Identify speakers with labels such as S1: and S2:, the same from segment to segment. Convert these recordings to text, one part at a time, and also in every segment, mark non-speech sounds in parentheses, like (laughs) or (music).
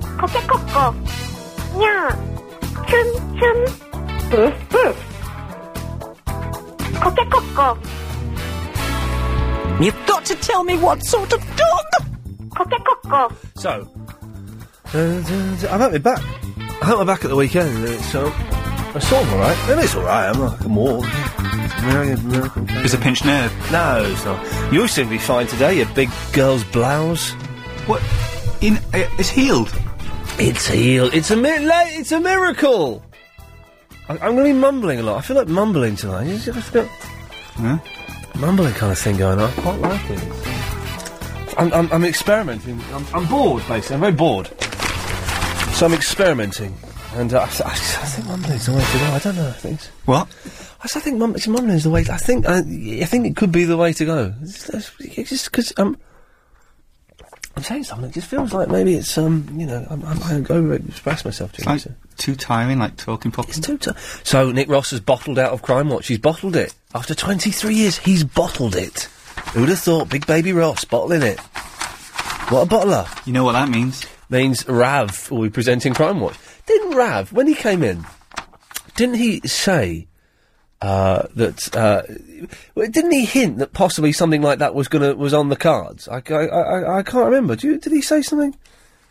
S1: 코끼코꼬 냥 춤춤 뿌뿌 코끼코꼬
S2: You've got to tell me what sort of dog!
S1: 코끼코꼬
S3: So, I'm at my back. I hurt my back at the weekend, and it's um, it's sort of all right. And it's all right. I'm like, I can walk. It's a miracle- miracle.
S4: It's a pinched nerve.
S3: No, it's not. You seem to be fine today. Your big girl's blouse.
S4: What? In uh, it's healed.
S3: It's healed. It's a mi- la- It's a miracle. I- I'm going to be mumbling a lot. I feel like mumbling tonight. You just got mumbling kind of thing going on. I quite like it. I'm, I'm, I'm experimenting. I'm, I'm bored, basically. I'm very bored. So I'm experimenting. And uh, I, th- I, th- I think mumbling's the way to go. I don't know. I think.
S4: What?
S3: I just I think mum, it's mumbling's the way. I think. I, I think it could be the way to go. It's- it's- it's Just because um, I'm saying something. It just feels like maybe it's um, you know, I'm, I'm, I over express myself too
S4: It's like
S3: much.
S4: too tiring, like talking properly.
S3: It's too t- so Nick Ross has bottled out of Crime Watch. He's bottled it. After 23 years, he's bottled it. Who would have thought Big Baby Ross bottling it? What a bottler.
S4: You know what that means?
S3: Means Rav will be presenting Crime Watch. Didn't Rav, when he came in, didn't he say uh, that... Uh, well, didn't he hint that possibly something like that was gonna was on the cards? I, I, I, I can't remember. Do you, did he say something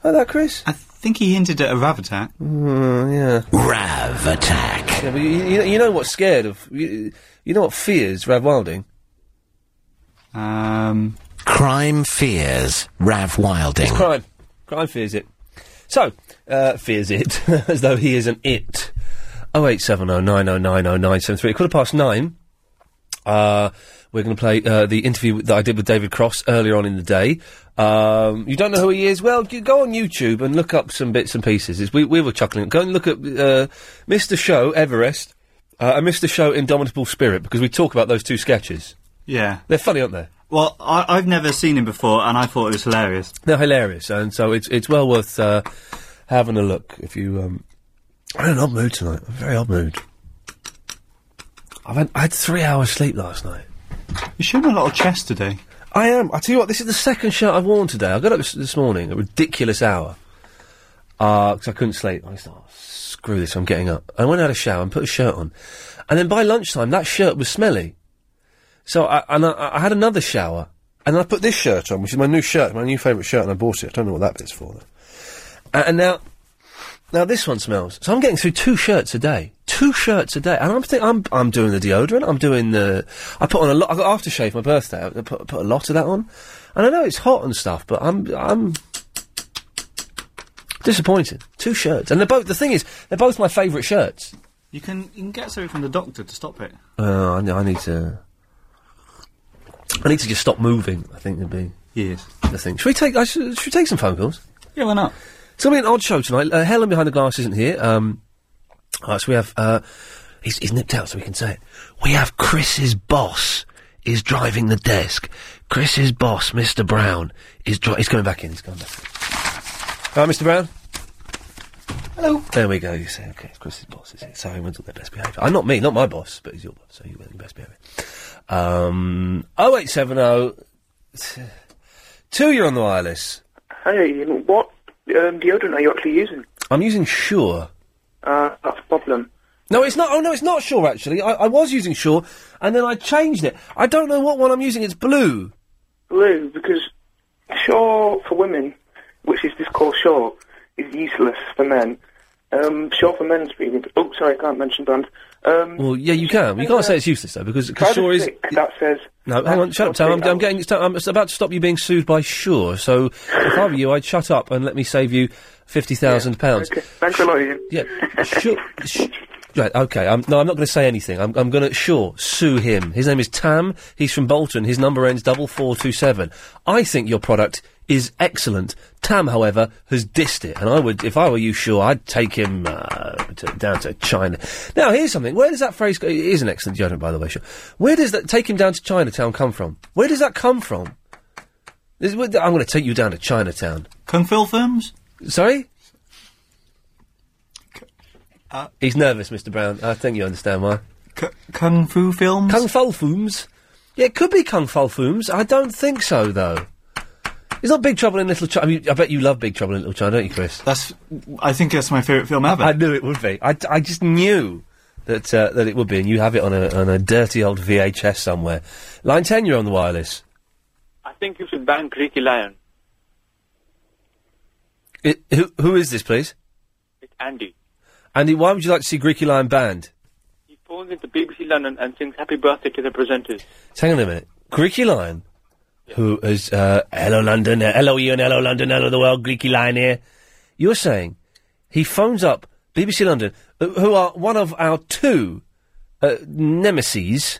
S3: like that, Chris?
S4: I think he hinted at a rav attack.
S3: Mm, yeah.
S5: Rav attack.
S3: Yeah, but you, you, you know what's scared of. You, you know what fears Rav Wilding?
S4: Um,
S5: Crime fears Rav Wilding.
S3: It's crime. Crime fears it. So, uh, fears it, (laughs) as though he is an it. 08709090973. Quarter past nine. Uh, we're going to play uh, the interview that I did with David Cross earlier on in the day. Um, you don't know who he is? Well, you go on YouTube and look up some bits and pieces. It's, we, we were chuckling. Go and look at uh, Mr. Show Everest uh, and Mr. Show Indomitable Spirit because we talk about those two sketches.
S4: yeah.
S3: They're funny, aren't they?
S4: Well, I, I've never seen him before, and I thought it was hilarious.
S3: They're hilarious, and so it's it's well worth uh, having a look if you. Um, I'm in an odd mood tonight. I'm in a very odd mood. I've had, I had three hours sleep last night.
S4: You're showing a lot of chest today.
S3: I am. I tell you what, this is the second shirt I've worn today. I got up this, this morning a ridiculous hour because I couldn't sleep. I just thought, "Oh, screw this, I'm getting up. I went out a shower and put a shirt on, and then by lunchtime that shirt was smelly. So I and I, I had another shower, and I put this shirt on, which is my new shirt, my new favourite shirt, and I bought it. I don't know what that bit's for. Though. And, and now, now this one smells. So I'm getting through two shirts a day, two shirts a day, and I'm think, I'm I'm doing the deodorant. I'm doing the. I put on a lot. I got aftershave for my birthday. I put, put a lot of that on, and I know it's hot and stuff, but I'm I'm disappointed. Two shirts, and they're both. The thing is, they're both my favourite shirts.
S4: You can you can get something from the doctor to stop it.
S3: Uh, I, I need to. I need to just stop moving. I think would be
S4: Yes.
S3: the thing. Should we take? I should, should we take some phone calls?
S4: Yeah, why not?
S3: It's going to be an odd show tonight. Uh, Helen behind the glass isn't here. Um, all right, so we have. Uh, he's, he's nipped out, so we can say it. We have Chris's boss is driving the desk. Chris's boss, Mr. Brown, is dri- he's going back in. He's going back. In. All right, Mr. Brown.
S4: Hello.
S3: There we go. You say, okay, it's Chris's boss, is it? So everyone's on their best behaviour. Uh, not me, not my boss, but he's your boss, so you're on your best behaviour. Um, 0870. oh, Two, you're on the wireless.
S6: Hey, Ian, what um, deodorant are you actually using?
S3: I'm using Sure.
S6: Uh, that's a problem.
S3: No, it's not. Oh no, it's not Sure. Actually, I, I was using Sure, and then I changed it. I don't know what one I'm using. It's blue.
S6: Blue, because Shaw for women, which is just called Shaw, is useless for men. Um, Shaw for men's really. Oh, sorry, I can't mention brand. Um,
S3: Well, yeah, you can. You can't say it's useless though, because
S6: try
S3: cause
S6: the
S3: Sure is.
S6: stick that says.
S3: No, hang on, shut up, Tom. I'm, I'm getting. I'm about to stop you being sued by Sure. So, if I were you, I'd shut up and let me save you fifty thousand pounds.
S6: Okay, thanks a lot, Ian.
S3: Yeah, sure. sh- Right, okay. I'm, no, I'm not going to say anything. I'm, I'm going to sure sue him. His name is Tam. He's from Bolton. His number ends double four two seven. I think your product is excellent. Tam, however, has dissed it, and I would, if I were you, sure, I'd take him uh, to, down to China. Now, here's something. Where does that phrase go? It is an excellent judgment, by the way. Sure. Where does that take him down to Chinatown come from? Where does that come from? This, I'm going to take you down to Chinatown.
S4: Kung Phil films.
S3: Sorry? He's nervous, Mr. Brown. I think you understand why.
S4: C- Kung Fu films.
S3: Kung Fu Fooms? Yeah, it could be Kung Fu Fooms. I don't think so, though. It's not Big Trouble in Little China. I mean, I bet you love Big Trouble in Little China, don't you, Chris? That's. I think that's my favourite film ever. I knew it would be. I, I just knew that uh, that it would be, and you have it on a on a dirty old VHS somewhere. Line ten, you're on the wireless.
S7: I (laughs) think you should ban Creaky Lion.
S3: It, who who is this, please?
S7: It's Andy.
S3: Andy, why would you like to see Greeky Lion banned?
S7: He phones into BBC London and sings happy birthday to the presenters.
S3: So hang on a minute. Greeky Lion, who is, uh, hello London, uh, hello you and hello London, hello the world, Greeky Lion here. You're saying he phones up BBC London, uh, who are one of our two uh, nemesis,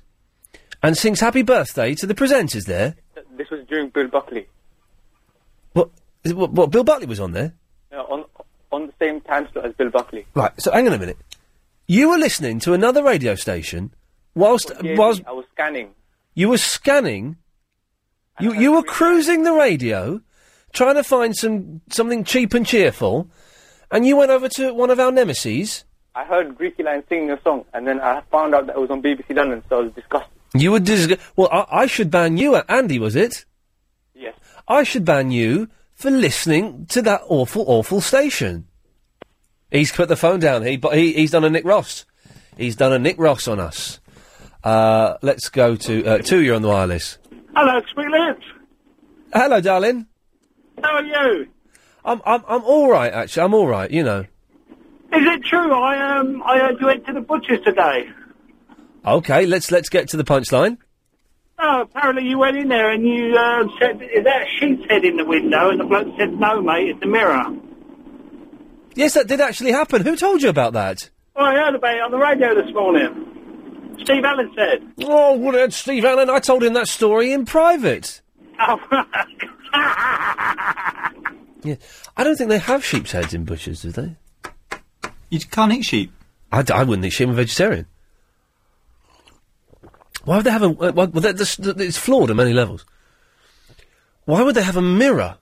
S3: and sings happy birthday to the presenters there?
S7: Th- This was during Bill Buckley.
S3: What, is it- what, what Bill Buckley was on there?
S7: Uh, on on the same time slot as Bill Buckley.
S3: Right, so hang on a minute. You were listening to another radio station whilst,
S7: Yeah,
S3: whilst
S7: I was scanning.
S3: You were scanning. You you were cruising the radio, trying to find some something cheap and cheerful, and you went over to one of our nemesis.
S7: I heard Greeky Lion singing a song, and then I found out that it was on BBC London, so I was disgusted.
S3: You were dis- well. I, I should ban you, Andy. Was it?
S7: Yes.
S3: I should ban you for listening to that awful, awful station. He's put the phone down. He, but he, he's done a Nick Ross. He's done a Nick Ross on us. Uh, let's go to uh, two. You're on the wireless.
S8: Hello, Sweet Lips.
S3: Hello, darling.
S8: How are you?
S3: I'm I'm I'm all right. Actually, I'm all right. You know.
S8: Is it true? I um, I heard you went to the butcher's today.
S3: Okay, let's let's get to the punchline.
S8: Oh, apparently you went in there and you um, said, "Is that a sheep's head in the window?" And the bloke said, "No, mate, it's a mirror."
S3: Yes, that did actually happen. Who told you about that?
S8: Oh, I heard about it on the radio this morning. Steve Allen said.
S3: Oh, what a- Steve Allen! I told him that story in private.
S8: Oh, (laughs)
S3: Yeah, I don't think they have sheep's heads in butchers, do they? You can't eat sheep. I, d- I wouldn't eat sheep. I'm a vegetarian. Why would they have a? uh, Why, well, that, that's, that- it's flawed on many levels. Why would they have a mirror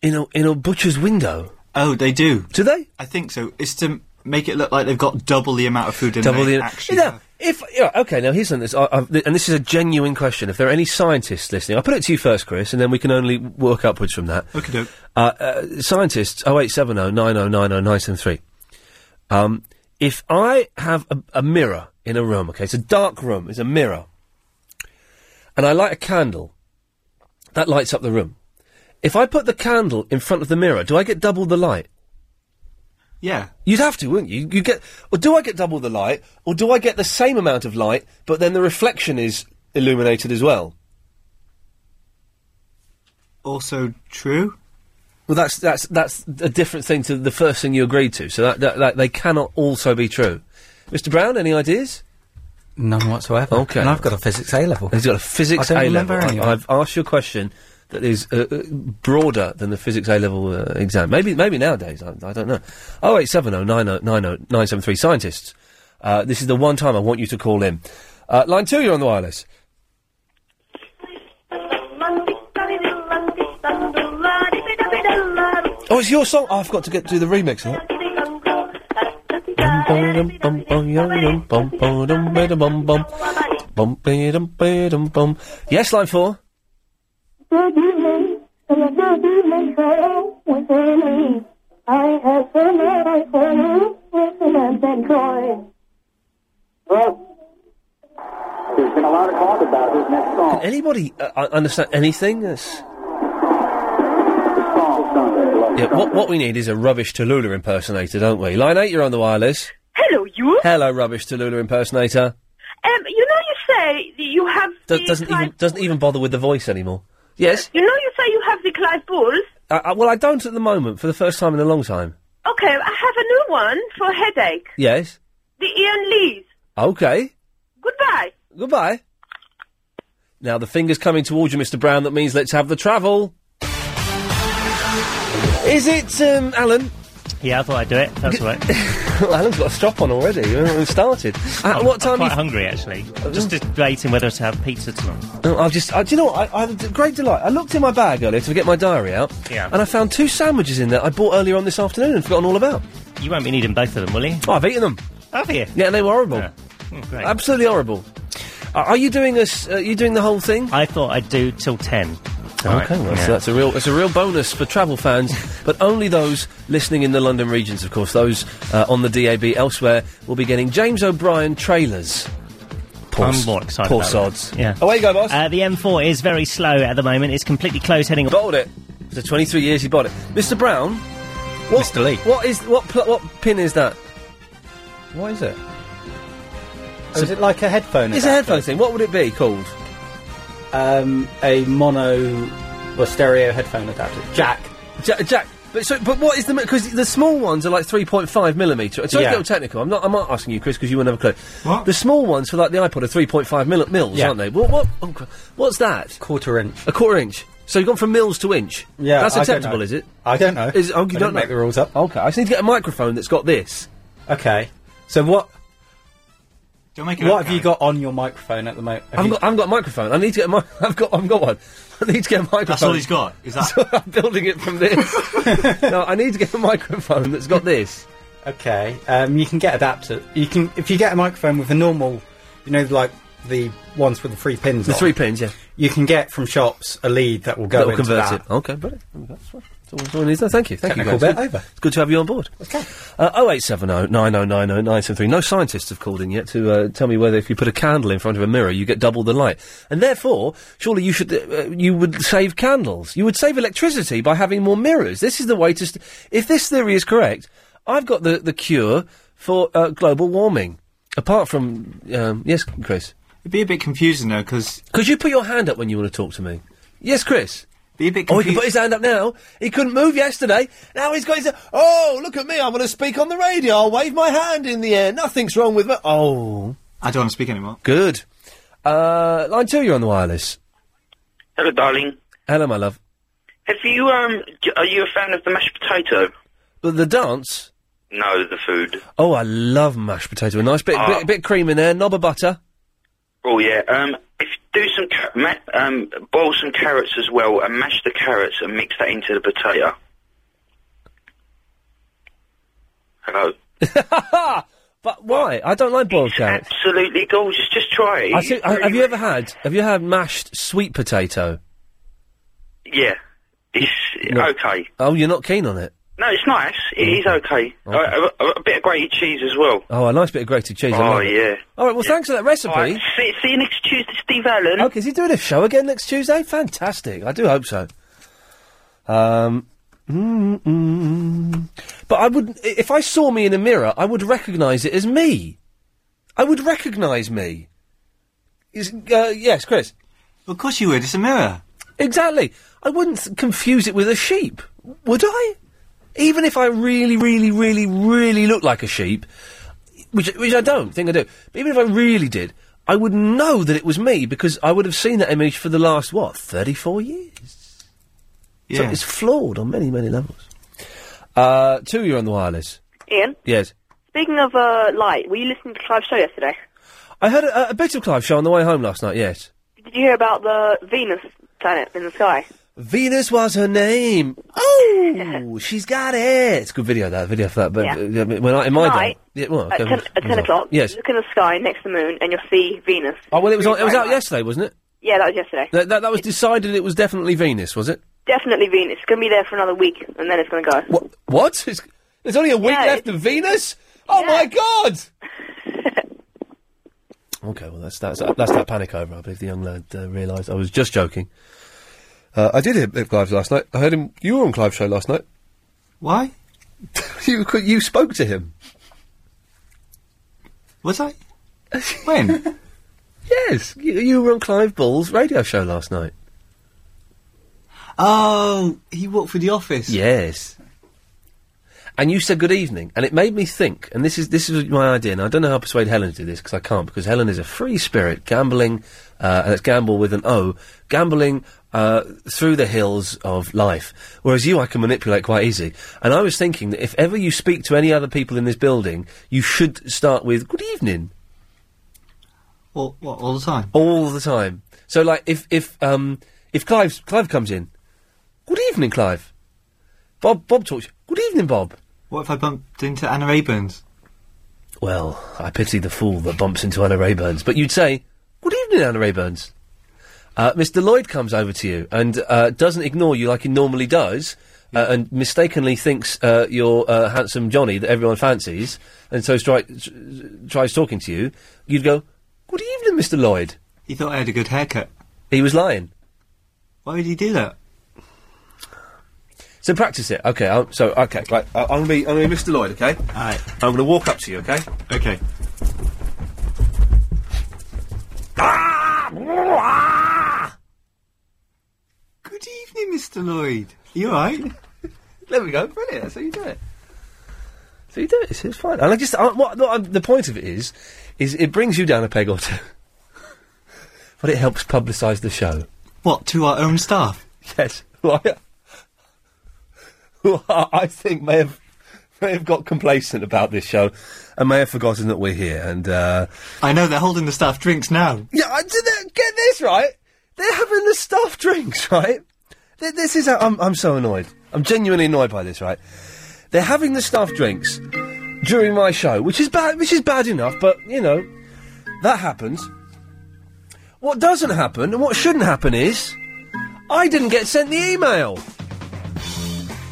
S3: in a in a butcher's window?
S4: Oh, they do.
S3: Do they?
S4: I think so. It's to make it look like they've got double the amount of food in
S3: Double
S4: they
S3: the-
S4: actually
S3: You know,
S4: have.
S3: if yeah, okay, now here's something. That's, I, I've, th- and this is a genuine question. If there are any scientists listening, I'll put it to you first, Chris, and then we can only work upwards from that.
S4: Okay,
S3: uh, uh, Scientists, oh eight seven oh nine oh nine oh nine seven three. Um, if I have a, a mirror in a room, okay, it's a dark room, it's a mirror, and I light a candle, that lights up the room. If I put the candle in front of the mirror, do I get double the light?
S4: Yeah.
S3: You'd have to, wouldn't you? You get, or do I get double the light, or do I get the same amount of light, but then the reflection is illuminated as well?
S4: Also true.
S3: Well, that's that's that's a different thing to the first thing you agreed to. So that, that, that they cannot also be true. Mr. Brown, any ideas?
S9: None whatsoever.
S3: Okay.
S9: And I've got a physics A level.
S3: He's got a physics
S9: I don't
S3: A
S9: remember
S3: level.
S9: any
S3: I,
S9: of it.
S3: I've asked you a question that is uh, uh, broader than the physics A level uh, exam. Maybe maybe nowadays I, I don't know. Oh eight seven oh nine oh nine oh nine seven three scientists. Uh, this is the one time I want you to call in. Uh, line two, you're on the wireless. Oh, it's your song. Oh, I forgot to get do the remix of it. Yes, line four.
S1: I have so many for you, and then cry.
S10: There's been a lot of talk about his next song.
S3: Can anybody uh, uh, understand anything? That's- Yeah, what, what we need is a rubbish Tallulah impersonator, don't we? Line 8, you're on the wireless.
S11: Hello, you.
S3: Hello, rubbish Tallulah impersonator.
S11: Um, you know, you say that you have.
S3: Do- doesn't, even, doesn't even bother with the voice anymore. Yes?
S11: You know, you say you have the Clive balls.
S3: I, I, well, I don't at the moment, for the first time in a long time.
S11: Okay, I have a new one for headache.
S3: Yes?
S11: The Ian Lees.
S3: Okay.
S11: Goodbye.
S3: Goodbye. Now, the finger's coming towards you, Mr. Brown. That means let's have the travel. Is it, um, Alan?
S12: Yeah, I thought I'd do it. That's all right.
S3: (laughs) Alan's got a strop on already. You haven't even started. At
S12: I'm,
S3: Uh, what time
S12: I'm quite
S3: are you Uh,
S12: hungry, actually. I'm just debating whether to have pizza tonight.
S3: Oh, I've just, I, do you know what? I, I had a great delight. I looked in my bag earlier to get my diary out,
S12: Yeah.
S3: and I found two sandwiches in there I bought earlier on this afternoon and forgotten all about.
S12: You won't be needing both of them, will you?
S3: Oh, I've eaten them.
S12: Have you?
S3: Yeah, and they were horrible.
S12: Oh, great.
S3: uh, Absolutely horrible. Are, are you doing us? Are you doing the whole thing?
S12: I thought I'd do till ten.
S3: Okay, well, so that's a real it's a real bonus for travel fans, but only those listening in the London regions, of course. Those uh, on the DAB elsewhere will be getting James O'Brien trailers. Poor,
S7: I'm
S3: s-
S7: more excited.
S3: poor
S7: about
S3: sods.
S7: that. Yeah.
S3: Away you go, boss.
S7: Uh, the M4 is very slow at the moment. It's completely closed heading.
S3: Bottled it. After 23 years, he bought it. Mr. Brown. What, Mr. Lee. What is what pl- what pin is that?
S4: What is it?
S3: So-
S4: is it like a headphone?
S3: It's a headphone thing. What would it be called?
S4: Um, a mono or stereo headphone adapter. Jack.
S3: Jack. Jack. But so, but what is the because the small ones are like 3.5 millimeter. It's a
S4: Yeah.
S3: little technical. I'm not. I'm not asking you, Chris, because you wouldn't have a clue. What? The small ones for like the iPod are 3.5 mil- mils,
S4: Yeah.
S3: aren't they? What? What? oh, cr- what's that?
S4: Quarter inch.
S3: A quarter inch. So you've gone from mils to inch.
S4: Yeah,
S3: That's
S4: I don't
S3: acceptable,
S4: know.
S3: is it?
S4: I don't know.
S3: Is, oh,
S4: I
S3: you
S4: didn't
S3: don't know.
S4: make the rules up.
S3: Okay, I just need to get a microphone that's got this.
S4: Okay. So what?
S13: Don't make
S4: What have you got on your microphone at the moment?
S3: I've got, I've got a microphone. I need to get a mi- (laughs) I've got, I've got one. I need to get a microphone.
S13: all he's got? Is that-
S3: (laughs) So I'm building it from
S4: (laughs)
S3: this. no, I need to get a microphone that's got this.
S4: Okay. Um, you can get adapter. You can if you get a microphone with the normal, you know, like the ones with the three pins.
S3: The
S4: on,
S3: three pins, yeah.
S4: You can get from shops a lead that will go
S3: That'll
S4: into
S3: convert
S4: that.
S3: it. Okay, brilliant. That's fine. That's all- that's all I need to know. Thank you. Thank
S4: Technical
S3: you. guys.
S4: bit
S3: Good-
S4: over.
S3: It's good to have you on board. Okay. Uh, 0870 9090 973. No scientists have called in yet to uh, tell me whether if you put a candle in front of a mirror, you get double the light, and therefore, surely you should uh, uh, you would save candles. You would save electricity by having more mirrors. This is the way to. St- if this theory is correct, I've got the the cure for uh, global warming. Apart from um, yes, Chris.
S13: It'd be a bit confusing though, because
S3: could you put your hand up when you want to talk to me? Yes, Chris.
S13: Be a bit
S3: Oh, he can
S13: confu-
S3: put his hand up now. He couldn't move yesterday. Now he's got his. Oh, look at me! I'm going to speak on the radio. I'll wave my hand in the air. Nothing's wrong with me. Oh,
S13: I don't want to speak anymore.
S3: Good. Uh, line two, you're on the wireless.
S14: Hello, darling.
S3: Hello, my love.
S14: Have you um? j- Are you a fan of the mashed potato?
S3: But the dance.
S14: No, the food.
S3: Oh, I love mashed potato. A nice bit,
S14: Ah.
S3: bit, bit of cream in there. Knob of butter.
S14: Oh yeah. Um, if you do some ca- ma- um, boil some carrots as well, and mash the carrots and mix that into the potato.
S3: (laughs)
S14: Hello.
S3: but why? I don't like boiled carrots.
S14: Absolutely gorgeous. Just try it.
S3: I see, I, have you ever had? Have you had mashed sweet potato?
S14: Yeah. It's okay.
S3: Oh, you're not keen on it.
S14: No, it's nice. It is
S3: Mm.
S14: okay. Uh, a, a, a bit of grated cheese as well.
S3: Oh, a nice bit of grated cheese. I
S14: oh
S3: love it.
S14: yeah.
S3: All right. Well, thanks for that recipe.
S14: All right, See, see you next Tuesday, Steve Allen.
S3: Okay, is he doing a show again next Tuesday? Fantastic. I do hope so. Um, mm, mm, mm. but I would, i- if I saw me in a mirror, I would recognise it as me. I would recognise me. Is, uh, yes, Chris.
S13: Of course you would. It's a mirror.
S3: Exactly. I wouldn't th- confuse it with a sheep, would I? Even if I really, really, really, really looked like a sheep, which which I don't think I do. But even if I really did, I would know that it was me because I would have seen that image for the last what thirty four years. So
S15: Yeah.
S3: it's flawed on many many levels. Uh, two, you're on the wireless.
S6: Ian,
S3: Yes,
S6: speaking of uh, light, were you listening to Clive's show yesterday?
S3: I heard a, a bit of Clive show on the way home last night. Yes,
S6: Did you hear about the Venus planet in the sky?
S3: Venus was her name. Oh, (laughs) she's got it. It's a good video that video for that. But
S6: Yeah.
S3: uh, when I in my
S6: Tonight,
S3: day, yeah, well,
S6: at ten,
S3: okay, it
S6: at
S3: was
S6: 10
S3: on.
S6: o'clock,
S3: Yes.
S6: look in the sky next to the moon and you'll see Venus.
S3: Oh well, it was on, it was
S6: Very
S3: out
S6: bright.
S3: yesterday, wasn't it?
S6: Yeah, that was yesterday.
S3: That, that, that was decided. It was definitely Venus, was it?
S6: Definitely Venus. It's going to be there for another week and then it's going to go.
S3: What? What? It's, there's only a week
S6: Yeah,
S3: left of Venus. Oh my God! Okay, well that's that's that's that panic over. I believe the young lad uh, realised I was just joking. Uh, I did hear Clive last night. I heard him. You were on Clive's show last night.
S13: Why?
S3: (laughs) you you spoke to him.
S13: Was I? When?
S3: (laughs) yes, you, you were on Clive Bull's radio show last night.
S13: Oh, he worked for the office.
S3: Yes. And you said good evening, and it made me think. And this is this is my idea, and I don't know how to persuade Helen to do this because I can't, because Helen is a free spirit, gambling, uh, and it's gamble with an O, gambling uh, through the hills of life. Whereas you, I can manipulate quite easy. And I was thinking that if ever you speak to any other people in this building, you should start with good evening
S13: All, what, all the time.
S3: all the time. So like if if um if Clive Clive comes in, good evening, Clive. Bob Bob talks. Good evening, Bob.
S13: What if I bumped into Anna Rayburns?
S3: Well, I pity the fool that bumps into Anna Rayburns. But you'd say, Good evening, Anna Rayburns. Uh, Mr. Lloyd comes over to you and uh, doesn't ignore you like he normally does, uh, and mistakenly thinks uh, you're uh, handsome Johnny that everyone fancies, and so stri- tr- tries talking to you. You'd go, "Good evening, Mr. Lloyd." He thought I had a good haircut. He was lying. Why would he do that? So practice it. Okay. I'll, so okay. Right. I- I'm gonna be. I'm gonna be Mr. Lloyd. Okay. All right. I'm gonna walk up to you. Okay. Okay.
S4: Good evening, Mr. Lloyd. Are you
S3: (laughs)
S4: alright?
S3: there we go. Brilliant. That's how you do it. So you do it. It's, it's fine. And I just I, what, what I'm- the point of it is, is it brings you down a peg or two, (laughs) but it helps publicise the show. What to our own staff? Yes, (laughs) who I, who I I think may have may have got complacent about this show and may have forgotten that we're here. And uh, I know they're holding the staff drinks now. Yeah, I did that, get this right. They're having the staff drinks, right? Th- This is how, I'm I'm so annoyed. I'm genuinely annoyed by this, right? They're having the staff drinks during my show, which is bad. Which is bad enough, but you know that happens. What doesn't happen and what shouldn't happen is I didn't get sent the email.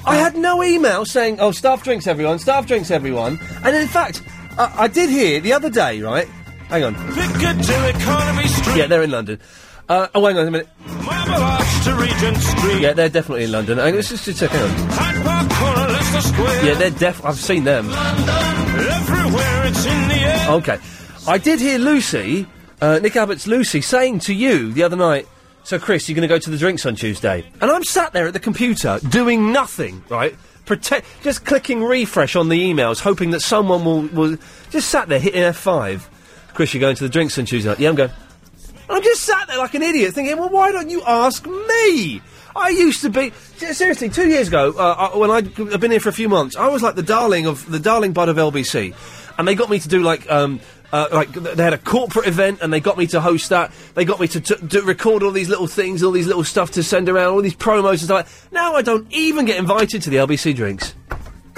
S3: I had no email saying, oh, staff drinks everyone, staff drinks everyone. And in fact, I, I did hear the other day, right? Hang on. Yeah, they're in London. Uh, oh, hang on a minute. Yeah, they're definitely in London. Hang on, let's just, just check, hang on. Yeah, they're def. I've seen them. Okay. I did hear Lucy, uh, Nick Abbott's Lucy, saying to you the other night, so Chris, you're going to go to the drinks on Tuesday. And I'm sat there at the computer doing nothing, right? Prote- just clicking refresh on the emails, hoping that someone will, will. Just sat there hitting F5. Chris, you're going to the drinks on Tuesday night. Yeah, I'm going. And I'm just sat there like an idiot thinking, well, why don't you ask me? I used to be se- seriously two years ago uh, I, when I, I've been here for a few months. I was like the darling of the darling bud of LBC, and they got me to do like um uh, like th- they had a corporate event and they got me to host that. They got me to t- do, record all these little things, all these little stuff to send around, all these promos and stuff. Now I don't even get invited to the LBC drinks.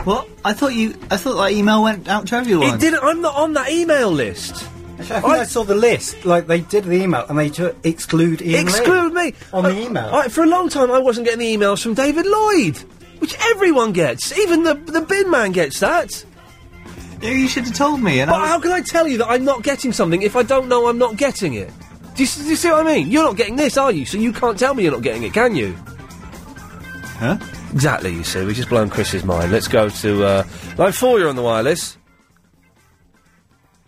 S4: What? I thought you. I thought that email went out to everyone.
S3: It didn't. I'm not on that email list.
S9: I think I, saw the list. Like they did the email and they ju- exclude Ian Lee.
S3: Exclude me
S9: on the
S3: I-
S9: email.
S3: I, for a long time, I wasn't getting the emails from David Lloyd, which everyone gets. Even the the bin man gets that. Yeah, you should have told me. but how can I tell you that I'm not getting something if I don't know I'm not getting it? Do you, s- do you see what I mean? You're not getting this, are you? So you can't tell me you're not getting it, can you? Huh? Exactly. You see, we've just blown Chris's mind. Let's go to uh, line four. You're on the wireless.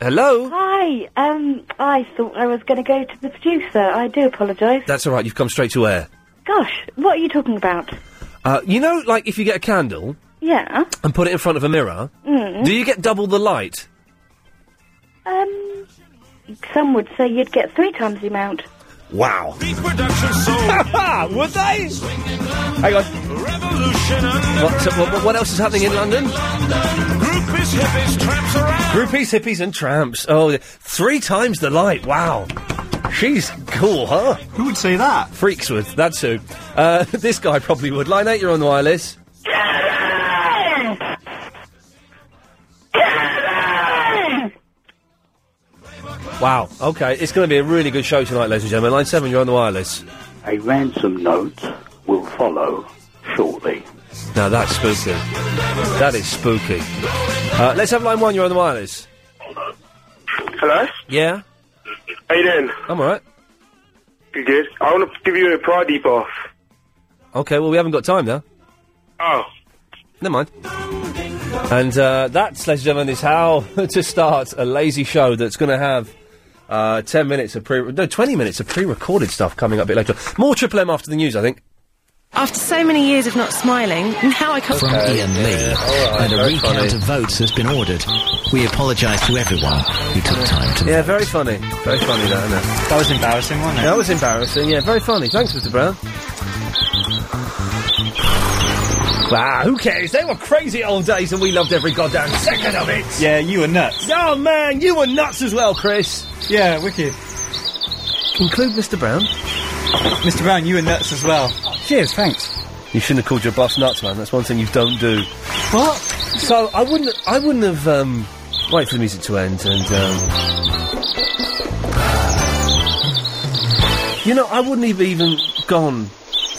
S3: Hello.
S16: Hi. Um, I thought I was going to go to the producer. I do apologise.
S3: That's all right. You've come straight to air.
S16: Gosh, what are you talking about?
S3: Uh, you know, like if you get a candle
S16: Yeah.
S3: and put it in front of a mirror,
S16: Mm.
S3: do you get double the light?
S16: Um, some would say you'd get three times the amount.
S3: Wow. (laughs) Would they? Hang on. What, so, what, what else is happening in London?
S17: Groupies, hippies, tramps around.
S3: Groupies, hippies, and tramps. Oh, three times the light. Wow. She's cool, huh? Who would say that? Freaks would. That's who. Uh, (laughs) this guy probably would. Line 8, you're on the wireless. Wow. Okay. It's going to be a really good show tonight, ladies and gentlemen. Line 7, you're on the wireless.
S18: A ransom note will follow shortly.
S3: Now that's spooky. That is spooky. Uh, let's have line one. You're on the wireless.
S19: Hello?
S3: Yeah.
S19: How you doing?
S3: I'm alright.
S19: You good? I want to give you a Pride bath.
S3: Okay. Well, we haven't got time now.
S19: Oh.
S3: Never mind. And uh, that, ladies and gentlemen, is how (laughs) to start a lazy show that's going to have uh, ten minutes of pre no twenty minutes of pre-recorded stuff coming up a bit later. More triple M after the news, I think.
S2: After so many years of not smiling, now I can't.
S5: From Ian Lee, and a
S3: very
S5: recount
S3: funny.
S5: of votes has been ordered. We apologise to everyone who took time to.
S3: Yeah, very funny. Very funny, that, isn't it? That was embarrassing, wasn't it? That was embarrassing, yeah. Very funny. Thanks, Mr. Brown. Wow, Ah, who cares? They were crazy old days and we loved every goddamn second of it.
S4: Yeah, you were nuts.
S3: Oh, man, you were nuts as well, Chris.
S4: Yeah, wicked.
S3: Include Mr. Brown.
S4: Mr. Brown, you were nuts as well.
S3: Cheers, thanks. You shouldn't have called your boss nuts, man. That's one thing you don't do. What? So I wouldn't. I wouldn't have. Um, wait for the music to end, and um, You know, I wouldn't have even gone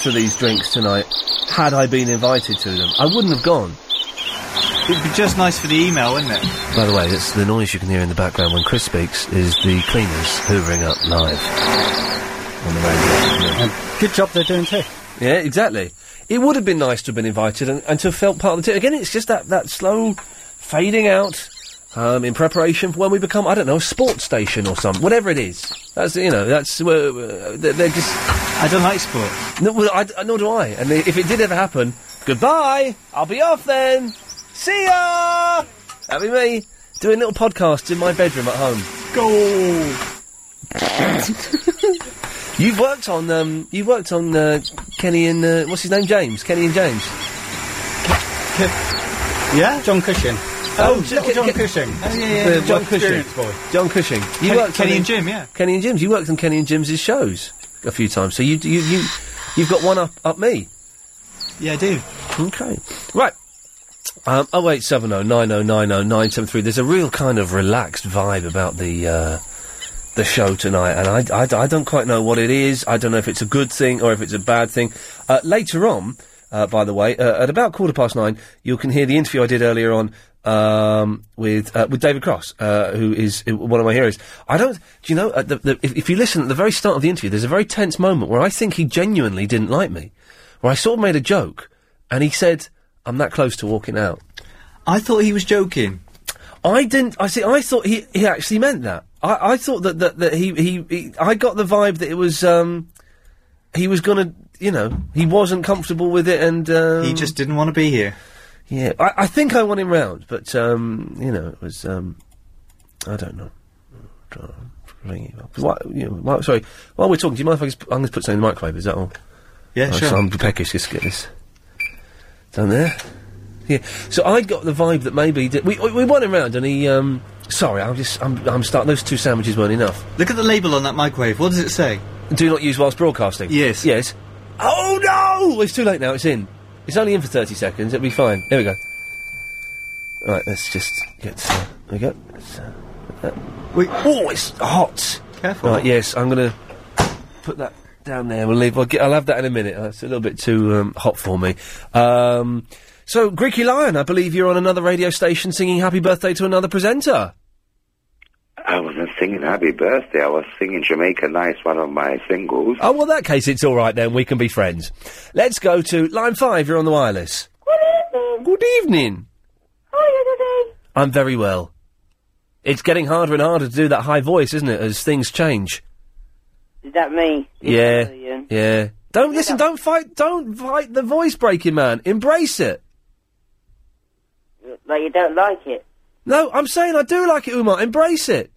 S3: to these drinks tonight had I been invited to them. I wouldn't have gone.
S4: It'd be just nice for the email, wouldn't it?
S3: By the way, that's the noise you can hear in the background when Chris speaks is the cleaners hoovering up live on the radio.
S9: Good job they're doing too.
S3: (laughs) Yeah, exactly. It would have been nice to have been invited and, and to have felt part of the team. Again, it's just that, that slow fading out um, in preparation for when we become, I don't know, a sports station or something, whatever it is. That's, you know, that's, uh, uh, they're, they're just... I don't like sports. No, well, I, I- nor do I. And they- if it did ever happen, goodbye, I'll be off then, see ya! That'd be me, doing little podcasts in my bedroom at home. Go! You've worked on um, you've worked on uh, Kenny and uh, what's his name, James? Kenny and James. yeah,
S9: John Cushing.
S3: Oh,
S9: Oh,
S3: John-
S9: John
S3: Ke-
S9: Cushing.
S3: Oh, yeah, yeah, yeah. John Cushing. John Cushing. You
S4: Ken-
S3: worked
S4: Kenny
S3: on
S4: and Jim, yeah.
S3: Kenny and Jim's. You worked on Kenny and Jim's shows a few times, so you you you you've got one up up me.
S4: Yeah, I do.
S3: Okay. Right. Um, 0870 9090 973. There's a real kind of relaxed vibe about the uh, the show tonight, and I, I, I don't quite know what it is. I don't know if it's a good thing or if it's a bad thing. Uh, later on, uh, by the way, uh, at about quarter past nine, you can hear the interview I did earlier on um, with uh, with David Cross, uh, who is uh, one of my heroes. I don't. Do you know? At the, the, if, if you listen at the very start of the interview, there's a very tense moment where I think he genuinely didn't like me, where I sort of made a joke, and he said, "I'm that close to walking out." I thought he was joking. I didn't. I see. I thought he, he actually meant that. I, I thought that, that that he, he he I got the vibe that it was um he was gonna you know he wasn't comfortable with it and um, he just didn't want to be here. Yeah, I, I think I won him round, but um you know it was um I don't know. Ring him up. Why, you know, why- sorry, while we're talking, do you mind if I just, I'm going to put something in the microwave? Is that all?
S4: Yeah,
S3: Oh,
S4: sure.
S3: So I'm peckish. Just get this down there. Yeah. So I got the vibe that maybe that we we won him round, and he. um Sorry, I'm just I'm I'm starting. Those two sandwiches weren't enough. Look at the label on that microwave. What does it say? Do not use whilst broadcasting. Yes. Yes. Oh no! It's too late now. It's in. It's only in for thirty seconds. It'll be fine. There we go. Right. Let's just get. Uh, there we go. Let's, uh, put that. Wait. Oh, it's hot. Careful. Right. Yes. I'm gonna put that down there. We'll leave. I'll, get, I'll have that in a minute. That's a little bit too um, hot for me. Um, so, Greeky Lion, I believe you're on another radio station singing "Happy Birthday" to another presenter.
S14: I wasn't singing Happy Birthday. I was singing Jamaica Nice, one of my
S16: (laughs)
S14: singles.
S3: Oh well, in that case, it's all right then. We can be friends. Let's go to line five. You're on the wireless. Good evening. Good evening.
S1: How are you today?
S3: I'm very well. It's getting harder and harder to do that high voice, isn't it? As things change.
S20: Is that me?
S3: Yeah. Yeah. Don't listen. Don't fight. Don't fight the voice breaking, man. Embrace it.
S20: Like you don't like it.
S3: No, I'm saying I do like it, Umar. Embrace it.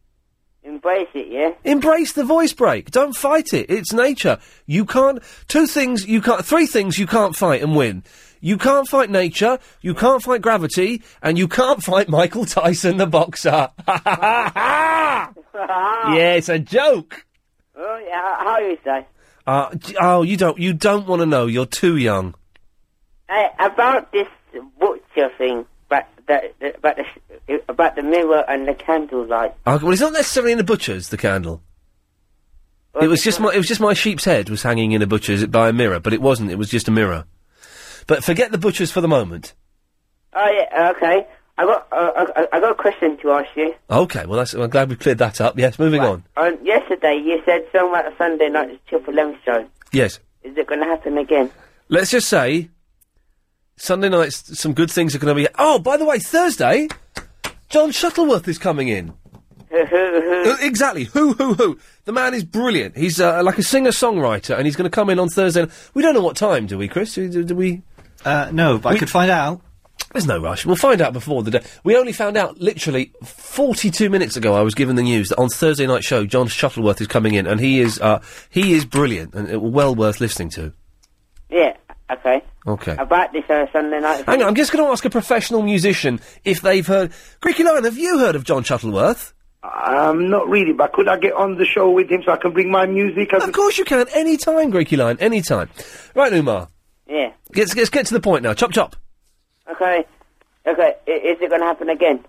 S20: Embrace it, yeah?
S3: Embrace the voice break. Don't fight it. It's nature. You can't. Two things you can't. Three things you can't fight and win. You can't fight nature. You can't fight gravity, and you can't (laughs) fight Michael Tyson,
S20: (laughs)
S3: the boxer. (laughs) yeah, it's a joke.
S20: Oh, yeah, how how you say?
S3: Uh, d- oh, you don't. You don't want to know. You're too young.
S20: Hey, about this butcher thing, but the, the, about, the, about the mirror and the candlelight.
S3: Uh, well, it's not necessarily in a butcher's. The candle. It was just my. It was just my sheep's head was hanging in a butcher's by a mirror, but it wasn't. It was just a mirror. But forget the butchers for the moment.
S20: Oh, yeah, okay. I got, uh, I, I- I got a question to ask you.
S3: Okay, well, that's, I'm glad we cleared that up. Yes, moving on.
S20: Um, yesterday, you said something about a Sunday night is chill for lemon show.
S3: Yes.
S20: Is it going to happen again?
S3: Let's just say Sunday nights, some good things are going to be. Oh, by the way, Thursday, John Shuttleworth is coming in.
S18: (laughs)
S3: Uh, exactly. Who, who, who? The man is brilliant. He's uh, like a singer songwriter, and he's going to come in on Thursday. We don't know what time, do we, Chris? Do, do- do we? Uh, no, but I could find out. There's no rush. We'll find out before the day. We only found out literally 42 minutes ago. I was given the news that on Thursday night show, John Shuttleworth is coming in, and he is uh, he is brilliant and uh, well worth listening to.
S20: Yeah, okay.
S3: Okay.
S20: About this uh, Sunday night.
S3: Hang on, I'm just going to ask a professional musician if they've heard. Creaky Lion, have you heard of John Shuttleworth?
S21: Um, not really, but could I get on the show with him so I can bring my music?
S3: Of course you can, any time, Creaky Lion, any time. Right, Umar.
S20: Yeah.
S3: Let's, let's get to the point now. Chop chop.
S20: Okay. Okay. I- is it going to happen again?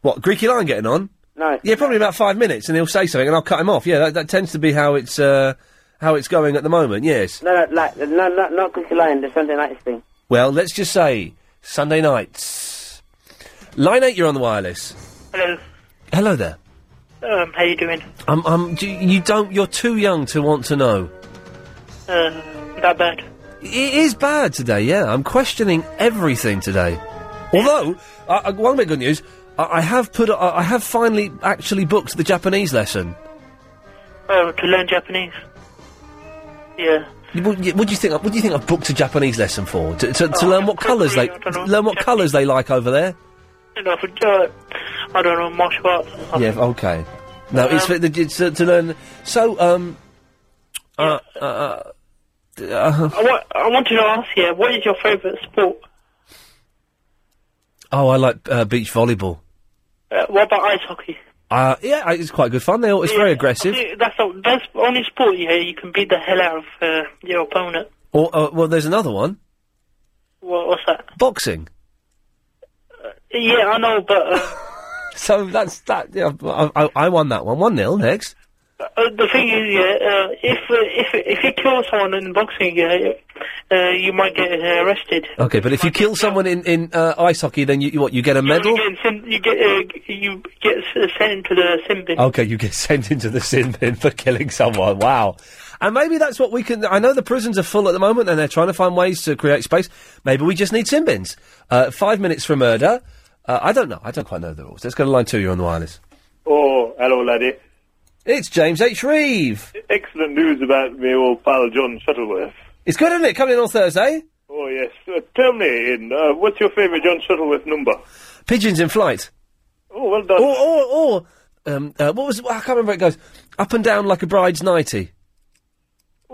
S3: What, Creaky Lion getting on?
S20: No.
S3: Yeah, probably about five minutes, and he'll say something, and I'll cut him off. Yeah, that, that tends to be how it's uh, How it's going at the moment, yes.
S22: No, no, like, no, no, not Cookie Lion, the Sunday night thing.
S3: Well, let's just say Sunday nights. Line 8, you're on the wireless.
S14: Hello.
S3: Hello there.
S14: Um, how you doing?
S3: Um, um, do, you don't, you're too young to want to know.
S14: Um, that bad.
S3: It is bad today, yeah. I'm questioning everything today. Although, I, I, one bit of good news, I, I have put, I, I have finally actually booked the Japanese lesson.
S14: Oh, to learn Japanese. Yeah.
S3: You- What, you- what do you think? I- What do you think I've booked a Japanese lesson for? To, to,
S14: Oh,
S3: to learn what colours they to learn what colours they like over there.
S14: You know, for, uh, I don't know, martial arts.
S3: Yeah. Okay. No,
S14: Um,
S3: it's, for the, it's to, to learn. So, um, uh, uh, uh, d- uh,
S14: I, wa- I wanted to ask you, what is your favourite sport?
S3: oh, I like uh, beach volleyball.
S14: Uh, what about ice hockey?
S3: Uh, yeah, I- it's quite good fun. They all, it's very aggressive.
S14: Yeah, That's the that's the only sport you you can beat the hell out of uh, your opponent.
S3: Or uh, well, there's another one,
S14: What, what's that? Uh,
S3: boxing.
S14: Yeah, I know, but uh,
S3: (laughs) So that's that. Yeah, I, I, I won that one. One 0 Next.
S14: uh, the thing is, yeah, uh, if uh, if if you kill someone in boxing, yeah, uh, you might get uh, arrested.
S3: Okay, but if you kill someone in in uh, ice hockey, then you, you what? You get a medal.
S14: You get sen- you get, uh, g- you get s- uh, sent into the sin bin.
S3: Okay, you get sent into the sin bin for killing someone. Wow. And maybe that's what we can. I know the prisons are full at the moment and they're trying to find ways to create space. Maybe we just need sin bins. Uh, five minutes for murder. Uh, I don't know. I don't quite know the rules. Let's go to line two. You're on the wireless.
S23: Oh, hello, laddie.
S3: It's James H. Reeve.
S23: Excellent news about me old pal John Shuttleworth.
S3: It's good, isn't it? Coming in on Thursday.
S23: Oh, yes. Uh, tell me, Ian, uh, what's your favourite John Shuttleworth number?
S3: Pigeons in flight.
S23: Oh, well done.
S3: Or, or, or um, uh, what was I can't remember. It goes up and down like a bride's nighty.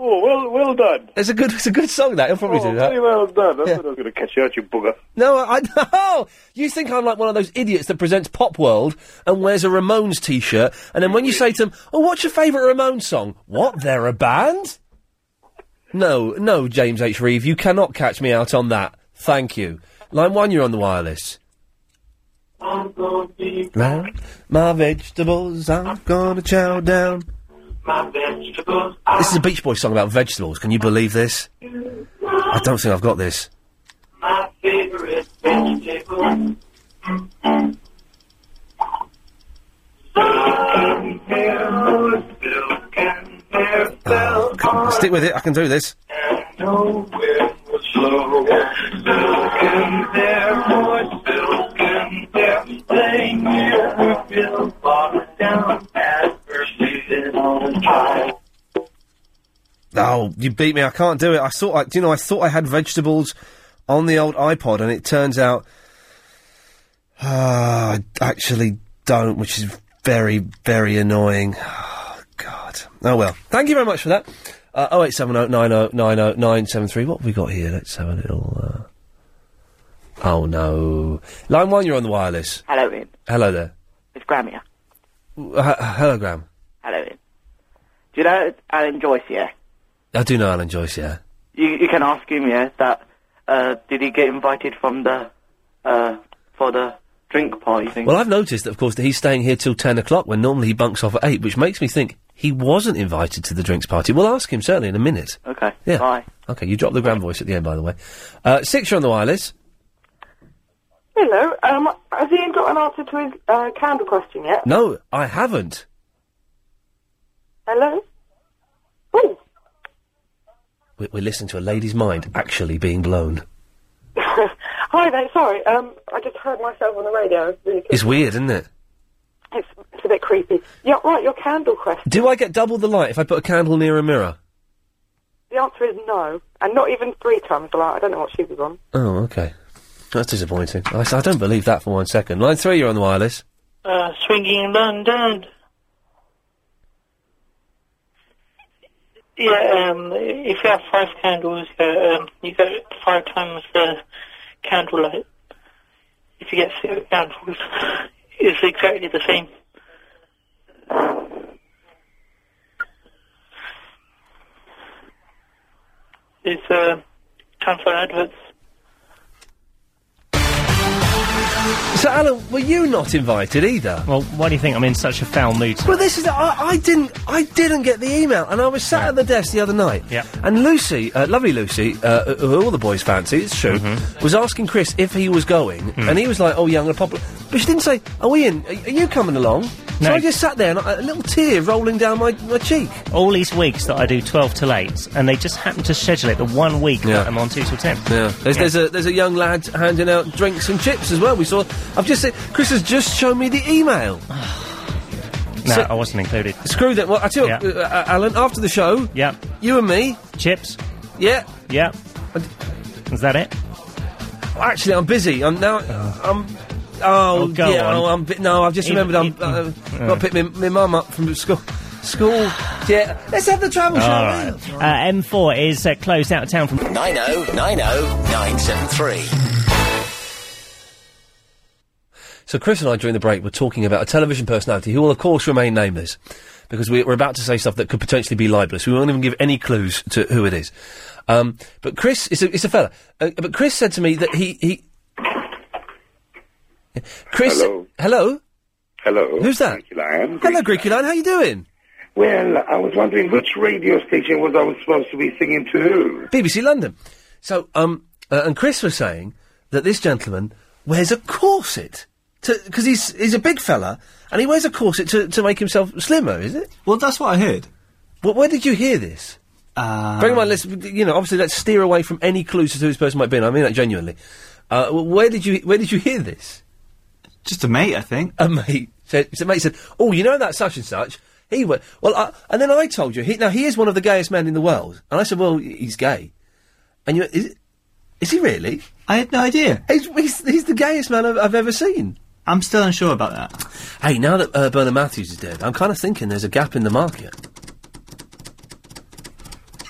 S23: Oh, well well done.
S3: It's a good. It's a good song. That he'll probably
S23: oh,
S3: do that.
S23: very well done. I thought I was going to catch you out, you bugger.
S3: No, I (laughs) no. You think I'm like one of those idiots that presents Pop World and wears a Ramones T-shirt, and then when you say to them, "Oh, what's your favourite Ramones song?" What? They're a band? No, no, James H. Reeve, you cannot catch me out on that. Thank you. Line one, you're on the wireless. Round my vegetables, I'm gonna chow down.
S24: My vegetables.
S3: This is a Beach Boy song about vegetables. Can you believe this? I don't think I've got this.
S24: My favourite vegetable.
S3: Stick with it. I can do this. Oh, you beat me! I can't do it. I thought, I, do you know, I thought I had vegetables on the old iPod, and it turns out ah, I actually don't, which is very, very annoying. Oh, God. Oh well. Thank you very much for that. Uh, oh eight seven oh nine oh nine oh nine seven three. What have we got here? Let's have a little. Uh... Oh no! Line one, you're on the wireless.
S25: Hello, Ian.
S3: Hello there.
S25: It's Graham here.
S3: Uh, h- hello, Graham.
S25: Hello, Ian. Do you know Alan Joyce, yeah?
S3: I do know Alan Joyce. Yeah.
S25: You, you can ask him, yeah, that, uh, did he get invited from the, uh, for the drink party thing?
S3: Well, I've noticed that, of course, that he's staying here till 10 o'clock when normally he bunks off at 8, which makes me think he wasn't invited to the drinks party. We'll ask him certainly in a minute.
S25: Okay.
S3: Yeah. Bye. Okay, you dropped the grand voice at the end, by the way. Uh, six, you're on the wireless.
S2: Hello. Um, has Ian got an answer to his uh, candle question yet?
S3: No, I haven't.
S2: Hello.
S3: We- We're listening to a lady's mind actually being blown.
S2: (laughs) Hi there. Sorry. Um, I just heard myself on the radio. It's really
S3: It's weird, isn't it?
S2: It's, it's a bit creepy. Yeah, right. Your candle question.
S3: Do I get double the light if I put a candle near a mirror?
S2: The answer is no, and not even three times the light. I don't know what she was on.
S3: Oh, okay. That's disappointing. I, s- I don't believe that for one second. Line three, you're on the wireless.
S14: Uh, swinging London. Yeah, um, if you have five candles, uh, um, you get five times the candle light. If you get six candles, (laughs) it's exactly the same. It's uh, time for adverts.
S3: So, Alan, were you not invited either?
S7: Well, why do you think I'm in such a foul mood?
S3: Well, this is I, I didn't I didn't get the email, and I was sat at the desk the other night.
S7: Yeah.
S3: And Lucy, uh, lovely Lucy, uh, who all the boys fancy, it's true,
S7: Mm-hmm.
S3: was asking Chris if he was going,
S7: Mm.
S3: and he was like, "Oh yeah, I'm gonna pop." al-" But she didn't say, "Are we in? Are, are you coming along?" So
S7: No.
S3: I just sat there, and I, a little tear rolling down my, my cheek.
S7: All these weeks that I do 12 till 8, and they just happen to schedule it the one week that I'm on 2 till 10.
S3: Yeah. There's, there's a there's a young lad handing out drinks and chips as well. We saw. I've just said Chris has just shown me the email.
S7: No,
S3: So-
S7: I wasn't included.
S3: Screw that. Well, I tell you, what, uh, uh, Alan. After the show,
S7: yeah,
S3: you and me,
S7: chips.
S3: Yeah,
S7: yeah. Is that it? Uh-huh.
S3: Actually, I'm busy. I'm now. I'm. Oh,
S7: Oh, go
S3: yeah.
S7: on.
S3: Oh, I'm. bi- No, I've just
S7: Even-
S3: remembered. I'm.
S7: even-
S3: Uh,
S7: Oh.
S3: Got to pick my, my mum up from school. School. Yeah. Let's have the travel show. eh?
S7: All right. Uh, M4 is uh, closed out of town from
S5: 9090973.
S3: So Chris and I, during the break, were talking about a television personality who will, of course, remain nameless because we, we're about to say stuff that could potentially be libelous. We won't even give any clues to who it is. Um, but Chris is a, it's a fella. Uh, but Chris said to me that he he. Chris,
S14: Hello.
S3: hello,
S14: Hello.
S3: Who's that?
S14: Lion.
S3: hello, Greeky Lion. How you doing?
S14: Well, I was wondering which radio station was I was supposed to be singing to.
S3: BBC London. So, um, uh, and Chris was saying that this gentleman wears a corset because he's he's a big fella and he wears a corset to, to make himself slimmer. Is it?
S4: Well, that's what I heard.
S3: Well, where did you hear this?
S4: Uh,
S3: Bear in mind, let's you know, obviously, let's steer away from any clues as to who this person might be. And I mean that genuinely. Uh, w- where did you where did you hear this?
S4: Just a mate, I think.
S3: A mate. So, so mate said, "Oh, you know that such and such." He went well, I, and then I told you. He, now he is one of the gayest men in the world, and I said, "Well, he's gay." And you, went, is, is he really?
S4: I had no idea.
S3: He's, he's, he's the gayest man I've, I've ever seen.
S4: I'm still unsure about that.
S3: Hey, now that uh, Bernard Matthews is dead, I'm kind of thinking there's a gap in the market.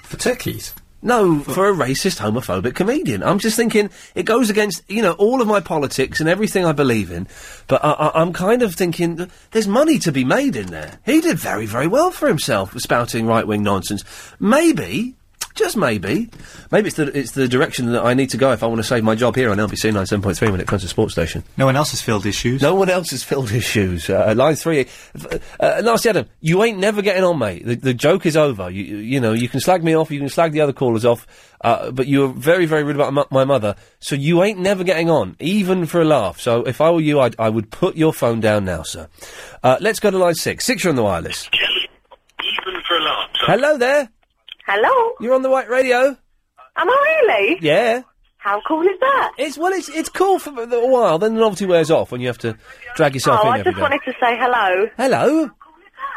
S9: For turkeys?
S3: No, for, a racist, homophobic comedian. I'm just thinking it goes against, you know, all of my politics and everything I believe in. But I, I, I'm kind of thinking th- there's money to be made in there. He did very, very well for himself, spouting right wing nonsense. Maybe, just maybe, maybe it's the it's the direction that I need to go if I want to save my job here on LBC 97.3 when it comes to sports station.
S4: No one else has filled his shoes.
S3: No one else has filled his shoes. Uh, line three. Uh, uh, Nasty Adam, you ain't never getting on, mate. The, the joke is over. You, you you know, you can slag me off, you can slag the other callers off, uh, but you were very, very rude about my, my mother, so you ain't never getting on, even for a laugh. So if I were you, I'd, I would put your phone down now, sir. Uh, let's go to line six. Six, you're on the wireless.
S10: Even for a laugh.
S3: Hello there.
S10: Hello.
S3: You're on the white radio.
S10: Am I really?
S3: Yeah.
S10: How cool is that?
S3: It's well, it's it's cool for a while. Then the novelty wears off when you have to drag yourself
S10: oh,
S3: in
S10: I
S3: every
S10: just
S3: day.
S10: wanted to say hello.
S3: Hello.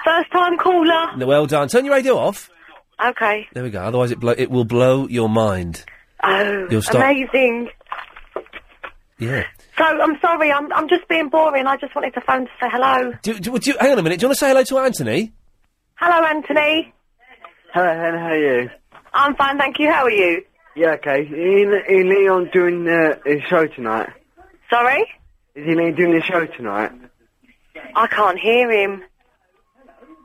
S10: First time caller.
S3: No, Well done. Turn your radio off.
S10: Okay.
S3: There we go. Otherwise, it blow, it will blow your mind.
S10: Oh,
S3: You'll stop.
S10: amazing.
S3: Yeah.
S10: So I'm sorry. I'm I'm just being boring. I just wanted to phone to say hello.
S3: Do, do, do, hang on a minute. Do you want to say hello to Anthony?
S10: Hello, Anthony.
S11: Hello, Hen, how are you?
S10: I'm fine, thank you. How are you?
S11: Yeah, okay. Is Ian, Ian Leon doing the his show tonight?
S10: Sorry,
S11: Is Ian Leon doing the show tonight?
S10: I can't hear him.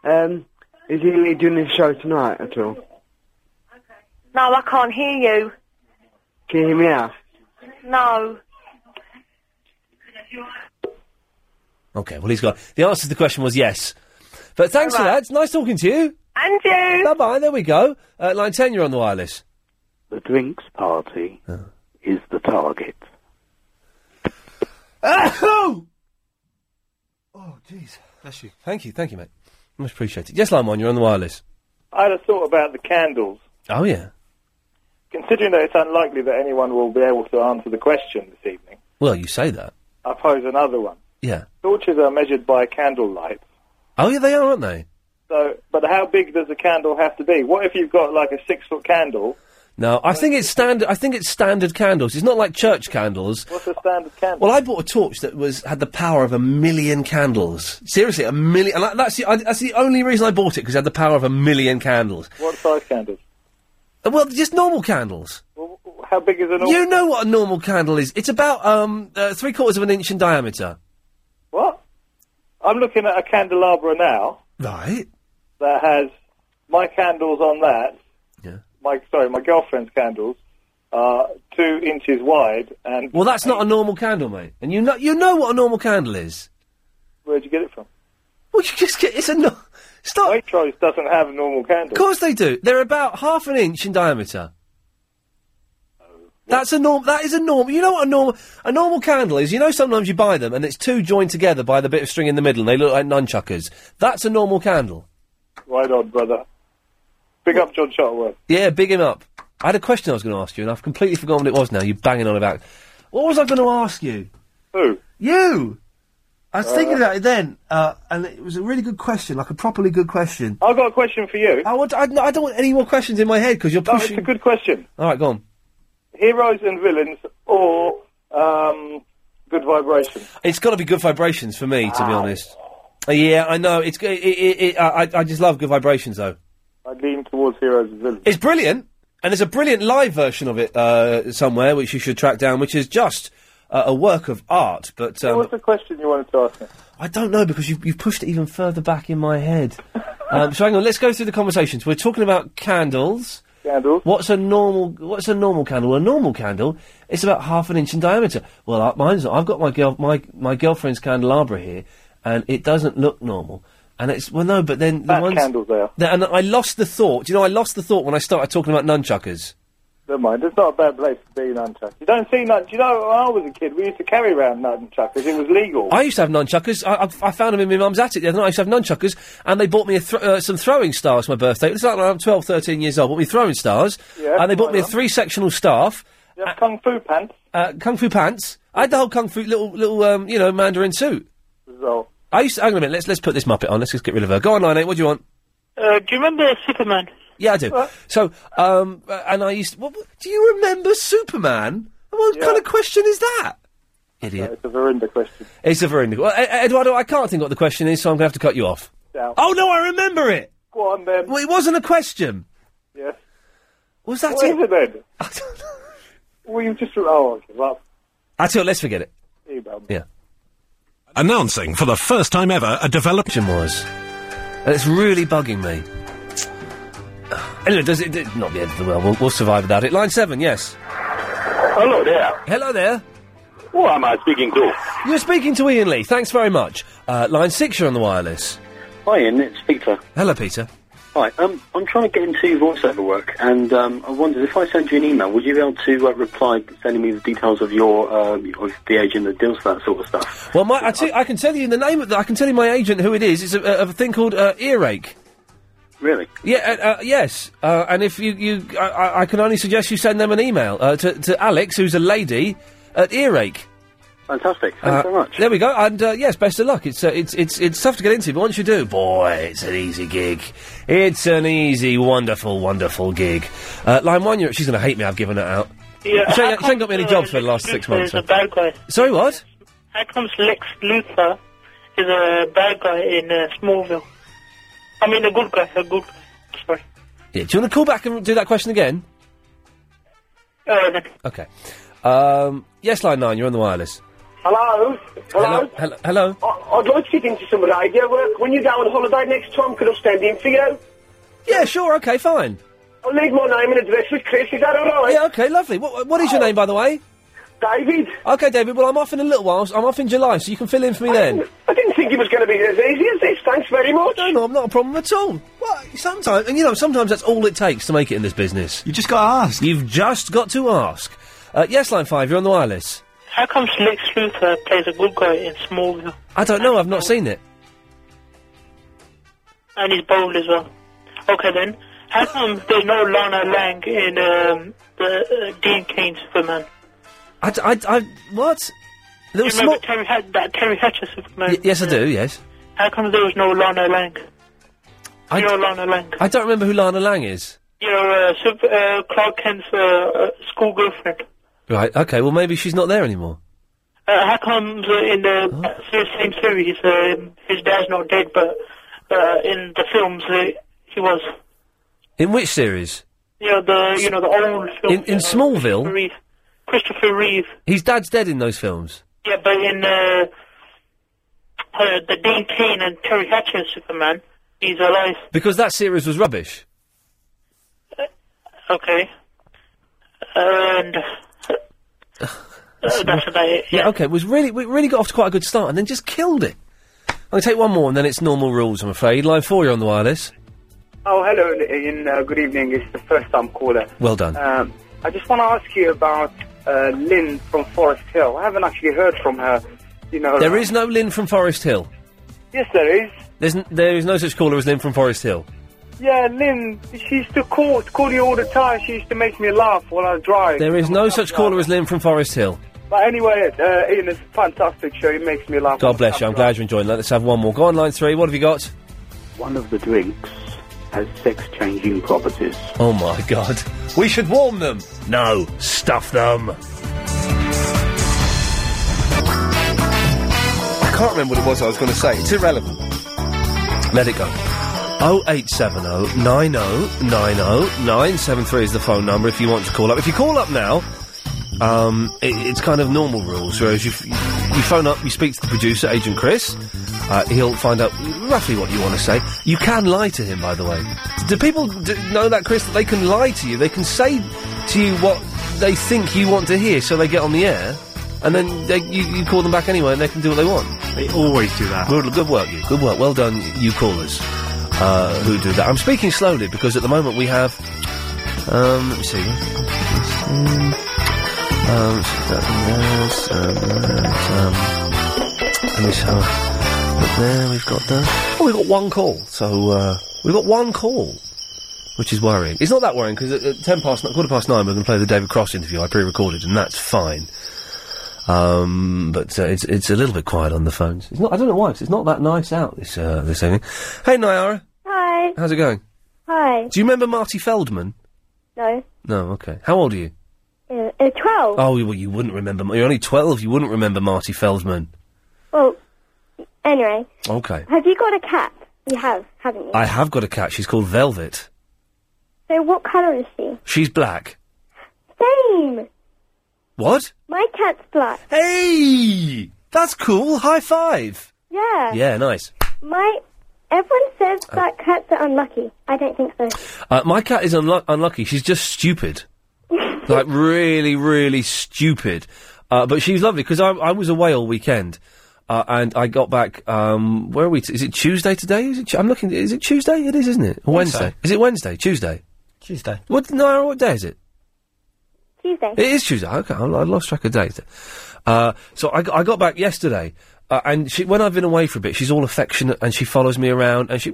S11: Um, is Ian Leon doing the show tonight at all?
S10: No, I can't hear you.
S11: Can you hear me out?
S10: No.
S3: Okay. Well, he's got the answer to the question was yes. But thanks for that. It's nice talking to you.
S10: And you.
S3: Bye bye. There we go. Uh, line ten. You're on the wireless.
S18: The drinks party is the target.
S3: Oh. Oh, jeez. Bless you. Thank you. Thank you, mate. Much appreciated. Yes, line one. You're on the wireless.
S23: I had a thought about the candles.
S3: Oh yeah.
S23: Considering that it's unlikely that anyone will be able to answer the question this evening,
S3: Well, you say that.
S23: I pose another one.
S3: Yeah.
S23: Torches are measured by candlelight.
S3: Oh yeah, they are, aren't they?
S23: So, but how big does a candle have to be? What if you've got like a six foot candle?
S3: No, I think it's standard. I think it's standard candles. It's not like church candles.
S23: What's a standard candle?
S3: Well, I bought a torch that was had the power of a million candles. Seriously, a million. And that- that's the I, that's the only reason I bought it because it had the power of a million candles.
S23: What size candles?
S3: Uh, Well, just normal candles.
S23: Well, how big is a normal?
S3: You know what a normal candle is? It's about um uh, three quarters of an inch in diameter.
S23: What? I'm looking at a candelabra now
S3: Right.
S23: that has my candles on that.
S3: Yeah.
S23: My sorry, my girlfriend's candles, are two inches wide and.
S3: Well, that's not a normal candle, mate. And you know, you know what a normal candle is.
S23: Where'd you get it from?
S3: Well, you just get it's a. No- Stop.
S23: Waitrose doesn't have normal
S3: Of
S23: candles.
S3: course they do. They're about half an inch in diameter. That's a norm. That is a norm. You know what a normal a normal candle is. You know sometimes you buy them and it's two joined together by the bit of string in the middle and they look like nunchuckers. That's a normal candle.
S23: Right on, brother. Big up John Shuttleworth.
S3: Yeah, big him up. I had a question I was going to ask you and I've completely forgotten what it was. Now you're banging on about. What was I going to ask you?
S23: Who?
S3: You. I was
S23: Uh,
S3: thinking about it then, uh, and it was a really good question, like a properly good question.
S23: I've got a question for you.
S3: I, want, I, no, I don't want any more questions in my head because you're
S23: No,
S3: pushing.
S23: it's a good question.
S3: All right, go on.
S23: Heroes and villains or um, good vibration?
S3: It's got to be good vibrations for me, to
S23: Ah.
S3: be honest. Uh, Yeah, I know. It's g- it, it, it, I, I- I just love good vibrations though.
S23: I lean towards heroes and villains.
S3: It's brilliant, and there's a brilliant live version of it uh, somewhere which you should track down, which is just uh, a work of art. But um,
S23: What's the question you wanted to ask me?
S3: I don't know because you've, you've pushed it even further back in my head. um, so hang on, let's go through the conversations. We're talking about candles.
S23: Candles.
S3: What's a normal? What's a normal candle? A normal candle, it's about half an inch in diameter. Well, uh, mine's not. I've got my girl, my my girlfriend's candelabra here, and it doesn't look normal. And it's well, no, but then the
S23: Fat
S3: ones
S23: candles there.
S3: Th- and I lost the thought. You know, I lost the thought when I started talking about nunchuckers.
S23: Never mind. It's not a bad place to be nunchuck. You don't see nunchuck. You know, when I was a kid, we used to carry around nunchuckers. It was legal.
S3: I used to have nunchuckers. I, I, I found them in my mum's attic the other night. I used to have nunchuckers, and they bought me a th- uh, some throwing stars for my birthday. It's like when I'm 12, 13 years old. Bought me throwing stars,
S23: Yeah,
S3: and they bought
S23: why
S3: me a
S23: not?
S3: three-sectional staff.
S23: You have kung fu pants.
S3: Uh, kung fu pants. I had the whole kung fu little little um, you know Mandarin suit.
S23: So,
S3: I used to, hang on a minute. Let's let's put this Muppet on. Let's just get rid of her. Go on, line eight. What do you want?
S6: Uh, do you remember Superman?
S3: Yeah, I do. So, um, uh, and I used. To, what, what- do you remember Superman? What kind of question is that? Idiot.
S23: it's a Verinda question.
S3: It's a very well, E- E- Eduardo. I can't think what the question is, so I'm going to have to cut you off.
S23: Yeah.
S3: Oh no, I remember it.
S23: Go on then.
S3: Well, it wasn't a question.
S23: Yes.
S3: Was that
S23: What
S3: it?
S23: is it then?
S26: (laughs)
S23: Well, you've just. Oh, okay. Well,
S3: I tell. Let's forget it.
S23: email me.
S3: Yeah.
S17: Announcing for the first time ever a development
S3: was. And it's really bugging me. Anyway, does it, it- not the end of the world? We'll, we'll survive without it. Line seven. Yes.
S12: Hello there.
S3: Hello there.
S12: Who am I speaking to?
S3: You're speaking to Ian Lee. Thanks very much. Uh, line six. You're on the wireless.
S12: Hi, Ian. It's Peter.
S3: Hello, Peter.
S12: Hi. Um, I'm trying to get into voiceover work, and um, I wondered if I send you an email, would you be able to uh, reply, sending me the details of your um, of the agent that deals with that sort of stuff?
S3: Well, my, I, tell- I can tell you the name of the, I can tell you my agent who it is. It's a, a, a thing called uh, Earache.
S12: Really?
S3: Yeah, uh, uh, yes. Uh, and if you, you I- I, I can only suggest you send them an email uh, to, to Alex, who's a lady, at Earache.
S12: Fantastic. Thanks
S3: Uh,
S12: very much.
S3: There we go. And uh, yes, best of luck. It's, uh, it's it's it's tough to get into, but once you do, boy, it's an easy gig. It's an easy, wonderful, wonderful gig. Uh, line one, you're, she's going to hate me. I've given her out.
S6: Yeah,
S3: she,
S6: how
S3: ain't- she ain't got me any
S6: come,
S3: jobs
S6: uh,
S3: for the last
S6: Lex
S3: six
S6: Luthor
S3: months.
S6: Is a bad guy.
S3: Sorry, what?
S6: How comes Lex Luthor is a bad guy in uh, Smallville? I mean, a good guy. A good.
S3: Yeah, do you want to call back and do that question again?
S6: Uh, no.
S3: Okay. Um, yes, line nine. You're on the wireless.
S26: Hello? Hello?
S3: Hello. Hello.
S26: I- I'd like to get into some radio work. When you're down on holiday next time, could I stand in for you?
S3: Yeah, sure. Okay, fine.
S26: I'll leave my name and address with Chris. Is that all right? Oh.
S3: Yeah, okay, lovely. What, what is your name, by the way?
S26: David.
S3: Okay, David. Well, I'm off in a little while. I'm off in July, so you can fill in for me then.
S26: I didn't think it was going to be as easy as this. Thanks very much.
S3: No, no, I'm not a problem at all. Well, sometimes, and you know, sometimes that's all it takes to make it in this business. You just got to ask. You've just got to ask. Uh, yes, line five. You're on the wireless.
S6: How comes Lex Luthor plays a good guy in Smallville?
S3: I don't know. I've not seen it.
S6: And he's bold as well. Okay then. How come there's no Lana Lang in um, the uh, Dean Kane Superman?
S3: I, d- I d- I- what? There was
S6: Do you remember
S3: small-
S6: Terry Hat- that Terry Hatcher Superman?
S3: Y- yes, I do. Yes.
S6: How come there was no Lana Lang?
S3: I,
S6: you know Lana Lang.
S3: I don't remember who Lana Lang is.
S6: You're uh, super, uh, Clark Kent's uh, uh, school girlfriend.
S3: Right. Okay. Well, maybe she's not there anymore.
S6: Uh, how comes uh, in the se- same series um, his dad's not dead, but uh, in the films uh, he was?
S3: In which series?
S6: You know the you know the old
S3: In,
S6: films.
S3: in Smallville.
S6: Reeve, Christopher Reeve.
S3: His dad's dead in those films.
S6: Yeah, but in uh, uh, the Dean Kane and Terry Hatcher Superman, he's alive.
S3: Because that series was rubbish.
S6: Okay. and uh, that's about it.
S3: Yeah, okay. Was really we really got off to quite a good start and then just killed it. I'll take one more and then it's normal rules, I'm afraid. Line four, you're on the wireless.
S2: (laughs) Oh, hello, Ian. Uh, good evening. It's the first time caller.
S3: Well done.
S2: Um, I just want to ask you about uh, Lynn from Forest Hill. I haven't actually heard from her. You know,
S3: There is no Lynn from Forest Hill.
S2: Yes, there is.
S3: There's n- there is no such caller as Lynn from Forest Hill.
S2: Yeah, Lynn. She used to call, call you all the time. She used to make me laugh while I drive.
S3: There is no such caller as Lynn from Forest Hill.
S2: But anyway, uh, Ian, it's a fantastic show. It makes me laugh.
S3: God bless you. I'm glad you're enjoying. that. Let's have one more. Go on, line three. What have you got?
S18: One of the drinks has sex-changing properties.
S3: Oh my God. We should warm them. No, stuff them. I can't remember what it was I was going to say. It's irrelevant. Let it go. 0870 90 90 973 is the phone number if you want to call up. If you call up now, um, it, it's kind of normal rules, whereas you, f- you phone up, you speak to the producer, Agent Chris, uh, he'll find out roughly what you want to say. You can lie to him, by the way. Do people d- know that, Chris, that they can lie to you? They can say to you what they think you want to hear, so they get on the air, and then they, you, you call them back anyway, and they can do what they want.
S4: They always do that.
S3: Good, good work, you. Good work. Well done, you callers uh, who do that. I'm speaking slowly because at the moment we have. Um, let me see. Um, there's, um, there's, um, let me see. But there we've got the. Oh, we've got one call. So uh, we've got one call, which is worrying. It's not that worrying because at, at ten past, ni- quarter past nine, we're going to play the David Cross interview I pre-recorded, and that's fine. Um, but uh, it's it's a little bit quiet on the phones. It's not. I don't know why. 'cause It's not that nice out this uh, this evening. Hey, Nyara,
S1: Hi.
S3: how's it going?
S1: Hi.
S3: Do you remember Marty Feldman?
S1: No.
S3: No. Okay. How old are you?
S1: Uh, uh, 12.
S3: Oh, well, you wouldn't remember. You're only twelve. You wouldn't remember Marty Feldman.
S1: Well, anyway.
S3: Okay.
S1: Have you got a cat? You have, haven't you?
S3: I have got a cat. She's called Velvet.
S1: So what colour is she?
S3: She's black.
S1: Same!
S3: What?
S1: My cat's black.
S3: Hey, that's cool. High five.
S1: Yeah.
S3: Yeah, Uh. nice.
S1: My... Everyone says that cats are unlucky. I don't think so.
S3: Uh, my cat is unlu- unlucky. She's just stupid. like, really, really stupid. Uh, but she's lovely because I, I was away all weekend. Uh, and I got back, um, where are we? T- is it Tuesday today? Is it Tu- I'm looking, is it Tuesday? It is, isn't it? Or
S9: Think
S3: Wednesday.
S9: so.
S3: Is it Wednesday? Tuesday?
S9: Tuesday.
S3: What, no, what day is it?
S1: Tuesday.
S3: It is Tuesday. Okay, I, I lost track of days. Uh, so I, got- I got back yesterday, uh, and she, when I've been away for a bit, she's all affectionate and she follows me around and she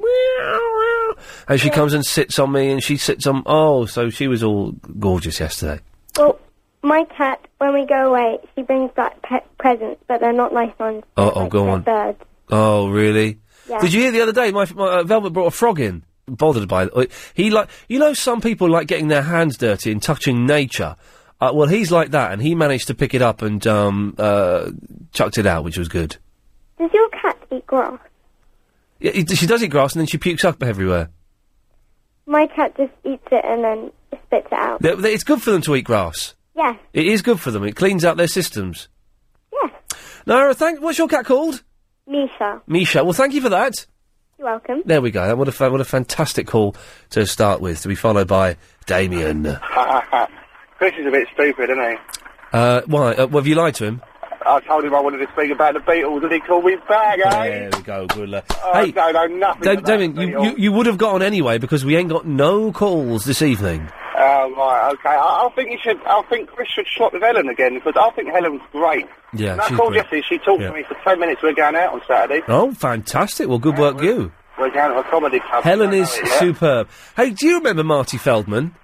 S3: and she comes and sits on me and she sits on. Oh, so she was all gorgeous yesterday.
S1: Well, my cat, when we go away, she brings back pe- presents, but they're not nice ones.
S3: Oh, oh, go
S1: They're
S3: on.
S1: birds.
S3: Oh, really?
S1: Yeah.
S3: Did you hear the other day? My, my uh, Velvet brought a frog in. Bothered by it. Uh, He like you know some people like getting their hands dirty and touching nature. Uh, well, he's like that, and he managed to pick it up and um, uh, chucked it out, which was good.
S1: Does your cat eat grass?
S3: Yeah, it- she does eat grass and then she pukes up everywhere.
S1: My cat just eats it and then spits it out.
S3: They- they- It's good for them to eat grass.
S1: Yes.
S3: It is good for them. It cleans out their systems. Yeah. Nara, thank. What's your cat called?
S1: Misha,
S3: Misha. Well, thank you for that.
S1: you're welcome.
S3: There we go. That what a fa- what a fantastic call to start with, to be followed by Damien.
S16: Chris is a bit stupid, isn't he?
S3: Uh, why? Uh, well, have you lied to him?
S16: I told him I wanted to speak about the Beatles, and he called me back, eh?
S3: There we go. Good luck.
S16: Oh,
S3: Hey,
S16: no, no, nothing.
S3: Da-
S16: about that
S3: Damien, you,
S16: Beatles.
S3: you, you would have got on anyway because we ain't got no calls this evening.
S16: Oh, right, okay. I, I think you should. I think Chris should swap with Helen again because I think Helen's great.
S3: Yeah,
S16: And I
S3: she's
S16: called
S3: great.
S16: yesterday. She talked
S3: Yeah.
S16: to me for ten minutes. We're going out on Saturday.
S3: Oh, fantastic. Well, good work, you.
S16: We're going to a comedy club. I
S3: Helen
S16: know
S3: is
S16: it, yeah.
S3: superb. Hey, do you remember Marty Feldman?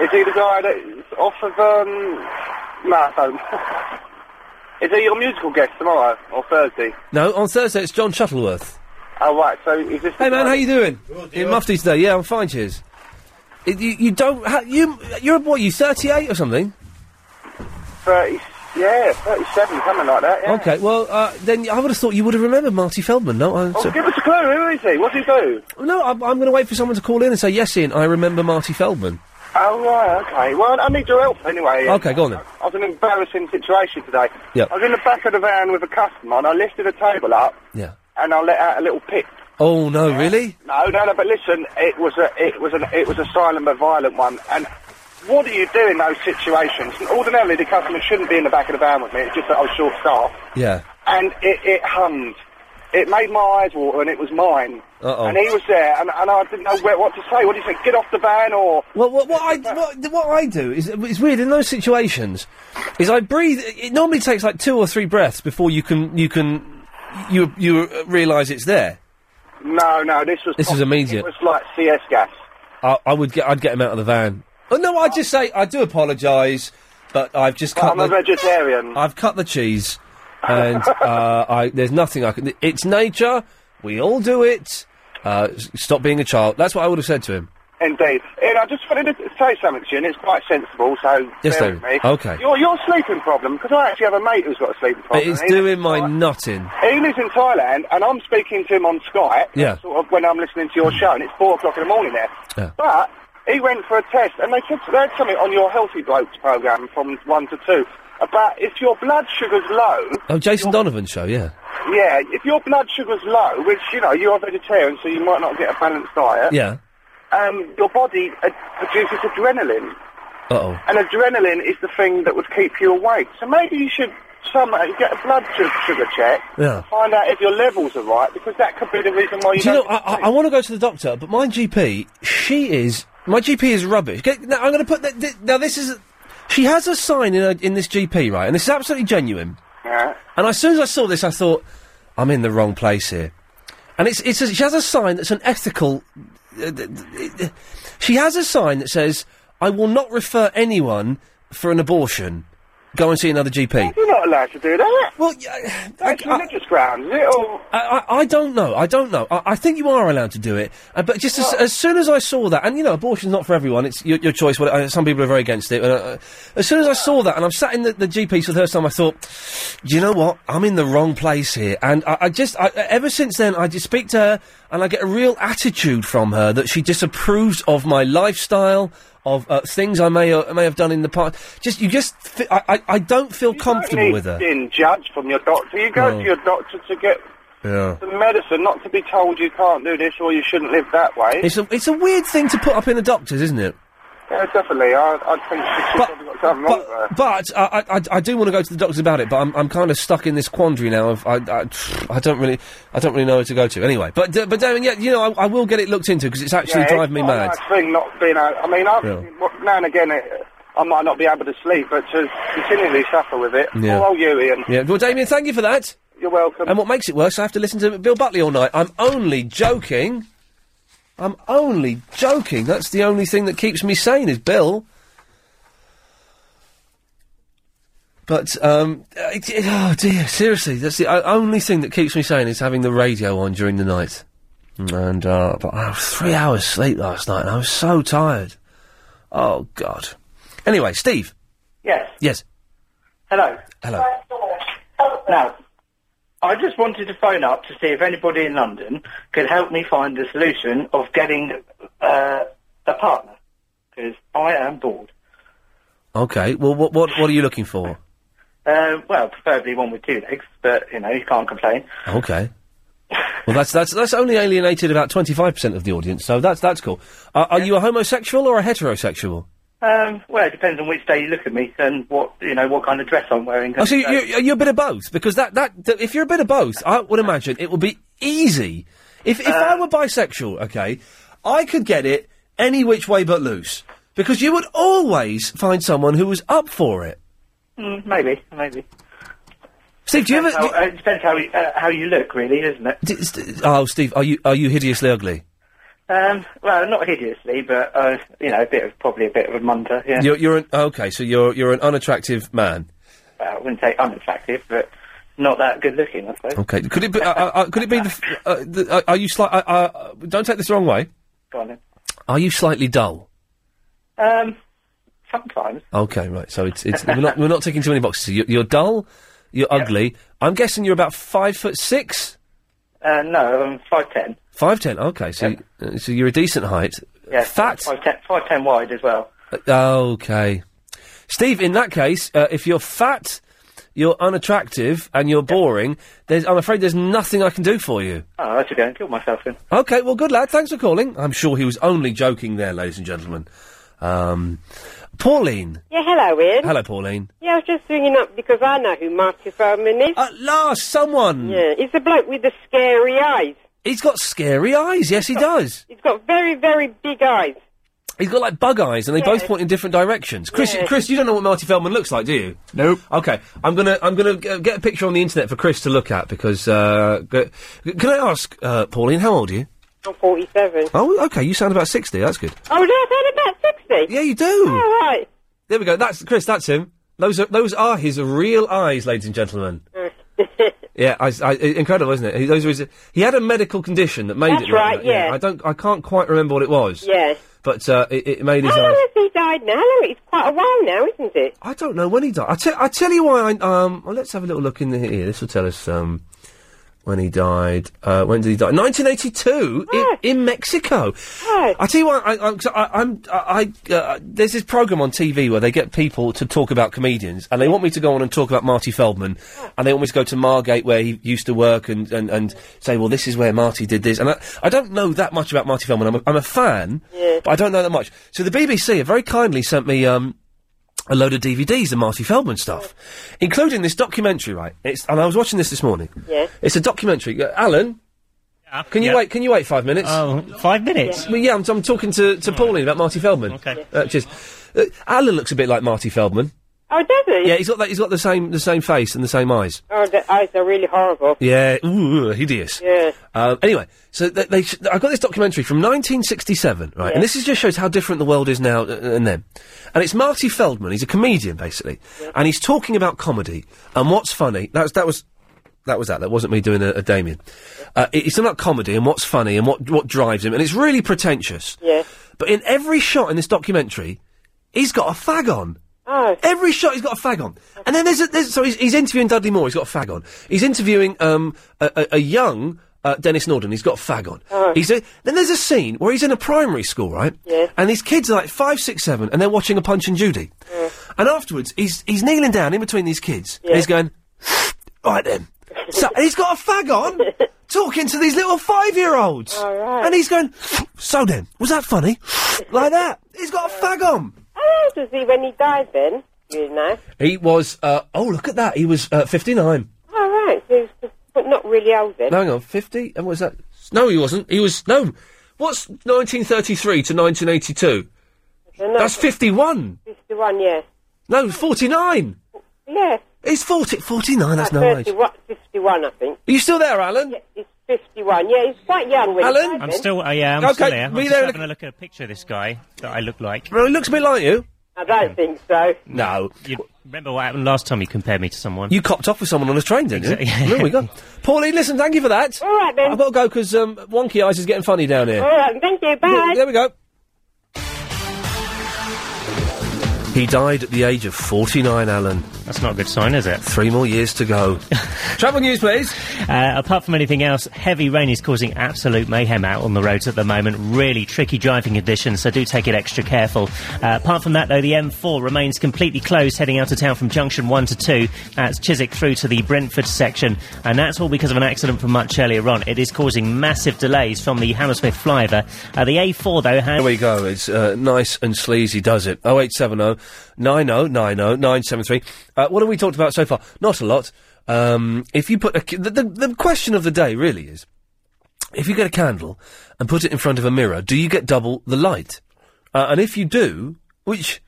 S16: Is he the guy that's off of um, marathon? (laughs) is he your musical guest tomorrow or Thursday?
S3: No, on Thursday it's John Shuttleworth.
S16: Oh, right. So is this?
S3: Hey man, how you doing? In Mufti today, yeah, I'm fine. Cheers. It- you, you don't ha- you you're what you 38 or something?
S16: Thirty. Yeah, thirty-seven, something like that. Yeah.
S3: Okay, well uh, then I would have thought you would have remembered Marty Feldman. No, I,
S16: Oh, give us a clue. Who is he? What does he do?
S3: no, I'm, I'm going to wait for someone to call in and say yes, Ian. I remember Marty Feldman.
S16: Oh, right, okay. Well, I need your help anyway.
S3: Okay, go on then.
S16: I was in an embarrassing situation today.
S3: Yep.
S16: I was in the back of the van with a customer and I lifted a table up
S3: Yeah.
S16: and I let out a little pip.
S3: Oh no, really?
S16: No, no, no, but listen, it was a, it was an, it was a silent but violent one and What do you do in those situations? Ordinarily, the customer shouldn't be in the back of the van with me. It's just that I was short staffed,
S3: Yeah.
S16: and it, it hummed. It made my eyes water, and it was mine.
S3: Uh-oh.
S16: And he was there, and, and I didn't know where, what to say. What do you say? Get off the van, or
S3: Well, what, what I what, what I do is it's weird in those situations. Is I breathe. It normally takes like two or three breaths before you can you can you you realise it's there.
S16: no, no. This was
S3: This was immediate.
S16: It was like CS gas.
S3: I, I would get I'd get him out of the van. Oh no, I just say I do apologise, but I've just cut.
S16: I'm a
S3: the,
S16: vegetarian.
S3: I've cut the cheese, and uh, I, there's nothing I can. It's nature. We all do it. Uh, s- stop being a child. That's what I would have said to him.
S16: Indeed. And I just wanted to say something to you, and it's quite sensible, so
S3: Yes,
S16: bear with me.
S3: David. Okay.
S16: Your, your sleeping problem, because I actually have a mate who's got a sleeping problem.
S3: it's
S16: He-
S3: doing my nutting.
S16: He lives in Thailand, and I'm speaking to him on Skype. uh,
S3: Yeah.
S16: Sort of when I'm listening to your show, and it's four o'clock in the morning there.
S3: Yeah.
S16: But he went for a test, and they said they had something on your Healthy Blokes program from one to two about if your blood sugar's low.
S3: Oh, Jason Donovan's show. Yeah.
S16: Yeah, if your blood sugar's low, which you know you're a vegetarian, so you might not get a balanced diet.
S3: Yeah.
S16: Um, your body uh, produces adrenaline,
S3: Uh oh.
S16: and adrenaline is the thing that would keep you awake. So maybe you should somehow get a blood su- sugar check.
S3: Yeah.
S16: Find out if your levels are right, because that could be the reason why Oh, you
S3: Do you know,
S16: don't.
S3: I, I, I want to go to the doctor, but my GP, she is my GP is rubbish. Get, now I'm going to put that. Th- now this is, she has a sign in her, in this GP right, and this is absolutely genuine.
S16: Yeah.
S3: And as soon as I saw this, I thought, I'm in the wrong place here. And it's it's a, she has a sign that's an ethical. Uh, th- th- th- she has a sign that says, "I will not refer anyone for an abortion. Go and see another GP."
S16: You're not allowed to do that.
S3: Well, yeah,
S16: that's religious grounds, is it? Or
S3: I, I, I don't know. I don't know. I, I think you are allowed to do it, uh, but just as, as soon as I saw that, and you know, abortion's not for everyone. It's your, your choice. Well, uh, some people are very against it. Uh, uh, as soon as I saw that, and I'm sat in the, the GP for the first time, I thought, do you know what? I'm in the wrong place here. And I, I just, I, ever since then, I just speak to her, and I get a real attitude from her that she disapproves of my lifestyle. Of uh, things I may uh, may have done in the past, just you just fi- I, I I don't feel comfortable
S16: you
S3: with her.
S16: Being judged from your doctor, you go
S3: No.
S16: to your doctor to get
S3: Yeah.
S16: some medicine, not to be told you can't do this or you shouldn't live that way.
S3: It's a it's a weird thing to put up in the doctors, isn't it?
S16: Yeah, definitely. I, I think she- she's probably got something wrong with her.
S3: But I, I, I- I do want to go to the doctors about it, but I'm, I'm kind of stuck in this quandary now. Of I, I, (sighs) I don't really, I don't really know where to go to. Anyway, but d- but Damon, yeah, you know, I, I will get it looked into because it's actually
S16: yeah,
S3: driving me
S16: it's not
S3: mad.
S16: A nice thing not being. Out, I mean, I've,
S3: Yeah.
S16: well, now and again, it, I might not be able to sleep, but to continually suffer with it.
S3: Yeah.
S16: Well, you, Ian.
S3: Yeah, well, Damien, thank you for that.
S16: You're welcome. (laughs)
S3: And what makes it worse, I have to listen to Bill Buckley all night. I'm only joking. I'm only joking. That's the only thing that keeps me sane is Bill. But um, it, it- oh dear, seriously, that's the o- only thing that keeps me sane is having the radio on during the night. And uh, but I had three hours sleep last night, and I was so tired. Oh God. Anyway, Steve.
S27: Yes.
S3: Yes.
S27: Hello.
S3: Hello.
S27: Now, I just wanted to phone up to see if anybody in London could help me find the solution of getting uh, a partner because I am bored.
S3: Okay. Well, what what what are you looking for?
S27: Uh, well, preferably one with two legs, but you know you can't complain.
S3: Okay. Well, that's that's that's only alienated about twenty five percent of the audience, so that's that's cool. Are are you a homosexual or a heterosexual?
S27: Um, well, it depends on which day you look at me and what you know what kind of dress I'm wearing.
S3: Oh, so you, you, you're a bit of both, because that, that that if you're a bit of both, I would imagine it would be easy. If if I were bisexual, okay, I could get it any which way but loose, because you would always find someone who was up for it.
S27: Mm, maybe, maybe.
S3: Steve, do you ever?
S27: How, uh, it depends how you, uh, how you look, really, isn't it?
S3: D- st- oh, Steve, are you are you hideously ugly?
S27: Um, well, not hideously, but uh, you know, a bit of probably a bit of a munter. Yeah,
S3: You're, you're an okay, so you're you're an unattractive man.
S27: Well, I wouldn't say unattractive, but not that good looking, I suppose.
S3: Okay, could it be? Uh, uh, uh, could it be? The, f- uh, the, uh, are you slight? Uh, uh, don't take this the wrong way.
S27: Go on then.
S3: Are you slightly dull?
S27: Um, sometimes.
S3: Okay, right. So it's it's we're not we're not ticking too many boxes. You're, you're dull. You're ugly. I'm guessing you're about five foot six,
S27: Uh, no, I'm five ten.
S3: five ten. Okay, so uh, so you're a decent height.
S27: Yeah, fat. Five ten, five ten wide as well.
S3: Uh, Okay, Steve. In that case, uh, if you're fat, you're unattractive, and you're boring, there's I'm afraid there's nothing I can do for you.
S27: Oh, I should go and kill myself then.
S3: Okay, well, good lad. Thanks for calling. I'm sure he was only joking there, ladies and gentlemen. Um, Pauline.
S8: Yeah, hello, Ian.
S3: Hello, Pauline.
S8: Yeah, I was just ringing up because I know who Marty Feldman is.
S3: At last, someone.
S8: Yeah, he's the bloke with the scary eyes.
S3: He's got scary eyes. Yes, he does.
S8: He's got very, very big eyes.
S3: He's got like bug eyes, and they both
S8: Yeah.
S3: point in different directions. Chris,
S8: Yeah.
S3: Chris, you don't know what Marty Feldman looks like, do you? Nope. Okay, I'm gonna I'm gonna uh, get a picture on the internet for Chris to look at because. Uh, g- can I ask, uh, Pauline, how old are you?
S8: I'm 47.
S3: Oh, okay. You sound about sixty. That's good.
S8: Oh, no, I sound about 60.
S3: Yeah, you do.
S8: All right. (laughs)
S3: There we go. That's Chris. That's him. Those are those are his real eyes, ladies and gentlemen.
S8: Oh,
S3: yeah, I, I- incredible, isn't it? He, those were his, he had a medical condition that made
S8: That's
S3: it. like
S8: right,
S3: that,
S8: yeah.
S3: I don't. I can't quite remember what it was.
S8: Yes.
S3: But uh, it, it made his
S8: How long
S3: eyes.
S8: has he died now? How long? It's quite a while now, isn't it?
S3: I don't know when he died. I tell I tell you why. I, um, well, let's have a little look in the here. This will tell us um, when he died. Uh, when did he die? 1982 in, in Mexico. I tell you why. I, I, 'cause I, I'm. I, I uh, there's this program on TV where they get people to talk about comedians, and they want me to go on and talk about Marty Feldman, and they want me to go to Margate where he used to work and and, and say, well, this is where Marty did this. And I, I don't know that much about Marty Feldman. I'm a, I'm a fan, but I don't know that much. So the BBC have very kindly sent me. Um, a load of DVDs of Marty Feldman stuff, including this documentary, right? It's, and I was watching this this morning.
S8: Yeah.
S3: It's a documentary. Uh, Alan, can you
S7: yeah.
S3: wait? Can you wait five minutes?
S7: Oh, five minutes?
S3: Yeah, well, yeah I'm, I'm talking to, to Pauline about Marty Feldman. Okay. Uh, cheers. Uh, Alan looks a bit like Marty Feldman.
S8: Oh, does he?
S3: Yeah, he's got that, he's got the same the same face and the same eyes.
S8: Oh, the eyes are really horrible.
S3: Yeah, ooh, hideous.
S8: Yeah.
S3: Um, anyway, so th- they sh- I got this documentary from 1967, right? And this is just shows how different the world is now uh, and then. And it's Marty Feldman. He's a comedian basically, and he's talking about comedy and what's funny. That was that was that was that. That wasn't me doing a, a Damien. Uh, it- it's about comedy and what's funny and what what drives him, and it's really pretentious.
S8: Yeah.
S3: But in every shot in this documentary, he's got a fag on. Every shot he's got a fag on, and then there's, a, there's so he's, he's interviewing Dudley Moore. He's got a fag on. He's interviewing um, a, a, a young uh, Dennis Norden. He's got a fag on.
S19: Oh.
S3: He's a, then there's a scene where he's in a primary school, right?
S19: Yeah.
S3: And these kids are like five, six, seven, and they're watching a Punch and Judy. And afterwards, he's he's kneeling down in between these kids, and he's going, (laughs) "Right then." So and he's got a
S19: (laughs)
S3: fag on, talking to these little five-year-olds,
S19: All right.
S3: and he's going, "So then, was that funny?" (laughs) like that. He's got a fag on.
S8: How old was he when he died then? You know.
S3: He was. Uh, oh, look at that. He was uh, 59.
S8: All right. So he was, but not really old then.
S3: No, hang on, 50? And what was that? No, he wasn't. He was. No. What's 1933 to 1982?
S8: No,
S3: That's 51.
S8: 51, yeah.
S3: No, 49.
S8: Yeah.
S3: He's 40, 49. Oh, That's
S8: Uh,
S3: no age.
S8: 31, 51, I think.
S3: Are you still there, Alan?
S8: Yeah, he's 51. Yeah, he's quite young. When He
S3: Alan?
S8: died
S7: I'm
S8: then.
S7: still, uh, yeah, I'm
S3: Okay,
S7: still there.
S3: be
S7: I'm just
S3: there in a-
S7: having a look at a picture of this guy that I look like.
S3: Well, he looks a bit like you.
S8: I don't think so.
S3: No.
S7: You remember what happened last time you compared me to someone?
S3: You copped off with someone on a train, didn't you?
S7: Exactly.
S3: There
S7: (laughs)
S3: we go. Pauline, listen, thank you for that. All right, then. I've got to go because um, Wonky Eyes is getting funny down here.
S8: All right, thank you. Bye.
S3: There we go. He died at the age of 49, Alan.
S7: That's not a good sign, is it?
S3: Three more years to go. Travel news, please.
S7: Uh, apart from anything else, heavy rain is causing absolute mayhem out on the roads at the moment. Really tricky driving conditions, so do take it extra careful. Uh, apart from that, though, the M4 remains completely closed heading out of town from junction 1 to 2. That's Chiswick through to the Brentford section, and that's all because of an accident from much earlier on. It is causing massive delays from the Hammersmith flyover. Uh, the A4, though, has.
S3: There we go. It's uh, nice and sleazy, does it? 0870 9090 973. Uh, what have we talked about so far? Not a lot. Um, if you put a. c- The, the, the question of the day really is if you get a candle and put it in front of a mirror, do you get double the light? Uh, and if you do, which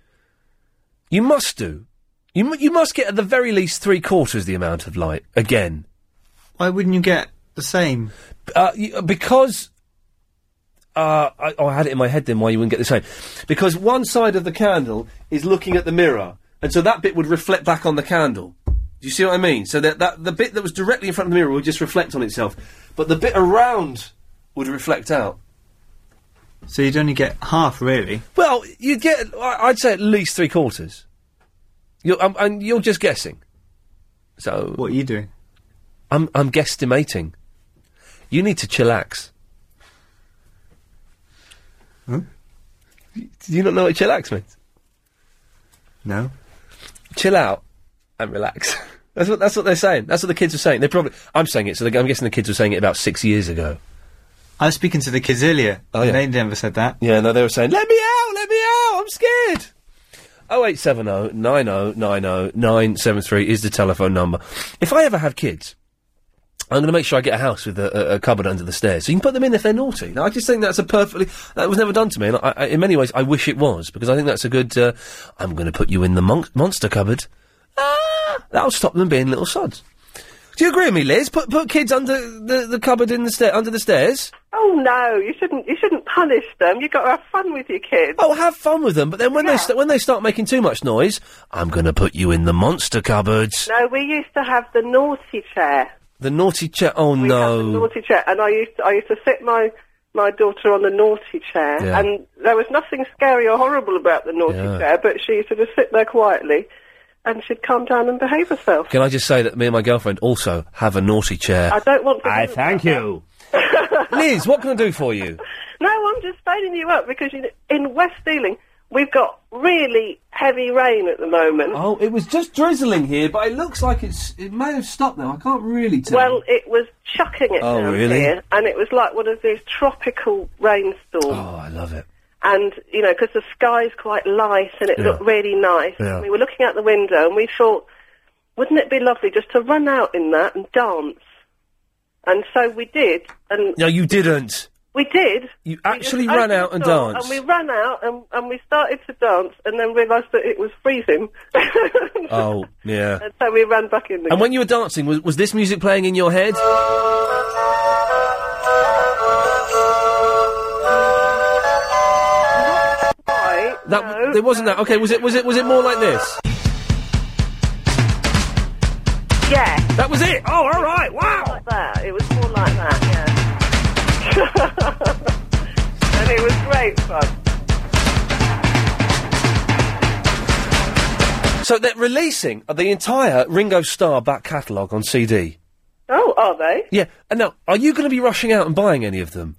S3: you must do, you, mu- you must get at the very least three quarters the amount of light again.
S9: Why wouldn't you get the same?
S3: Uh, y- because uh, I, oh, I had it in my head then why you wouldn't get the same. Because one side of the candle is looking at the mirror, and so that bit would reflect back on the candle. Do you see what I mean? So that, that the bit that was directly in front of the mirror would just reflect on itself, but the bit around would reflect out.
S4: So you'd only get half, really.
S3: Well, you'd get, I- I'd say at least three quarters. You're, um, and you're just guessing. So what
S4: are you doing?
S3: I'm I'm guesstimating. You need to chillax.
S4: Huh?
S3: Do you not know what chillax means?
S4: No.
S3: Chill out and relax. (laughs) that's what that's what they're saying. That's what the kids are saying. They're probably I'm saying it, so they- I'm guessing the kids were saying it about six years ago.
S4: I was speaking to the kids earlier.
S3: Oh, yeah.
S4: They never said that.
S3: Yeah, no, they were saying, let me out, let me out, I'm scared. 0870 9090 973 is the telephone number. If I ever have kids, I'm going to make sure I get a house with a, a, a cupboard under the stairs. So you can put them in if they're naughty. Now, I just think that's a perfectly. That was never done to me. And I, I, in many ways, I wish it was, because I think that's a good. Uh, I'm going to put you in the mon- monster cupboard. Ah! That'll stop them being little sods. Do you agree with me, Liz? Put put kids under the, the cupboard in the stair under the stairs.
S10: Oh no, you shouldn't. You shouldn't punish them. You've got to have fun with your kids.
S3: Oh, have fun with them. But then when they st- when they start making too much noise, I'm going to put you in the monster cupboards.
S10: No, we used to have the naughty chair.
S3: The naughty chair. Oh
S10: The
S3: no.
S10: naughty chair, and I used to, I used to sit my my daughter on the naughty chair,
S3: Yeah.
S10: and there was nothing scary or horrible about the naughty
S3: Yeah.
S10: chair, but she used to just sit there quietly, and she'd calm down and behave herself.
S3: Can I just say that me and my girlfriend also have a naughty chair?
S10: I don't want to.
S3: uh, I
S10: (laughs)
S3: thank you. Liz, what can I do for you?
S10: No, I'm just phoning you up because you, in West Ealing we've got really heavy rain at the moment.
S3: Oh, it was just drizzling here, but it looks like it's it may have stopped now. I can't really tell.
S10: Well, it was chucking it
S3: Oh,
S10: down
S3: really?
S10: here, and it was like one of these tropical rainstorms.
S3: Oh, I love it.
S10: And you know, because the sky's quite light and it
S3: Yeah.
S10: looked really nice.
S3: Yeah.
S10: We were looking out the window and we thought, wouldn't it be lovely just to run out in that and dance? And so we did, and
S3: No, you didn't.
S10: we did.
S3: You
S10: We
S3: actually
S10: just
S3: ran
S10: opened
S3: out
S10: the
S3: and
S10: door
S3: danced.
S10: And we ran out and, and we started to dance, and then realised that it was freezing. (laughs)
S3: Oh, yeah.
S10: and so we ran back in. The
S3: And when you were dancing, was, was this music playing in your head? That there wasn't that. Okay, was it? Was it? Was it more like this?
S10: Yeah.
S3: That was it. Oh, all right. Wow.
S10: Like that. It was more like that. Yeah. and it was great fun.
S3: So they're releasing the entire Ringo Starr back catalogue on CD.
S10: Oh, are they?
S3: Yeah. And now, are you going to be rushing out and buying any of them?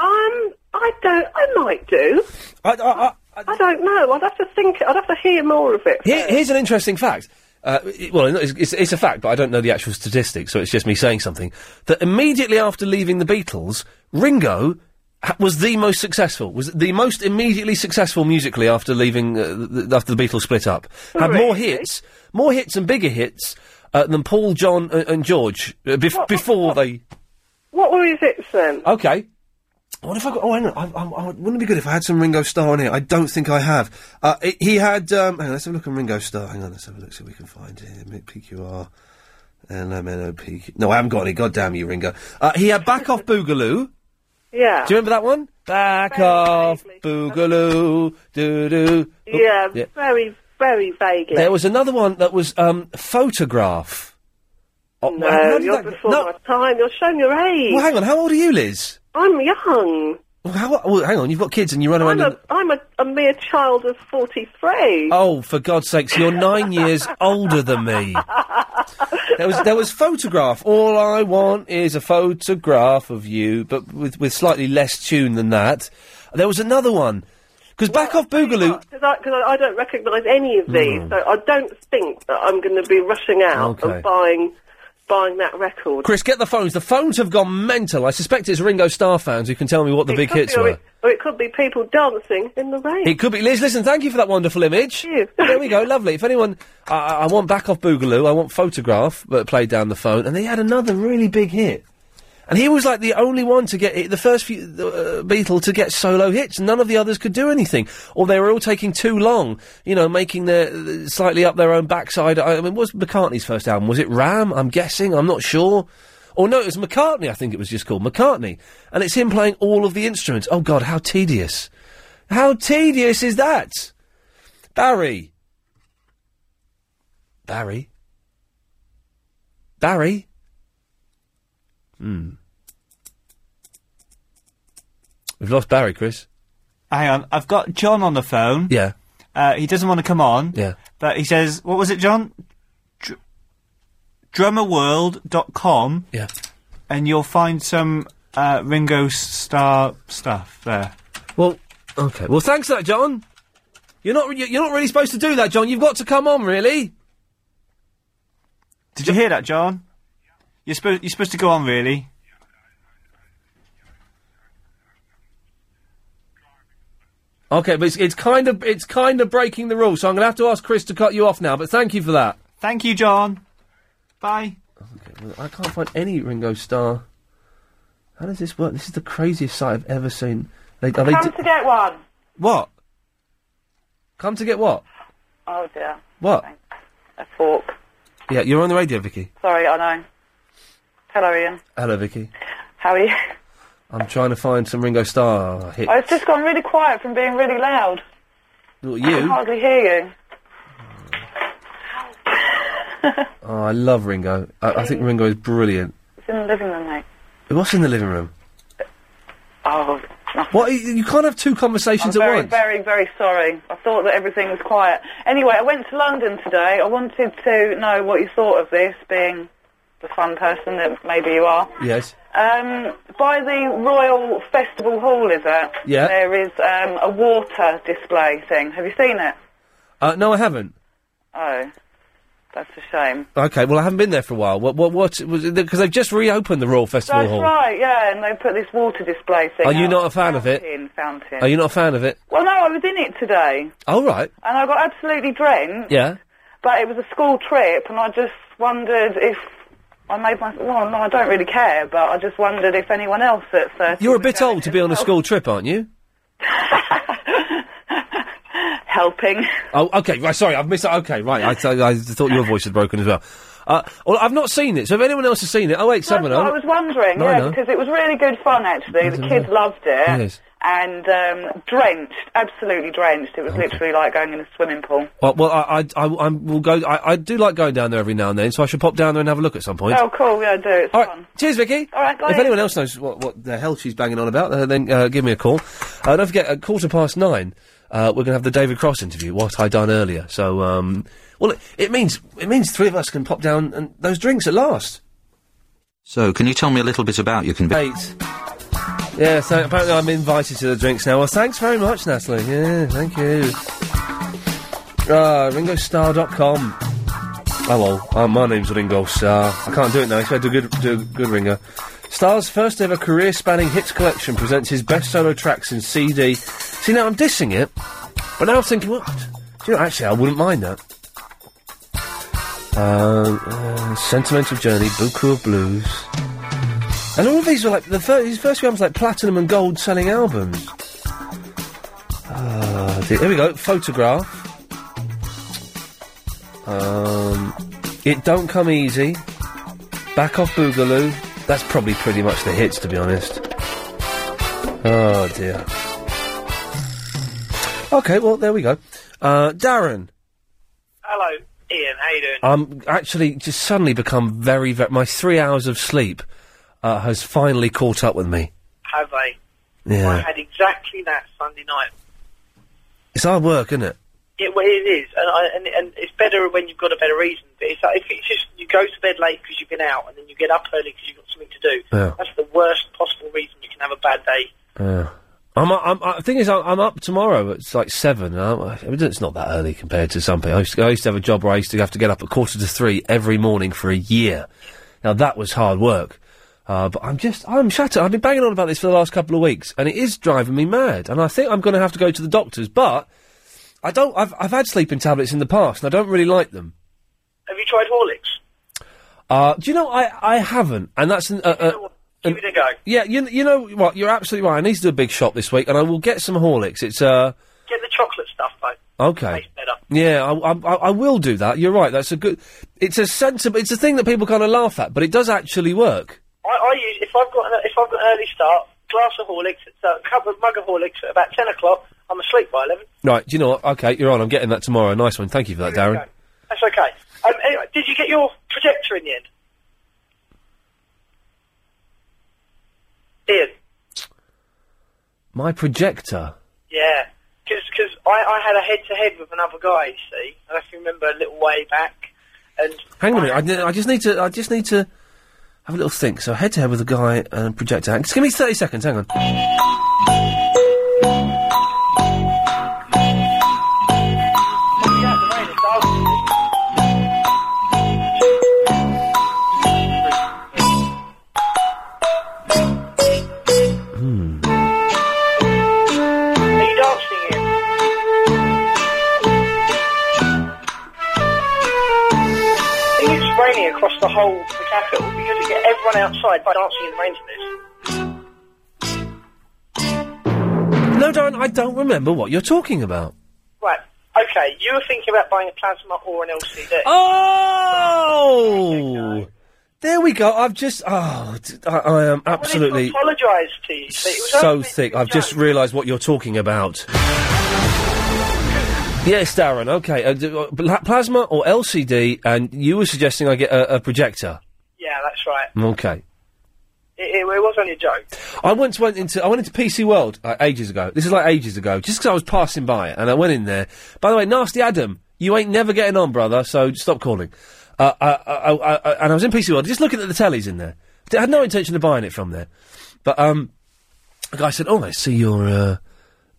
S10: Um, I don't. I might do.
S3: I, I, I,
S10: don't know. I'd have to think. I'd have to hear more of it.
S3: Here, here's an interesting fact. Uh, it- well, it's, it's, it's a fact, but I don't know the actual statistics, so it's just me saying something. That immediately after leaving the Beatles, Ringo ha- was the most successful, was the most immediately successful musically after leaving, uh, th- after the Beatles split up. Had more hits, more hits and bigger hits uh, than Paul, John, and, and George uh, bef- before they.
S10: What were his hits then?
S3: Okay. What if I got? Oh, hang on. I, I, I, wouldn't it be good if I had some Ringo Starr on here? I don't think I have. Uh, it- he had. Um, hang on, let's have a look on Ringo Starr. Hang on, let's have a look see if we can find him. PQR. LMNOP. No, I haven't got any. God damn you, Ringo. Uh, he had Back Off Boogaloo.
S10: (laughs) Yeah.
S3: Do you remember that one? Back Off Boogaloo. Doo doo.
S10: yeah, Very, very vaguely.
S3: Oh, There was another one that was um, Photograph. Oh,
S10: No,
S3: how did
S10: you're
S3: that go-
S10: before my time. You're showing your age.
S3: Well, hang on. How old are you, Liz?
S10: I'm young.
S3: Well, How, well, hang on. You've got kids and you run around.
S10: I'm
S3: in-
S10: a, I'm a, a mere child of 43.
S3: Oh, for God's sakes, you're nine years older than me. There was there was photograph. All I want is a photograph of you, but with with slightly less tune than that. There was another one because back off Boogaloo.
S10: Because I, 'cause I, I don't recognise any of these,
S3: Hmm.
S10: so I don't think that I'm going to be rushing out
S3: Okay.
S10: and buying buying that record.
S3: Chris, get the phones. The phones have gone mental. I suspect it's Ringo Starr fans who can tell me what the
S10: It
S3: big
S10: could
S3: hits
S10: be, or
S3: were.
S10: It, or it could be people dancing in the rain.
S3: It could be Liz. Listen, thank you for that wonderful image. there we go, lovely. If anyone, I, I I want back off Boogaloo. I want photograph, but played down the phone, and they had another really big hit. And he was like the only one to get the first few, uh, Beatle to get solo hits. None of the others could do anything, or they were all taking too long. You know, making their uh, slightly up their own backside. I, I mean, was McCartney's first album? Was it Ram? I'm guessing. I'm not sure. Or no, it was McCartney. I think it was just called McCartney, and it's him playing all of the instruments. Oh God, how tedious! How tedious is that? Barry. Barry. Barry. Hmm. We've lost Barry, Chris.
S4: Hang on, I've got John on the phone.
S3: Yeah.
S4: Uh, he doesn't want to come on.
S3: Yeah.
S4: But he says, what was it, John? Dr- drummerworld.com.
S3: Yeah.
S4: And you'll find some uh, Ringo Starr stuff there.
S3: Well, okay. Well, thanks for that, John. You're not. re- You're not really supposed to do that, John. You've got to come on, really.
S4: Did you hear that, John? You're supposed you're supposed to go on, really.
S3: Okay, but it's, it's kind of it's kind of breaking the rule, so I'm going to have to ask Chris to cut you off now. But thank you for that.
S4: Thank you, John. Bye.
S3: Okay, well, I can't find any Ringo Starr. How does this work? This is the craziest site I've ever seen. They, are they
S28: Come
S3: d-
S28: to get one.
S3: what? Come to get what?
S28: Oh dear.
S3: What?
S28: A fork.
S3: Yeah, you're on the radio, Vicky.
S28: Sorry, I know. Hello, Ian.
S3: Hello, Vicky.
S28: How are you?
S3: I'm trying to find some Ringo Starr hit.
S28: Oh, it's just gone really quiet from being really loud.
S3: Well,
S28: I can
S3: you?
S28: hardly hear you.
S3: Oh, I love Ringo. I, I think Ringo is brilliant.
S28: It's in the living room, mate.
S3: What's in the living room?
S28: Oh,
S3: What? You- You can't have two conversations
S28: I'm
S3: at
S28: very,
S3: once.
S28: very, very sorry. I thought that everything was quiet. Anyway, I went to London today. I wanted to know what you thought of this, being the fun person that maybe you are.
S3: Yes.
S28: Um, by the Royal Festival Hall, is it?
S3: Yeah.
S28: There is um, a water display thing. Have you seen it?
S3: Uh, no, I haven't.
S28: Oh, that's a shame.
S3: Okay, well, I haven't been there for a while. What? What? What? Because they've just reopened the Royal Festival
S28: that's
S3: Hall.
S28: right, yeah, and they put this water display thing
S3: Are you
S28: out.
S3: not a fan of it?
S28: Fountain, fountain.
S3: Are you not a fan of it?
S28: Well, no, I was in it today,
S3: All right.
S28: and I got absolutely drenched.
S3: Yeah.
S28: But it was a school trip, and I just wondered if I made my. Well, no, I don't really care, but I just wondered if anyone else at 30
S3: You're a bit old to be on a school trip, aren't you?
S28: helping.
S3: (laughs) Oh, okay. Right. Sorry, I've missed. Okay. Right. I, th- I thought your voice had broken as well. Uh, well, I've not seen it. So if anyone else has seen it, oh wait,
S28: That's
S3: seven
S28: what (laughs) I was wondering,
S3: No, I know.
S28: yeah, because it was really good fun actually. The
S3: don't
S28: kids
S3: know.
S28: loved it,
S3: Yes.
S28: and um, drenched, absolutely drenched. It
S3: Oh.
S28: was literally like going in a swimming pool.
S3: Well, well I, I, I, I'm, will go. I, I do like going down there every now and then, so I should pop down there and have a look at some point.
S28: Oh, cool, yeah, I do. It's fun.
S3: Cheers, Vicky.
S28: All right, guys.
S3: If anyone else knows what, what the hell she's banging on about, uh, then uh, give me a call. Uh, don't forget, at quarter past nine, uh, we're going to have the David Cross interview, what I done earlier. So, um, well, it, it means it means three of us can pop down and those drinks at last.
S14: So, can you tell me a little bit about your conviction?
S3: Eight. Yeah, so apparently I'm invited to the drinks now. Well, thanks very much, Natalie. Yeah, thank you. Uh, ringostar.com. Hello, uh, my name's Ringo Starr. I can't do it now, so I do good, do good ringer. Starr's first ever career spanning hits collection presents his best solo tracks in CD. See, now I'm dissing it, but now I'm thinking, what? Do you know, actually, I wouldn't mind that. Um, uh, Sentimental Journey, Buku of Blues. And all of these were like the fir- his first few albums like platinum and gold selling albums. Ah, dear. here we go. Photograph. Um, it don't come easy. Back off Boogaloo. That's probably pretty much the hits, to be honest. Oh dear. Okay, well there we go. Uh, Darren,
S20: Hello, Ian. How you doing?
S3: I'm actually just suddenly become very, very. My three hours of sleep uh, has finally caught up with me.
S20: Have I?
S3: Yeah.
S20: I had exactly that Sunday night.
S3: It's hard work, isn't it?
S20: It, well, it is, and, I, and and it's better when you've got a better reason. But it's like if it's just you go to bed late because you've been out, and then you get up early because you've got something to do.
S3: Yeah.
S20: That's the worst possible reason you can have a bad day.
S3: Yeah. I'm, I'm, I, the thing is, I'm, I'm up tomorrow. It's like seven. and I'm, I mean, it's not that early compared to some people. I used to, I used to have a job where I used to have to get up at quarter to three every morning for a year. Now that was hard work. Uh, but I'm just, I'm shattered. I've been banging on about this for the last couple of weeks, and it is driving me mad. And I think I'm going to have to go to the doctors. But I don't. I've, I've had sleeping tablets in the past, and I don't really like them.
S20: Have you tried Horlicks?
S3: Uh, do you know I, I haven't, and that's an, uh, uh,
S20: Give it a go.
S3: yeah. You you know what? You're absolutely right. I need to do a big shop this week, and I will get some Horlicks. It's uh
S20: Get the chocolate stuff though.
S3: okay. Yeah, I, I I- I will do that. You're right. That's a good. It's a sensible. It's a thing that people kind of laugh at, but it does actually work.
S20: I, I use if I've got an, if I've got an early start, glass of Horlicks, it's a cup of mug of Horlicks at about ten o'clock. I'm asleep by eleven.
S3: Right. Do you know what? Okay, you're on. I'm getting that tomorrow. Nice one. Thank you for that, Darren.
S20: That's okay. Um, anyway, did you get your projector in the end? Ian,
S3: My projector.
S20: yeah. Because I, I had a head-to-head with another guy, you see. I don't remember a little way back. And
S3: Hang on a minute. I, ne- I just need to. I just need to have a little think. So head to head with a guy and projector. Hang- Just give me thirty seconds. Hang on.
S20: are you dancing, Ian? the whole the cafe. It would be good to get everyone outside by dancing in the rain to this.
S3: No, Darren, I don't remember what you're talking about.
S20: Right. Okay, you were thinking about buying a plasma or an LCD.
S3: Oh! There we go. I've just. Oh, d- I, I am absolutely
S20: apologise to you. but It was
S3: so thick. I've just realised what you're talking about. Yes, Darren. Okay, uh, d- uh, pla- plasma or LCD, and you were suggesting I get a, a projector.
S20: Yeah, that's right.
S3: Okay.
S20: It, it, it was only a joke.
S3: I once went into I went into PC World uh, ages ago. This is like ages ago, just because I was passing by it, and I went in there. By the way, nasty Adam, you ain't never getting on, brother. So stop calling. Uh, I, I, I, I, and I was in PC World, just looking at the tellies in there. I had no intention of buying it from there, but um, a guy said, "Oh, I see you're uh,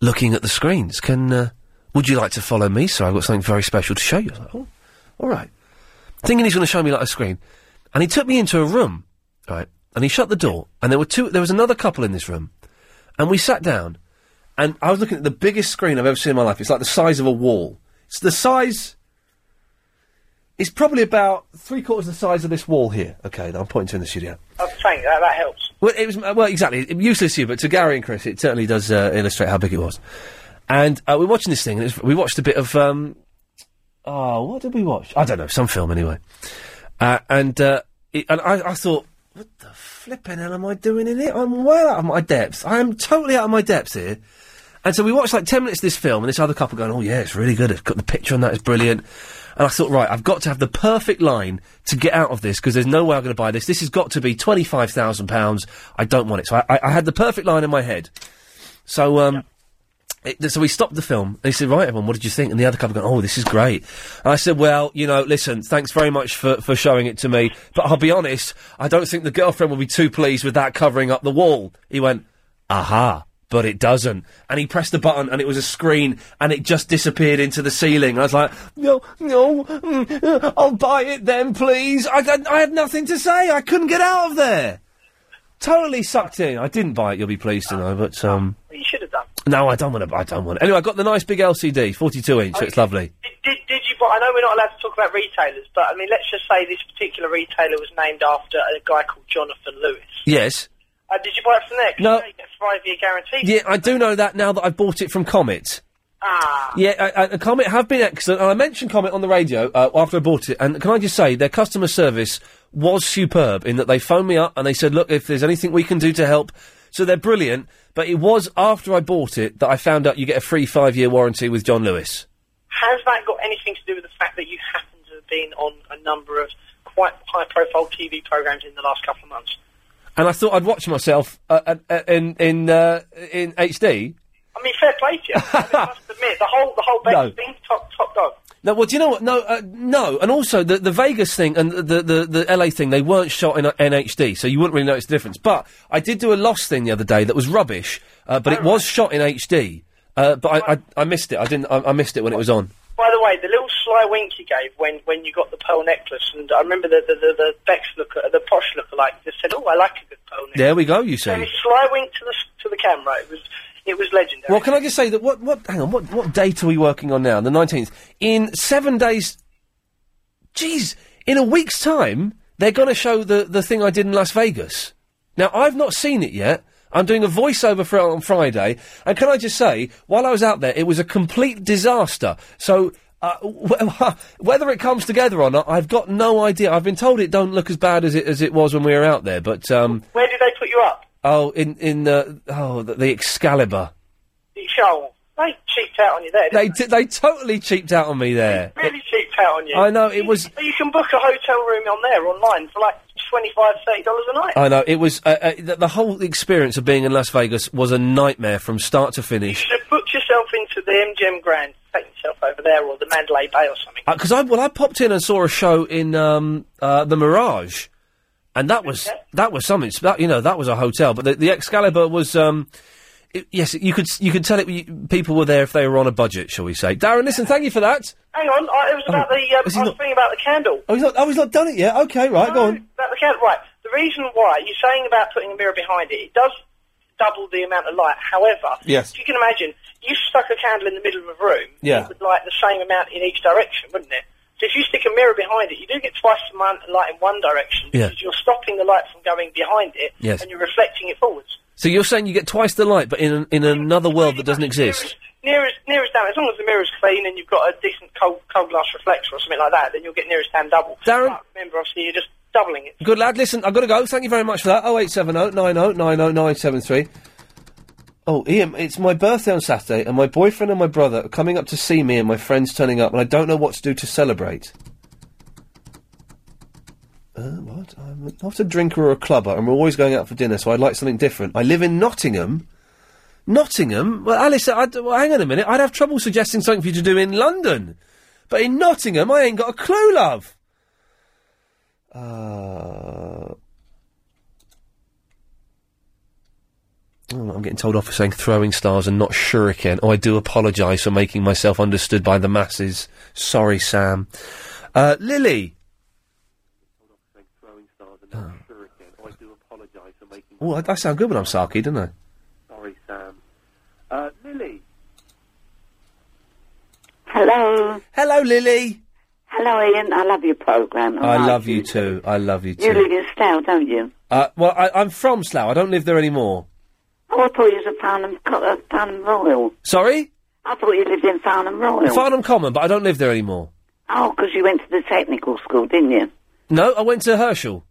S3: looking at the screens. Can uh, would you like to follow me, sir? I've got something very special to show you." I was like, "Oh, all right." thinking he's going to show me like a screen, and he took me into a room, right? And he shut the door, and there were two. There was another couple in this room, and we sat down, and I was looking at the biggest screen I've ever seen in my life. It's like the size of a wall. It's the size. It's probably about three quarters the size of this wall here. Okay, that I'm pointing to in the studio.
S20: I'm saying that, that helps.
S3: Well, it was uh, well exactly it- useless to you, but to Gary and Chris, it certainly does uh, illustrate how big it was. And uh, we're watching this thing, and it was, we watched a bit of um, oh, what did we watch? I don't know, some film anyway. Uh, and uh, it, and I, I thought, what the flipping hell am I doing in it? I'm well out of my depths. I am totally out of my depths here. And so we watched like ten minutes of this film, and this other couple going, oh yeah, it's really good. It's got the picture on that, it's brilliant. And I thought, right, I've got to have the perfect line to get out of this because there's no way I'm going to buy this. This has got to be twenty five thousand pounds. I don't want it. So I, I, I had the perfect line in my head. So um, it, so we stopped the film. And he said, "Right, everyone, what did you think?" And the other couple going, "Oh, this is great." And I said, "Well, you know, listen, thanks very much for, for showing it to me, but I'll be honest, I don't think the girlfriend will be too pleased with that covering up the wall." He went, "Aha." But it doesn't. And he pressed the button and it was a screen and it just disappeared into the ceiling. I was like, No, no, mm, uh, I'll buy it then, please. I, I, I had nothing to say. I couldn't get out of there. Totally sucked in. I didn't buy it, you'll be pleased to know, but, um.
S20: You should have done.
S3: No, I don't want to. I don't want. It. Anyway, I got the nice big LCD, forty-two inch. so It's lovely.
S20: Did, did you buy? I know we're not allowed to talk about retailers, but I mean, let's just say this particular retailer was named after a guy called Jonathan Lewis.
S3: Yes.
S20: Uh, did you buy it from there? 'Cause
S3: No.
S20: you know You get a five-year guarantee.
S3: Yeah, I do know that now that I've bought it from Comet.
S20: Ah.
S3: Yeah, I, I, Comet have been excellent. And I mentioned Comet on the radio uh, after I bought it. And can I just say, their customer service was superb in that they phoned me up and they said, look, if there's anything we can do to help. So they're brilliant. But it was after I bought it that I found out you get a free five year warranty with John Lewis.
S20: Has that got anything to do with the fact that you happen to have been on a number of quite high-profile TV programs in the last couple of months?
S3: And I thought I'd watch myself uh, uh, in in uh, in HD.
S20: I mean, fair play to
S3: (laughs)
S20: you. I, mean, I must admit, the whole the whole
S3: No.
S20: Vegas thing, top top dog.
S3: No, well, do you know what? No, uh, no, and also the, the Vegas thing and the, the, the LA thing, they weren't shot in uh, NHD, so you wouldn't really notice the difference. But I did do a loss thing the other day that was rubbish, uh, but it was shot in HD. Uh, but I, I, I missed it. I didn't. I, I missed it when it was on.
S20: By the way, the little sly wink you gave when, when you got the pearl necklace, and I remember the the, the, the Bex looker, the posh looker, like just said, "Oh, I like a good pearl necklace."
S3: There we go. You see.
S20: And a sly wink to the to the camera. It was it was legendary.
S3: Well, can I just say that what what hang on what what date are we working on now? The nineteenth. In seven days, jeez, in a week's time, they're going to show the the thing I did in Las Vegas. Now I've not seen it yet. I'm doing a voiceover for it on Friday, and can I just say, while I was out there, it was a complete disaster. So. Uh, (laughs) w- whether it comes together or not, I've got no idea. I've been told it don't look as bad as it as it was when we were out there, but um,
S20: Where did they put you up?
S3: oh, in in the oh the, the Excalibur,
S20: The show. They cheaped out on you there.
S3: They did, they totally cheaped out on me there.
S20: They really cheaped out on you.
S3: I know, it was-
S20: But you can book a hotel room on there online for like twenty five, thirty dollars a night.
S3: I know it was uh, uh, the, the whole experience of being in Las Vegas was a nightmare from start to finish.
S20: Just book yourself into the MGM Grand, take yourself over there, or the Mandalay Bay, or something.
S3: Because Uh, I well I popped in and saw a show in um, uh, the Mirage, and that was that was something. That you know that was a hotel, but the, the Excalibur was. Um, it- yes, you could you could tell it. You, people were there if they were on a budget, shall we say? Darren, listen, thank you for that.
S20: Hang on, I, it was
S3: Oh,
S20: about the. Um, I
S3: is
S20: was
S3: he not-
S20: thinking about the candle.
S3: Oh, he's not. Oh, he's not done it yet. Okay, right, go on.
S20: About the candle, right? The reason why you're saying about putting a mirror behind it, it does double the amount of light. However,
S3: Yes.
S20: if you can imagine, you stuck a candle in the middle of a room,
S3: Yeah.
S20: it would light the same amount in each direction, wouldn't it? So if you stick a mirror behind it, you do get twice the amount of light in one direction
S3: Yeah.
S20: because you're stopping the light from going behind it
S3: Yes.
S20: and you're reflecting it forwards.
S3: So you're saying you get twice the light, but in an, in another world that doesn't exist.
S20: Nearest, nearest down, as long as the mirror's clean and you've got a decent cold, cold glass reflector or something like that, then you'll get nearest down double.
S3: Darren?
S20: But remember, obviously, you're just doubling it.
S3: Good lad. Listen, I've got to go. Thank you very much for that. Oh eight seven oh nine oh nine oh nine seven three. Oh, Ian, it's my birthday on Saturday, and my boyfriend and my brother are coming up to see me, and my friends turning up, and I don't know what to do to celebrate. Uh, what? I'm not a drinker or a clubber, and we're always going out for dinner, so I'd like something different. I live in Nottingham. Nottingham? Well, Alice, I'd, well, hang on a minute. I'd have trouble suggesting something for you to do in London. But in Nottingham, I ain't got a clue, love. Uh, oh, I'm getting told off for saying throwing stars and not shuriken. Oh, I do apologise for making myself understood by the masses. Sorry, Sam. Uh, Lily.
S12: I do apologise for making.
S3: Oh, I, I sound good when I'm sarky, don't I?
S12: Sorry, Sam. Uh, Lily.
S5: Hello.
S3: Hello, Lily.
S5: Hello, Ian. I love your programme.
S3: I love you too. I love you
S5: You
S3: too.
S5: live in Slough, don't you?
S3: Uh, well, I, I'm from Slough. I don't live there anymore.
S5: Oh, I thought you was a Farnham, Co- uh, Farnham Royal.
S3: Sorry?
S5: I thought you lived in Farnham Royal.
S3: Farnham Common, but I don't live there anymore.
S5: Oh, because you went to the technical school, didn't you?
S3: No, I went to Herschel.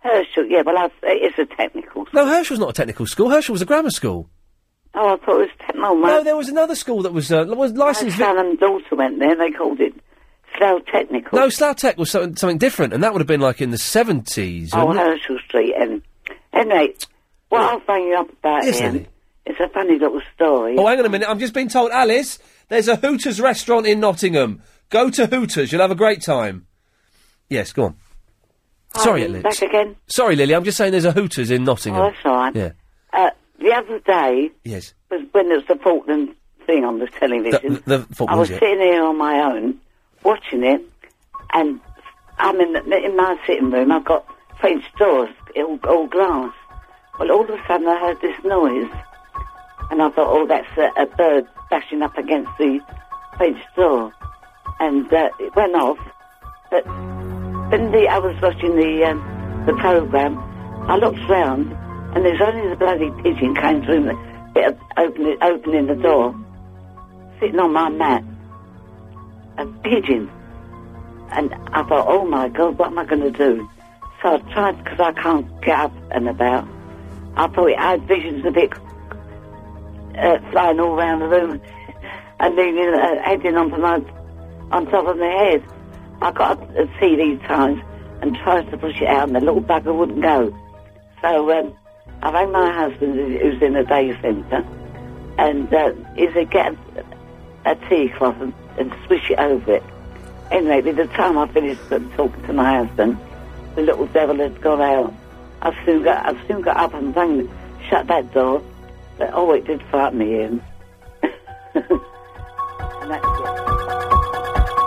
S5: Herschel, yeah, well, I've, it is a technical.
S3: No, Herschel's not a technical school. Herschel was a grammar school.
S5: Oh, I thought it was technical.
S3: No, there was another school that was, uh, was licensed.
S5: My son and daughter went there, and they called it Slough Technical.
S3: No, Slough Tech was something, something different, and that would have been like in the 70s.
S5: Oh,
S3: wouldn't it?
S5: Herschel Street. And anyway, what I'll phone you up about,
S3: Yes,
S5: Ian,
S3: Lily.
S5: it's a funny little story.
S3: Oh, hang on a minute. I'm just being told, Alice, there's a Hooters restaurant in Nottingham. Go to Hooters. You'll have a great time. Yes, go on. Sorry, Alice.
S5: back again.
S3: Sorry, Lily. I'm just saying there's a Hooters in Nottingham.
S5: Oh, that's all right.
S3: Yeah.
S5: Uh, the other day
S3: Yes.
S5: was when there was the Falkland thing on the television.
S3: The, the
S5: I
S3: football.
S5: was sitting here on my own watching it, and I'm in, the, in my sitting room. I've got French doors, all, all glass. Well, all of a sudden I heard this noise, and I thought, oh, that's a, a bird bashing up against the French door, and uh, it went off. But when the, I was watching the um, the program, I looked round, and there's only the bloody pigeon came through the bit of opening, opening the door sitting on my mat, a pigeon. And I thought, oh my God, what am I going to do? So I tried, because I can't get up and about. I thought I had visions of it uh, flying all round the room and leaning, uh, heading onto my, on top of my head. I got up a CD times and tried to push it out, and the little bugger wouldn't go. So um, I rang my husband, who- who's in a day centre, and uh, he said, get a a tea cloth and, and swish it over it. Anyway, by the time I finished um, talking to my husband, the little devil had gone out. I soon got, I soon got up and rang, shut that door. But oh, it did frighten me in. and that's it.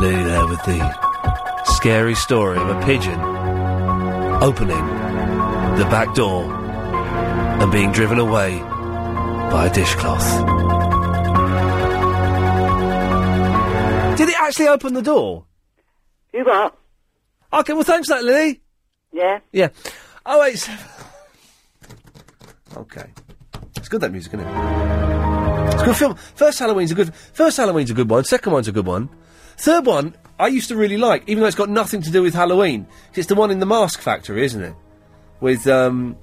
S3: Lily there with the scary story of a pigeon opening the back door and being driven away by a dishcloth. Did it actually open the door?
S5: You got.
S3: Oh, Okay, well, thanks for that, Lily.
S5: Yeah.
S3: Yeah. Oh, wait. so- Okay. It's good, that music, isn't it? It's a good film. First Halloween's a good... First Halloween's a good one. Second one's a good one. Third one, I used to really like, even though it's got nothing to do with Halloween. It's the one in the Mask Factory, isn't it? With, um...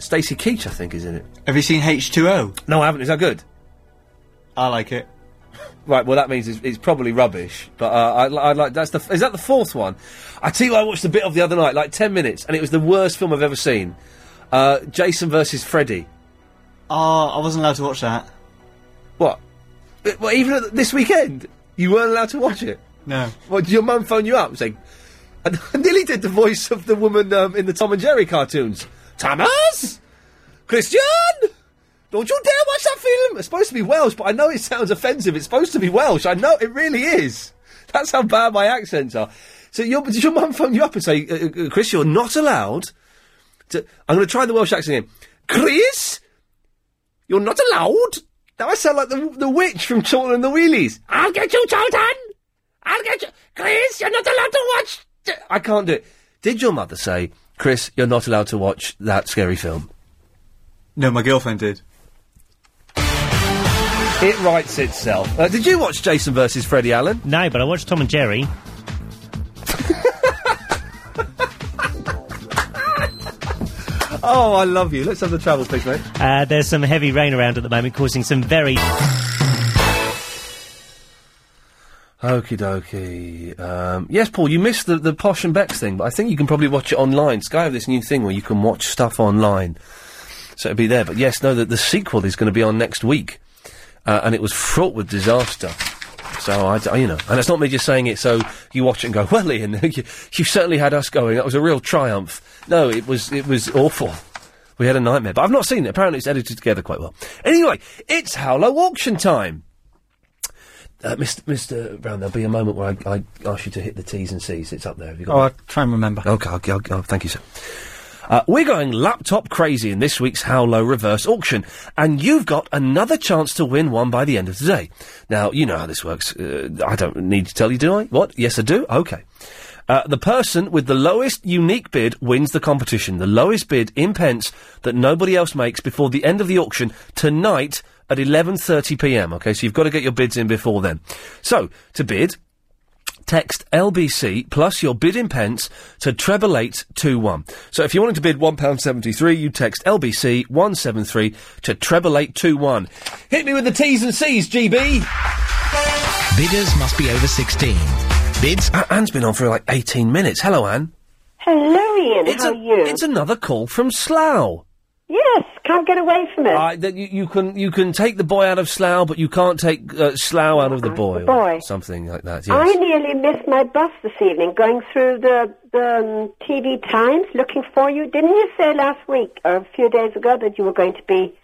S3: Stacey Keach, I think, is in it.
S4: Have you seen H2O?
S3: No, I haven't. Is that good?
S4: I like it.
S3: Right, well, that means it's, it's probably rubbish. But uh, I, li- I like that's the f- is that the fourth one? I tell you, what, I watched a bit of the other night, like ten minutes, and it was the worst film I've ever seen. Uh, Jason versus Freddy.
S4: Oh, I wasn't allowed to watch that.
S3: What? Uh, Well, even at th- this weekend, you weren't allowed to watch it.
S4: No.
S3: What? Did your mum phone you up and say? And (laughs) I nearly did the voice of the woman um, in the Tom and Jerry cartoons. Thomas, Christian, don't you dare watch that film. It's supposed to be Welsh, but I know it sounds offensive. It's supposed to be Welsh. I know it really is. That's how bad my accents are. So, your, did your mum phone you up and say, uh, uh, "Chris, you're not allowed"? To, I'm going to try the Welsh accent again. Chris, you're not allowed Now I sound like the the witch from Chortle and the Wheelies. I'll get you, Chortan. I'll get you, Chris. You're not allowed to watch. I can't do it. Did your mother say, Chris, you're not allowed to watch that scary film?
S4: No, my girlfriend did.
S3: It writes itself. Uh, did you watch Jason versus Freddy Allen?
S7: No, but I watched Tom and Jerry.
S3: (laughs) Oh, I love you. Let's have the travels, please, mate.
S7: Uh, there's some heavy rain around at the moment, causing some very.
S3: Okie dokie. Um, yes, Paul, you missed the, the Posh and Bex thing, but I think you can probably watch it online. Sky have this new thing where you can watch stuff online. So it'll be there. But yes, no, the, the sequel is going to be on next week. Uh, and it was fraught with disaster. So, I, d- you know, and it's not me just saying it so you watch it and go, well, Ian, (laughs) you, you certainly had us going. That was a real triumph. No, it was, it was awful. We had a nightmare. But I've not seen it. Apparently it's edited together quite well. Anyway, it's Howlow Auction time. Uh, Mr. Mr. Brown, there'll be a moment where I, I ask you to hit the T's and C's. It's up there. Have you got
S9: Oh,
S3: it?
S9: I'll try and remember.
S3: Okay, okay, okay, oh, thank you, sir. Uh, we're going laptop crazy in this week's How Low reverse auction, and you've got another chance to win one by the end of today. Now, you know how this works. Uh, I don't need to tell you, do I? What? Yes, I do? Okay. Uh, the person with the lowest unique bid wins the competition. The lowest bid in pence that nobody else makes before the end of the auction tonight at 11.30pm. Okay, so you've got to get your bids in before then. So, to bid, Text LBC plus your bid in pence to treble eight two one. So if you wanted to bid one pound seventy three, you text LBC one seven three to treble eight two one. Hit me with the T's and C's, GB. Bidders must be over sixteen. Bids. A- Anne's been on for like eighteen minutes. Hello, Anne.
S11: Hello, Ian.
S3: It's
S11: How
S3: a-
S11: are you?
S3: It's another call from Slough.
S11: Yes, can't get away from it.
S3: Uh, that you, you can you can take the boy out of Slough, but you can't take uh, Slough out of the boy.
S11: the
S3: or
S11: boy.
S3: Something like that. Yes.
S11: I nearly missed my bus this evening going through the, the um, TV Times looking for you. Didn't you say last week or a few days ago that you were going to be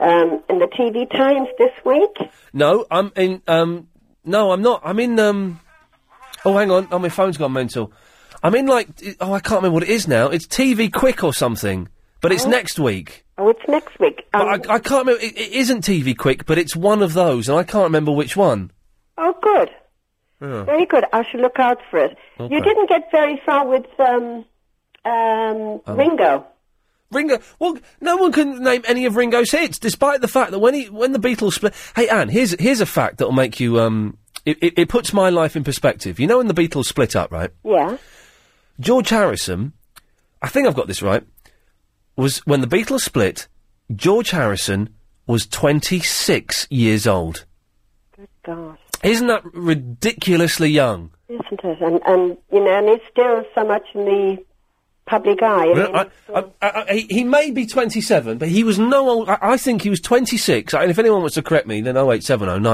S11: um, in the TV Times this week?
S3: No, I'm in. Um, no, I'm not. I'm in. Um, oh, hang on. Oh, my phone's gone mental. I'm in like. i- Oh, I can't remember what it is now. It's TV Quick or something. But it's
S11: Oh.
S3: next week.
S11: Oh, it's next week.
S3: but I, I can't remember. It, it isn't TV Quick, but it's one of those, and I can't remember which one.
S11: Oh, good.
S3: Yeah.
S11: Very good. I shall look out for it.
S3: Okay.
S11: You didn't get very far with um, um,
S3: Um,
S11: Ringo.
S3: Ringo. Well, no one can name any of Ringo's hits, despite the fact that when he when the Beatles split. Hey, Anne, here's here's a fact that'll make you. Um, it, it, it puts my life in perspective. You know when the Beatles split up, right?
S11: Yeah.
S3: George Harrison, I think I've got this right, was when the Beatles split, George Harrison was 26 years old.
S11: God,
S3: Isn't that ridiculously young?
S11: isn't it? And, and you know, and he's still so much in the public eye. I mean,
S3: I- I- I- I- he- he may be 27, but he was no old. I, I think he was 26. And if anyone wants to correct me, then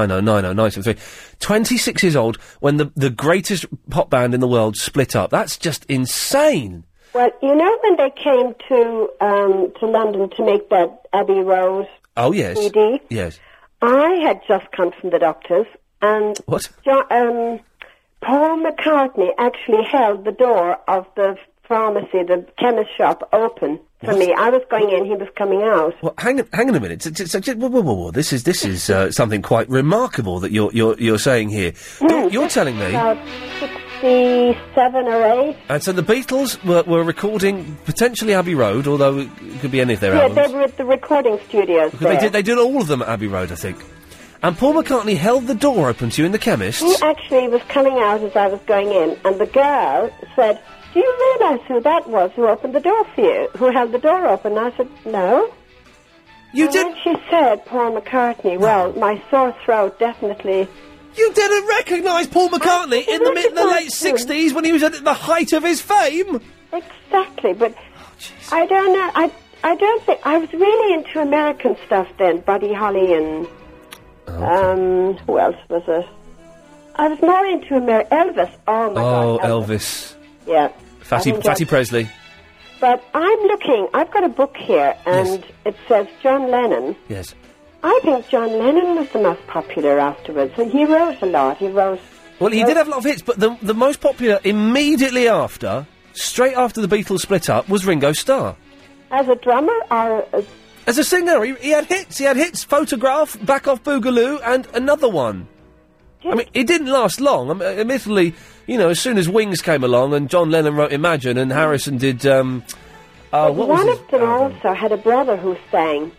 S3: 08709090973. 26 years old when the, the greatest pop band in the world split up. That's just insane.
S11: Well, you know when they came to um, to London to make that Abbey Road
S3: Oh, yes.
S11: CD,
S3: Yes.
S11: I had just come from the doctors, and
S3: What?
S11: Jo- um, Paul McCartney actually held the door of the pharmacy, the chemist shop, open for
S3: What?
S11: me. I was going in, he was coming out.
S3: Well, hang on, hang on a minute. So- so- so- whoa, whoa, whoa, whoa. This is this is
S11: (laughs)
S3: uh, something quite remarkable that you're you're you're saying here. You're, you're telling me,
S11: About sixty-seven or eight.
S3: and so the Beatles were, were recording potentially Abbey Road, although it could be any of their
S11: yeah,
S3: albums.
S11: they were at the recording studios.
S3: Because they
S11: there.
S3: did they did all of them at Abbey Road, I think. And Paul McCartney held the door open to you in the chemist.
S11: He actually was coming out as I was going in, and the girl said, "Do you realise who that was who opened the door for you? Who held the door open?" I said, "No."
S3: You
S11: and did. She said, "Paul McCartney." Well, my sore throat definitely.
S3: You didn't recognise Paul McCartney in the mid, the late sixties when he was at the height of his fame.
S11: Exactly, but
S3: Oh,
S11: I don't know. I I don't think I was really into American stuff then. Buddy Holly and um, who else was it? I was more into Amer- Elvis. Oh my
S3: Oh,
S11: God!
S3: Elvis,
S11: Yeah.
S3: Fatty
S11: I think
S3: Fatty
S11: that's-
S3: Presley.
S11: But I'm looking, I've got a book here, and it says John Lennon.
S3: Yes.
S11: I think John Lennon was the most popular afterwards. and He wrote a lot. He wrote.
S3: Well, he did have a lot of hits, but the the most popular immediately after, straight after the Beatles split up, was Ringo Starr.
S11: As a drummer or. A,
S3: As a singer, he, he had hits. He had hits. Photograph, Back Off Boogaloo, and another one. I mean, it didn't last long. I mean, admittedly, you know, as soon as Wings came along and John Lennon wrote Imagine and Harrison did, um, uh, what was
S11: One
S3: his-
S11: of them also had a brother who sang.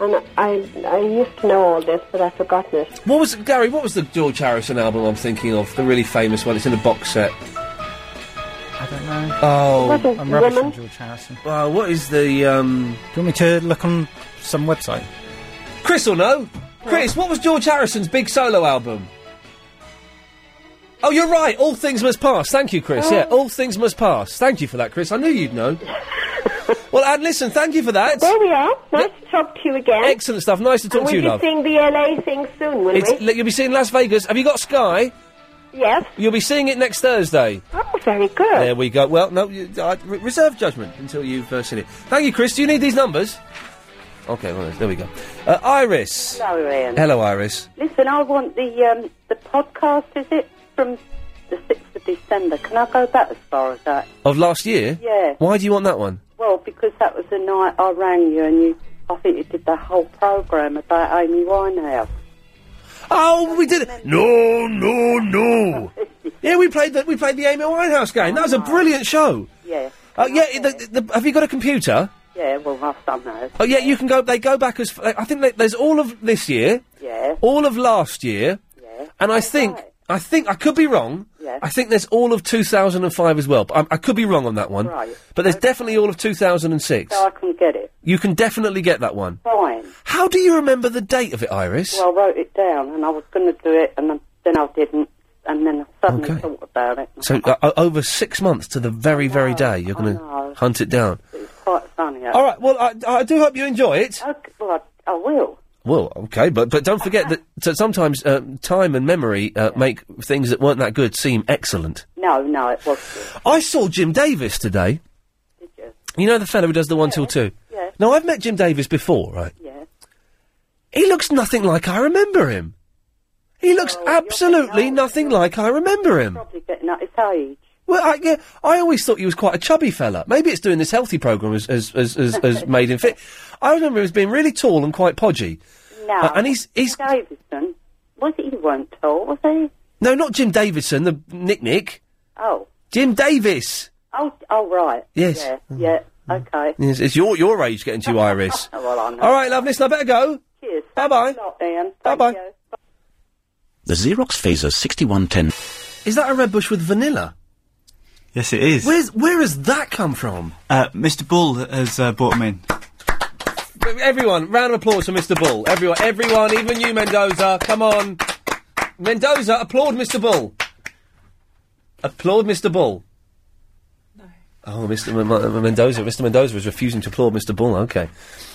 S11: And I, I used to know all this, but I've forgotten it.
S3: What was Gary? What was the George Harrison album I'm thinking of? The really famous one. It's in a box set.
S9: I don't know.
S3: Oh,
S9: I'm rubbish on George Harrison.
S3: Wow, what is the? um...
S9: Do you want me to look on some website?
S3: Chris will know. Chris, what was George Harrison's big solo album? Oh, you're right. All things must pass. Thank you, Chris. Yeah, all things must pass. Thank you for that, Chris. I knew you'd
S11: (laughs)
S3: know. well, Anne, listen. Thank you for that. There
S11: we are. Nice to talk to you again.
S3: Excellent stuff. Nice to talk
S11: and
S3: to
S11: we'll
S3: you,
S11: be
S3: love.
S11: seeing the LA thing soon, will
S3: It's-
S11: we?
S3: look, you'll be seeing Las Vegas. Have you got Sky?
S11: Yes.
S3: You'll be seeing it next Thursday.
S11: Oh, very good.
S3: There we go. Well, no, you, I re- reserve judgment until you've uh, seen it. Thank you, Chris. Do you need these numbers? Okay, well, there we go. Uh, Iris.
S14: Hello, Ian.
S3: Hello, Iris.
S14: Listen, I want the um, the podcast. Is it from the sixth of December? Can I go back as far as that?
S3: Of last year?
S14: Yeah.
S3: Why do you want that one?
S14: Well, because that was the night I rang you, and you, I think you did the whole program about Amy Winehouse.
S3: Oh, we did it. No, no, no. yeah, we played the we played the Amy Winehouse game. That was a brilliant show.
S14: Yeah,
S3: Uh, yeah, the, the, have you got a computer?
S14: yeah. Well, I've done that.
S3: Oh, yeah, you can go. They go back as. f- I think they, there's all of this year.
S14: Yeah.
S3: All of last year. Yeah. And I think I think I could be wrong.
S14: Yeah.
S3: I think there's all of 2005 as well. But I, I could be wrong on that one.
S14: Right.
S3: But there's definitely all of 2006.
S14: So I can get it.
S3: You can definitely get that one.
S14: Fine.
S3: How do you remember the date of it, Iris?
S14: Well, I wrote it down, and I was going to do it, and then- then I didn't, and then I suddenly
S3: Okay.
S14: thought about it.
S3: So uh, o- over six months to the very, very day, you're going to
S14: know.
S3: hunt it down.
S14: It's quite funny.
S3: All right. Well, I, I do hope you enjoy it.
S14: Okay, well, I, I will.
S3: Well, okay, but but don't forget that so sometimes um, time and memory uh, make things that weren't that good seem excellent.
S14: No, no, it wasn't.
S3: I saw Jim Davis today.
S14: Did you?
S3: You know the fellow who does the one till two.
S14: yeah.
S3: Now I've met Jim Davis before, right?
S14: Yeah.
S3: He looks nothing like I remember him.
S14: Oh,
S3: He looks absolutely nothing like I remember him.
S14: Probably getting up his age.
S3: Well, I, yeah, I always thought he was quite a chubby fella. Maybe it's doing this healthy program has has,
S14: (laughs)
S3: has, has, has made him fit. I remember him as being really tall and quite podgy.
S14: No.
S3: Uh, and he's- he's-
S14: Davidson. Was it he weren't tall, was he?
S3: No, not Jim Davidson, the Nick Nick.
S14: Oh.
S3: Jim Davis.
S14: Oh, oh, right.
S3: Yes. Mm.
S14: Yeah, yeah, okay.
S3: Yes, it's your your age getting to you, Iris.
S14: Oh, well, I know.
S3: All right, love, listen, I better go.
S14: Cheers.
S3: Bye-bye. Bye-bye.
S21: The Xerox Phaser 6110.
S3: Is that a red bush with vanilla?
S4: Yes, it is.
S3: Where's, where has that come from?
S4: Uh, Mr. Bull has uh, brought them in.
S3: Everyone, round of applause for Mr. Bull. Everyone, everyone, even you, Mendoza. Come on. Mendoza, applaud Mr. Bull. Applaud Mr. Bull. Oh, Mr. M- M- Mendoza. Mr. Mendoza was refusing to applaud Mr. Bull. Okay.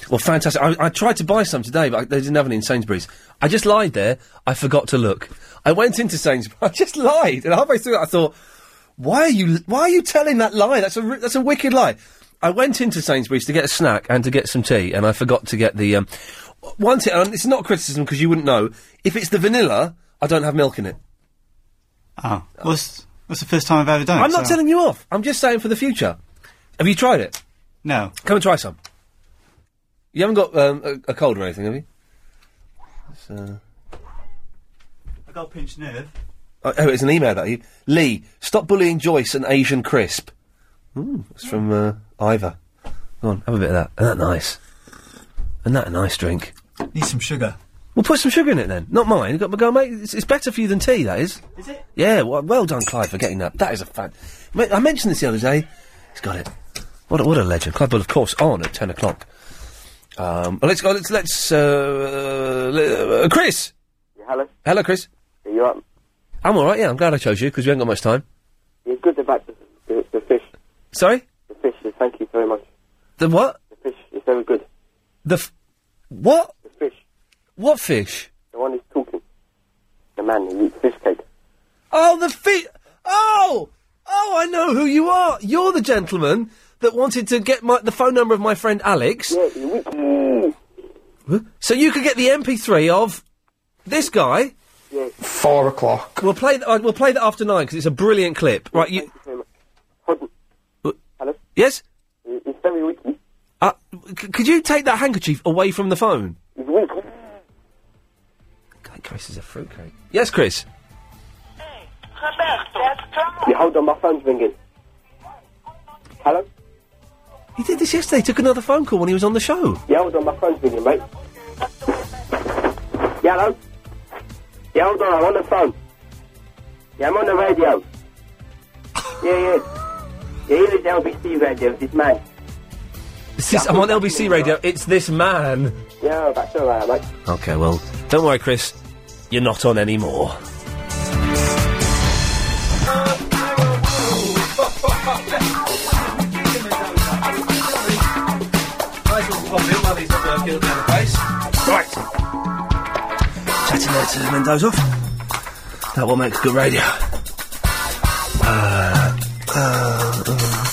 S3: Well, fantastic. I, I tried to buy some today, but I, they didn't have any in Sainsbury's. I just lied there. I forgot to look. I went into Sainsbury's. (laughs) I just lied. And halfway through it, I thought, why are you, why are you telling that lie? That's a, ri- that's a wicked lie. I went into Sainsbury's to get a snack and to get some tea, and I forgot to get the, um, one thing, and it's not criticism because you wouldn't know. If it's the vanilla, I don't have milk in it.
S4: Oh, well, that's, that's the first time I've ever done it.
S3: I'm not
S4: so-
S3: telling you off. I'm just saying for the future. Have you tried it?
S4: No.
S3: Come and try some. You haven't got um, a, a cold or anything, have you? It's, uh,
S4: I got a pinched nerve.
S3: oh, oh, it's an email that you. Lee, stop bullying Joyce and Asian Crisp. Mm, it's from uh, Ivor. Go on, have a bit of that. Isn't that nice? Isn't that a nice drink?
S4: Need some sugar.
S3: Well, put some sugar in it then. Not mine. Go, go mate. It's, it's better for you than tea. That is. Is it? Yeah. Well, well done, Clive, for getting that. That is a fan. Ma- I mentioned this the other day. He's got it. What a, what a legend. Clive Bull, of course, on at ten o'clock. Um, well, let's go. Let's let's. Uh, le- uh, Chris.
S23: Hello.
S3: Hello, Chris.
S23: Are you up?
S3: I'm all right. Yeah, I'm glad I chose you because we haven't got much time.
S23: You're good about the, the, the fish.
S3: Sorry.
S23: The fish. is- Thank you very much.
S3: The what?
S23: The fish is very good.
S3: The f- what?
S23: The fish.
S3: What fish?
S23: The one who's talking. The man who eats fish cake.
S3: Oh, the feet. Oh, oh, I know who you are. You're the gentleman that wanted to get my, the phone number of my friend Alex. Huh? So you could get the MP3 of this guy.
S23: Four o'clock.
S3: We'll play. Th- uh, we'll play that after nine because it's a brilliant clip. Right? You.
S23: very much.
S3: Hello. Yes.
S23: It- It's Uh, very witty.
S3: Uh, c- could you take that handkerchief away from the phone? God, Chris is a fruitcake. Yes, Chris.
S23: Yeah, hold on, my phone's ringing. Hello?
S3: He did this yesterday. He took another phone call when he was on the show.
S23: Yeah, hold on, my phone's ringing, mate. Yeah, hello? Yeah, hold on, I'm on the phone. Yeah, I'm on the radio. Yeah, yeah. Yeah, here is LBC radio, this man.
S3: This is, I'm on LBC Radio. It's this man.
S23: Yeah, that's alright, mate.
S3: Okay, well, don't worry, Chris. You're not on anymore. Right. Chatting there till the wind goes off. That will make good radio. Uh, uh, uh.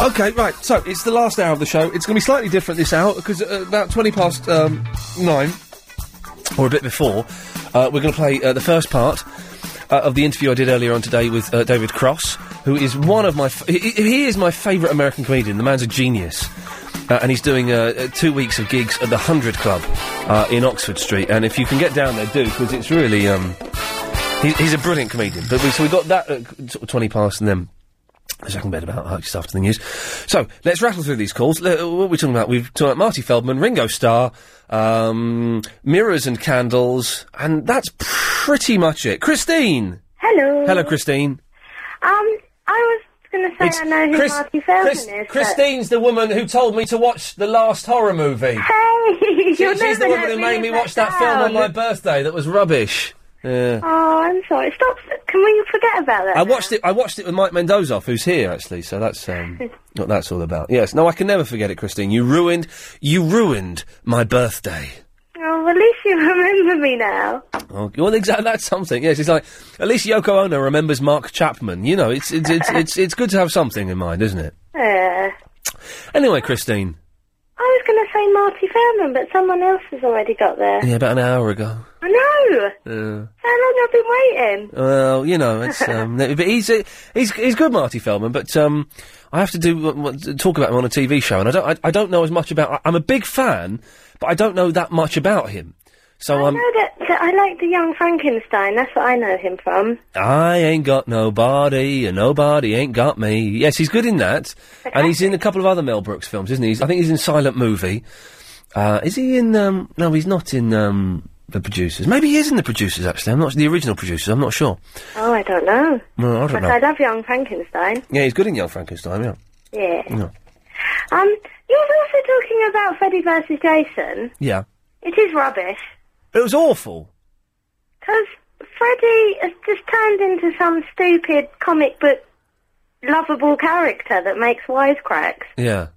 S3: Okay, right. So it's the last hour of the show. It's going to be slightly different this hour because uh, about twenty past um, nine, or a bit before, uh, we're going to play uh, the first part uh, of the interview I did earlier on today with uh, David Cross, who is one of my f- he, he- he is my favourite American comedian. The man's a genius. Uh, and he's doing uh, uh, two weeks of gigs at the Hundred Club uh, in Oxford Street. And if you can get down there, do because it's really um, he, he's a brilliant comedian. But we, so we got that at sort of twenty past, and then the second bit about uh, stuff to the news. So let's rattle through these calls. Le- uh, what are we talking about? We've talked about Marty Feldman, Ringo Starr, um, Mirrors and Candles, and that's pretty much it. Christine.
S6: Hello.
S3: Hello, Christine.
S6: Um, I was going to say
S3: It's
S6: I know who
S3: Chris-
S6: Marty Feldman
S3: Chris-
S6: is.
S3: Christine's the woman who told me to watch the last horror movie.
S6: But... Hey,
S3: She-
S6: (laughs) you'll
S3: she's the
S6: never
S3: woman
S6: let
S3: who made me
S6: live
S3: watch that film
S6: down.
S3: on my birthday. That was rubbish. Yeah.
S6: Oh, I'm sorry. Stop. Can we forget about that?
S3: I watched it. I watched it with Mike Mendozoff, who's here actually. So that's um, what that's all about. Yes. No, I can never forget it, Christine. You ruined. You ruined my birthday.
S6: Oh, at least you (laughs) remember me now.
S3: Oh, well, exactly. That's something. Yes, it's like at least Yoko Ono remembers Mark Chapman. You know, it's it's it's it's, it's good to have something in mind, isn't it?
S6: Uh,
S3: Anyway, Christine.
S6: I was going to say Marty Feldman, but someone else has already got there.
S3: Yeah, about an hour ago.
S6: I know.
S3: Uh,
S6: How long I've been waiting?
S3: well, you know, it's um, (laughs) but he's uh, he's he's good, Marty Feldman. But um, I have to do w- w- talk about him on a TV show, and I don't I, I don't know as much about. I, I'm a big fan, but I don't know that much about him. So I'm
S6: I know that, that I like the young Frankenstein. That's what I know him from.
S3: I ain't got nobody, and nobody ain't got me. Yes, he's good in that, and he's in a couple of other Mel Brooks films, isn't he? He's, I think he's in Silent Movie. Uh, is he in? Um, no, he's not in um, the producers. Maybe he is in the producers. Actually, I'm not the original producers. I'm not sure.
S6: Oh, I don't know.
S3: No, I don't
S6: but
S3: know.
S6: I love young Frankenstein.
S3: Yeah, he's good in Young Frankenstein. Yeah.
S6: Yeah.
S3: Yeah.
S6: Um, you were also talking about Freddy versus Jason.
S3: Yeah.
S6: It is rubbish
S3: It was awful.
S6: because Freddy has just turned into some stupid comic book lovable character that makes wisecracks.
S3: Yeah.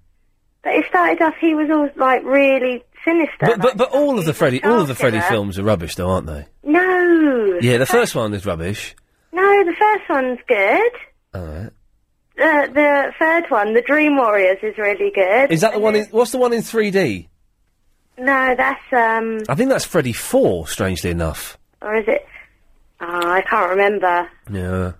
S6: But it started off; he was all like really sinister.
S3: But but, but all of the Freddy all of the Freddy
S6: Killer.
S3: films are rubbish, though, aren't they?
S6: No.
S3: Yeah, the first one is rubbish.
S6: No, the first one's good.
S3: All right.
S6: The the third one, the Dream Warriors, is really good.
S3: Is that the one? In, what's the one in 3D?
S6: No, that's um,
S3: I think that's Freddy Four. Strangely enough.
S6: or is it? Oh, I can't remember.
S3: Yeah.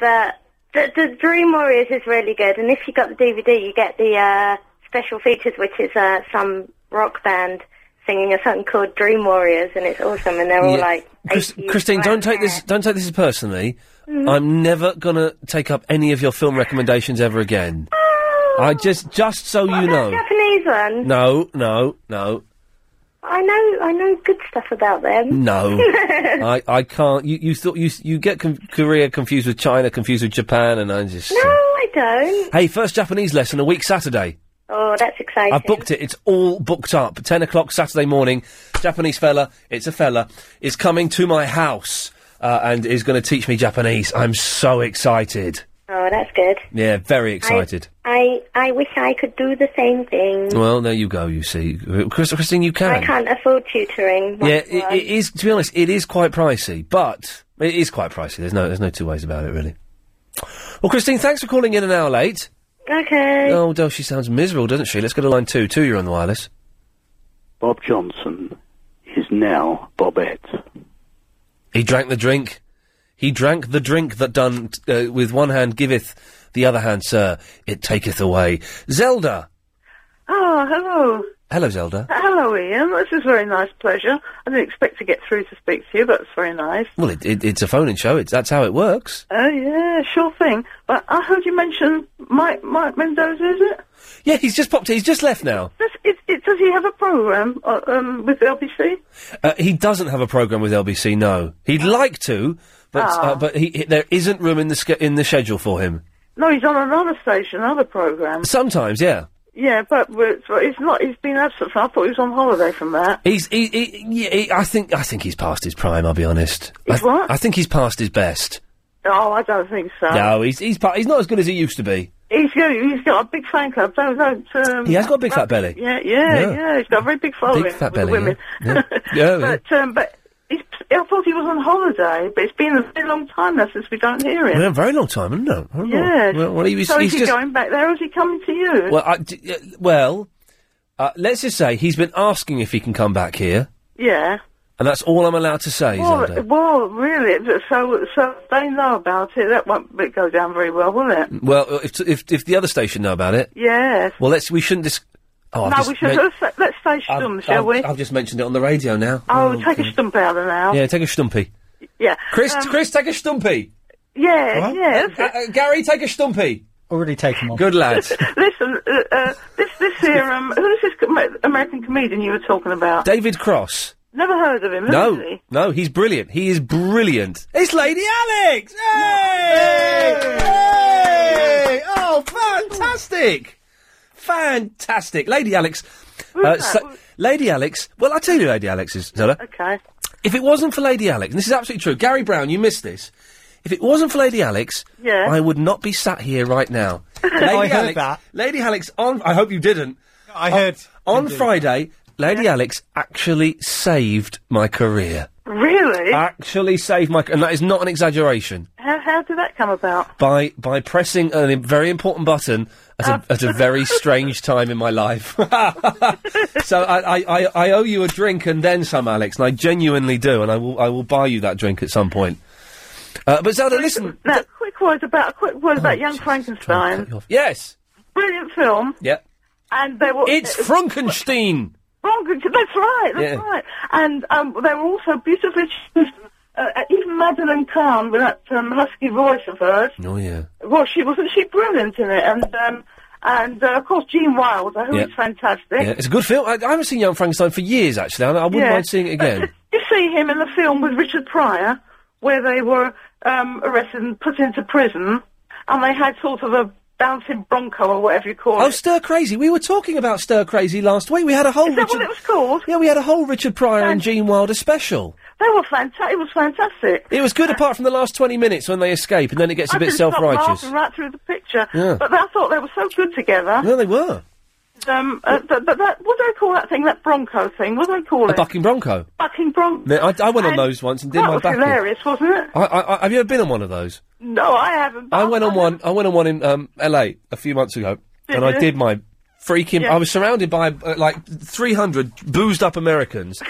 S6: But the, the Dream Warriors is really good, and if you got the DVD, you get the uh, special features, which is uh, some rock band singing a song called Dream Warriors, and it's awesome. And they're all
S3: Yeah.
S6: like,
S3: Chris- Christine, don't take this. Don't take this personally.
S6: Mhm.
S3: I'm never gonna take up any of your film recommendations ever again.
S6: Oh.
S3: I just, just so you know.
S6: Japanese one.
S3: No, no,
S6: (laughs)
S3: no,
S6: I know, I know good stuff about them. (laughs)
S3: no. I, I can't. You, you thought you, you get com- Korea confused with China, confused with Japan, and I just.
S6: no, I don't.
S3: Hey, first Japanese lesson a week Saturday.
S6: Oh, that's exciting.
S3: I've booked it. It's all booked up. Ten o'clock Saturday morning. Japanese fella, it's a fella, is coming to my house uh, and is going to teach me Japanese. I'm so excited.
S6: Oh, that's good.
S3: Yeah, very excited.
S6: I, I wish I could do the same thing.
S3: Well, there you go. You see, Chris, Christine, you can.
S6: I can't afford tutoring.
S3: Yeah,
S6: one-to-one.
S3: it, it is. To be honest, it is quite pricey, but it is quite pricey. There's no, there's no two ways about it, really. Well, Christine, thanks for calling in an hour late.
S6: Okay.
S3: Oh, Del, she sounds miserable, doesn't she? Let's go to line two. Two, you're on the wireless.
S18: Bob Johnson is now Bobette.
S3: He drank the drink. He drank the drink that done uh, with one hand giveth, the other hand, sir, it taketh away. Zelda!
S2: Oh, hello.
S3: Hello, Zelda.
S2: Hello, Ian. This is a very nice pleasure. I didn't expect to get through to speak to you, but it's very nice.
S3: Well, it, it, it's a phoning show. It's, that's how it works.
S2: Oh, yeah, sure thing. But I heard you mention Mike, Mike Mendoza, is it?
S3: Yeah, he's just popped. He's just left now.
S2: Does, it, it, does he have a programme uh, um, with the LBC?
S3: Uh, he doesn't have a program with LBC. No, he'd like to, but
S2: Ah.
S3: uh, but he, he- there isn't room in the sch- in the schedule for him.
S2: No, he's on another station, another programme.
S3: Sometimes, yeah.
S2: Yeah, but we're- it's it's not. He's been absent from. I thought he was on holiday from that.
S3: He's he, he, yeah, he, I think I think he's past his prime. I'll be honest. I,
S2: He's what?
S3: I think he's past his best.
S2: Oh, I don't think so.
S3: No, he's he's pa- he's not as good as he used to be.
S2: He's got, he's got a big fan club. Don't, don't, um,
S3: He has got a big fat belly.
S2: Yeah, yeah,
S3: Yeah.
S2: yeah, He's got a very big following
S3: Big fat
S2: with the
S3: belly.
S2: women.
S3: Yeah,
S2: (laughs)
S3: yeah. yeah.
S2: But, um, but he's, I thought he was on holiday, but it's been a very long time now since we don't hear him.
S3: Well, a very long time, isn't it? I don't know.
S2: Yeah.
S3: Well, well, he was,
S2: so
S3: he's
S2: is he
S3: just,
S2: going back there, or is he coming to you?
S3: well, I d uh, well, uh, let's just say he's been asking if he can come back here,
S2: yeah.
S3: and that's all I'm allowed to say,
S2: Well, uh,
S3: Zelda.
S2: well, really. So, so they know about it. That won't be- go down very well, will
S3: Mm.
S2: it?
S3: Well, uh, if, if if the other station know about it,
S2: Yes.
S3: well, let's we shouldn't dis. Oh, I've
S2: no,
S3: just
S2: we should.
S3: men-
S2: let's, let's stay stum, shall
S3: I've,
S2: we?
S3: I've just mentioned it on the radio now.
S2: oh, take a stump out of now.
S3: Yeah, take a stumpy.
S2: Yeah.
S3: Chris,
S2: Um,
S3: Chris, take a stumpy.
S2: Yeah,
S3: Huh?
S2: yeah.
S3: Uh, uh, Gary, take a stumpy.
S9: Already taken one.
S2: (laughs)
S3: Good lad.
S2: Listen, uh, uh, this this here um, who's this com- American comedian you were talking about?
S3: David Cross.
S2: Never heard of him. who
S3: No,
S2: is he?
S3: no, he's brilliant. He is brilliant. It's Lady Alex! Hey! Hey! Oh, fantastic! Fantastic. Lady Alex. Uh, so- Lady Alex. Well, I'll tell you who Lady Alex is, Zola.
S2: Okay.
S3: If it wasn't for Lady Alex, and this is absolutely true, Gary Brown, you missed this. If it wasn't for Lady Alex,
S2: Yeah.
S3: I would not be sat here right now. Lady
S4: (laughs) I heard
S3: Alex,
S4: that.
S3: Lady Alex on. I hope you didn't.
S4: I heard.
S3: on Friday, Lady Alex actually saved my career.
S2: Really?
S3: Uh, Actually saved my, and that is not an exaggeration.
S2: how how did that come about?
S3: By by pressing a im- very important button at
S4: Ah.
S3: a, at a very
S4: (laughs)
S3: strange time in my life. (laughs) so I, I, I, I owe you a drink and then some, Alex, and I genuinely do, and I will I will buy you that drink at some point. Uh, but Zelda,
S4: (laughs)
S3: listen.
S2: Now, quick word about a quick word
S3: Oh,
S2: about Young Frankenstein.
S3: Yes.
S2: Brilliant film,
S3: Yeah.
S2: and they were.
S3: (laughs) It's
S2: it-
S3: Frankenstein.
S2: Franken- That's right. That's
S3: Yeah.
S2: right. And um, they were also beautifully. chosen. Uh, uh, even Madeline Kahn with that um, husky voice of hers.
S3: Oh yeah.
S2: Well, she wasn't she brilliant in it, and um, and uh, of course Gene Wilder, who
S3: Yeah.
S2: is fantastic.
S3: Yeah, it's a good film. I, I haven't seen Young Frankenstein for years, actually. and I, I wouldn't
S2: Yeah.
S3: mind seeing it (laughs) again.
S2: You see him in the film with Richard Pryor, where they were um, arrested and put into prison, and they had sort of a bouncing bronco or whatever you call
S3: Oh,
S2: it.
S3: Stir Crazy. We were talking about Stir Crazy last week. We had a whole. Is that Richard, what it was
S2: called?
S3: Yeah, we had a whole Richard Pryor and Gene Wilder special.
S2: They were fantastic. It was fantastic.
S3: It was good, apart from the last twenty minutes when they escape, and then it gets a
S2: I
S3: bit
S2: couldn't stop
S3: self-righteous.
S2: laughing right through the picture.
S3: Yeah.
S2: But I thought they were so good together.
S3: No, they were
S2: Um, uh, but, but that what do they call that thing? That bronco thing? What do they call
S3: a
S2: it?
S3: bucking bronco.
S2: Bucking bronco.
S3: I, I went on
S2: And
S3: those once and did
S2: That
S3: my
S2: was
S3: backing.
S2: hilarious, wasn't it?
S3: I, I, I, have you ever been on one of those?
S2: No, I haven't.
S3: I went on one. I went on one in um, L.A. a few months ago,
S2: Did
S3: and I
S2: you?
S3: did my freaking.
S2: Yeah.
S3: I was surrounded by uh, like 300 boozed
S2: (laughs)
S3: up Americans,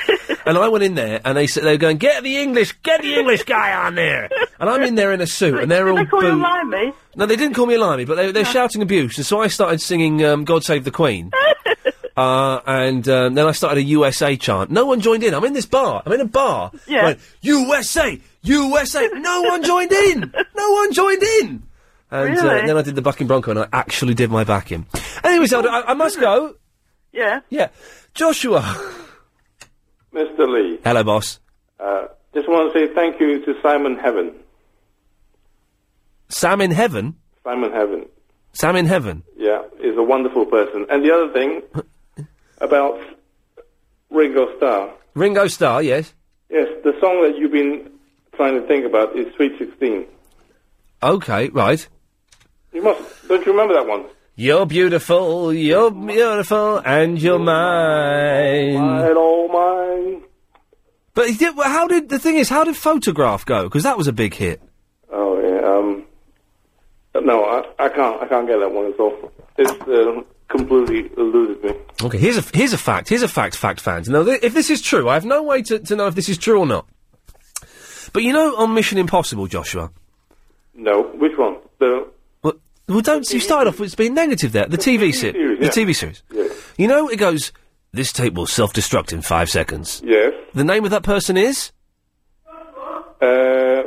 S3: and I went in there, and they said they were going, "Get the English, get the English guy on there," and I'm in there in a suit, and they're all.
S2: They call you
S3: boo-
S2: Limey.
S3: No, they didn't call me a limey, but they, they're shouting abuse, and so I started singing um, "God Save
S2: (laughs)
S3: the Queen." Uh, and um, then I started a USA chant. No one joined in. I'm in this bar. I'm in a bar.
S26: Yeah.
S3: Went, USA, USA. No one joined in. No one joined in. And, uh,
S26: Really?
S3: and then I did the bucking bronco, and I actually did my backing. Anyway, Zelda, I, I must go.
S2: Yeah.
S3: Yeah, Joshua.
S17: Mr. Lee,
S3: Hello, boss.
S17: uh, just want to say thank you to Simon Heaven.
S3: Sam in heaven.
S17: Simon Heaven,
S3: Sam in heaven.
S17: yeah, is a wonderful person. And the other thing about Ringo Starr,
S3: Ringo Starr. Yes.
S17: yes, the song that you've been trying to think about is Sweet Sixteen.
S3: Okay. Right.
S17: You must don't you remember that one?
S3: You're beautiful, you're beautiful, and you're mine.
S17: Mine, all mine.
S3: But he did, well, how did the thing is? How did Photograph go? Because that was a big hit.
S17: Oh yeah, um, no, I, I can't, I can't get that one. It's awful. It's uh, completely eluded me.
S3: Okay, here's a here's a fact. Here's a fact, fact fans. Now, th- if this is true, I have no way to, to know if this is true or not. But you know, on Mission Impossible, Joshua.
S17: No, which one? The
S3: Well, well don't you started off with being negative there? The TV series, the
S17: yeah.
S3: TV series. You know, it goes. This tape will self-destruct in five seconds.
S17: yes.
S3: The name of that person is.
S17: Uh,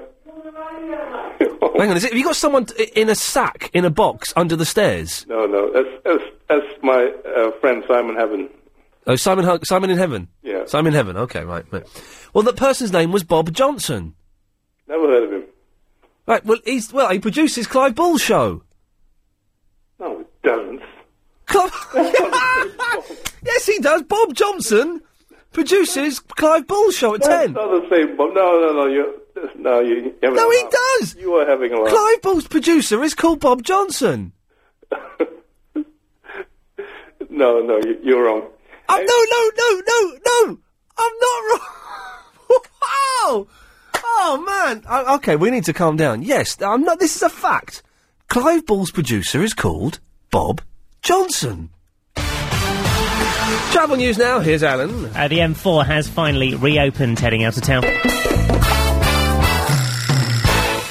S3: Hang on, is it? Have you got someone t- i- in a sack in a box under the stairs?
S17: No, no. That's that's, that's my uh, friend Simon Heaven.
S3: Oh, Simon, Hu- Simon in Heaven.
S17: Yeah.
S3: Simon in Heaven. Okay, right, right. Well, that person's name was Bob Johnson.
S17: Never heard of him.
S3: Right. Well, he's well. He produces Clive Bull show.
S17: No, it doesn't.
S3: Clive- (laughs) yes, he does. Bob Johnson produces Clive Bull show Oh, at ten.
S17: Not the same. Bob. No, no, no. You no, you. you haven't
S3: No, he
S17: laughed.
S3: does.
S17: You are having a laugh.
S3: Clive Bull's producer is called Bob Johnson.
S17: No, no, you, you're wrong.
S3: I'm, Uh, no, no, no, no, no! I'm not wrong. (laughs) wow! Oh man. O- okay, we need to calm down. Yes, I'm not. This is a fact. Clive Bull's producer is called Bob Johnson. Travel news now. Here's Alan.
S7: Uh, the M4 has finally reopened, heading out of town.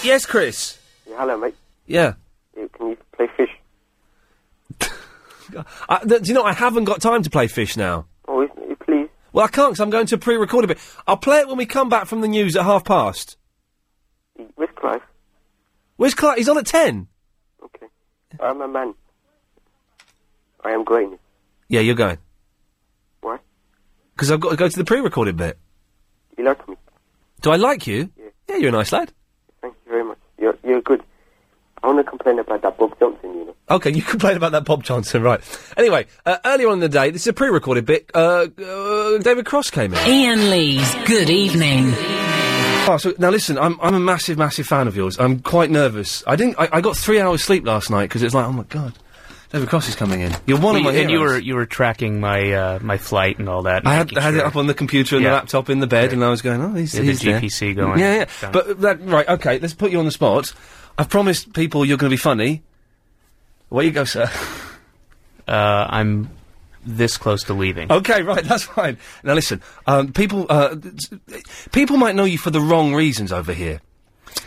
S3: Yes, Chris.
S23: Yeah, hello, mate.
S3: Yeah.
S23: You- Mm, Can you play fish?
S3: (laughs) I, th- do you know I haven't got time to play fish now.
S23: Oh, isn't it? Please.
S3: Well, I can't because I'm going to pre-record a bit. I'll play it when we come back from the news at half past.
S23: Where's Clive?
S3: Where's Clive? He's on at ten.
S23: I'm a man. I am going.
S3: Yeah, you're going.
S23: Why?
S3: Because I've got to go to the pre-recorded bit.
S23: You like me?
S3: Do I like you? Yeah. you're a nice lad.
S23: Thank you very much. You're, you're good. I want to complain about that Bob Johnson, you know.
S3: Okay, you (laughs) complain about that Bob Johnson, right? Anyway, uh, earlier on in the day, this is a pre-recorded bit. Uh, uh, David Cross came in.
S1: Ian Lee's Good Evening.
S3: Oh, so now listen, I'm I'm a massive, massive fan of yours. I'm quite nervous. I didn't. I, I got three hours sleep last night because it's like, oh my god, David Cross is coming in. You're one of my
S29: Well, And you
S3: heroes.
S29: were you were tracking my uh, my flight and all that.
S3: I had,
S29: making
S3: I had it
S29: sure-
S3: up on the computer and the
S29: Yeah.
S3: laptop in the bed, and I was going, "Oh, he's,
S29: Yeah, the
S3: he's there."
S29: GPC going.
S3: Yeah, yeah.
S29: Done.
S3: But that, right, okay. Let's put you on the spot. I've promised people you're going to be funny. Where you go, sir? (laughs)
S29: Uh, I'm this close to leaving.
S3: Okay, right, (laughs) that's fine. Now listen, um, people, uh, people might know you for the wrong reasons over here.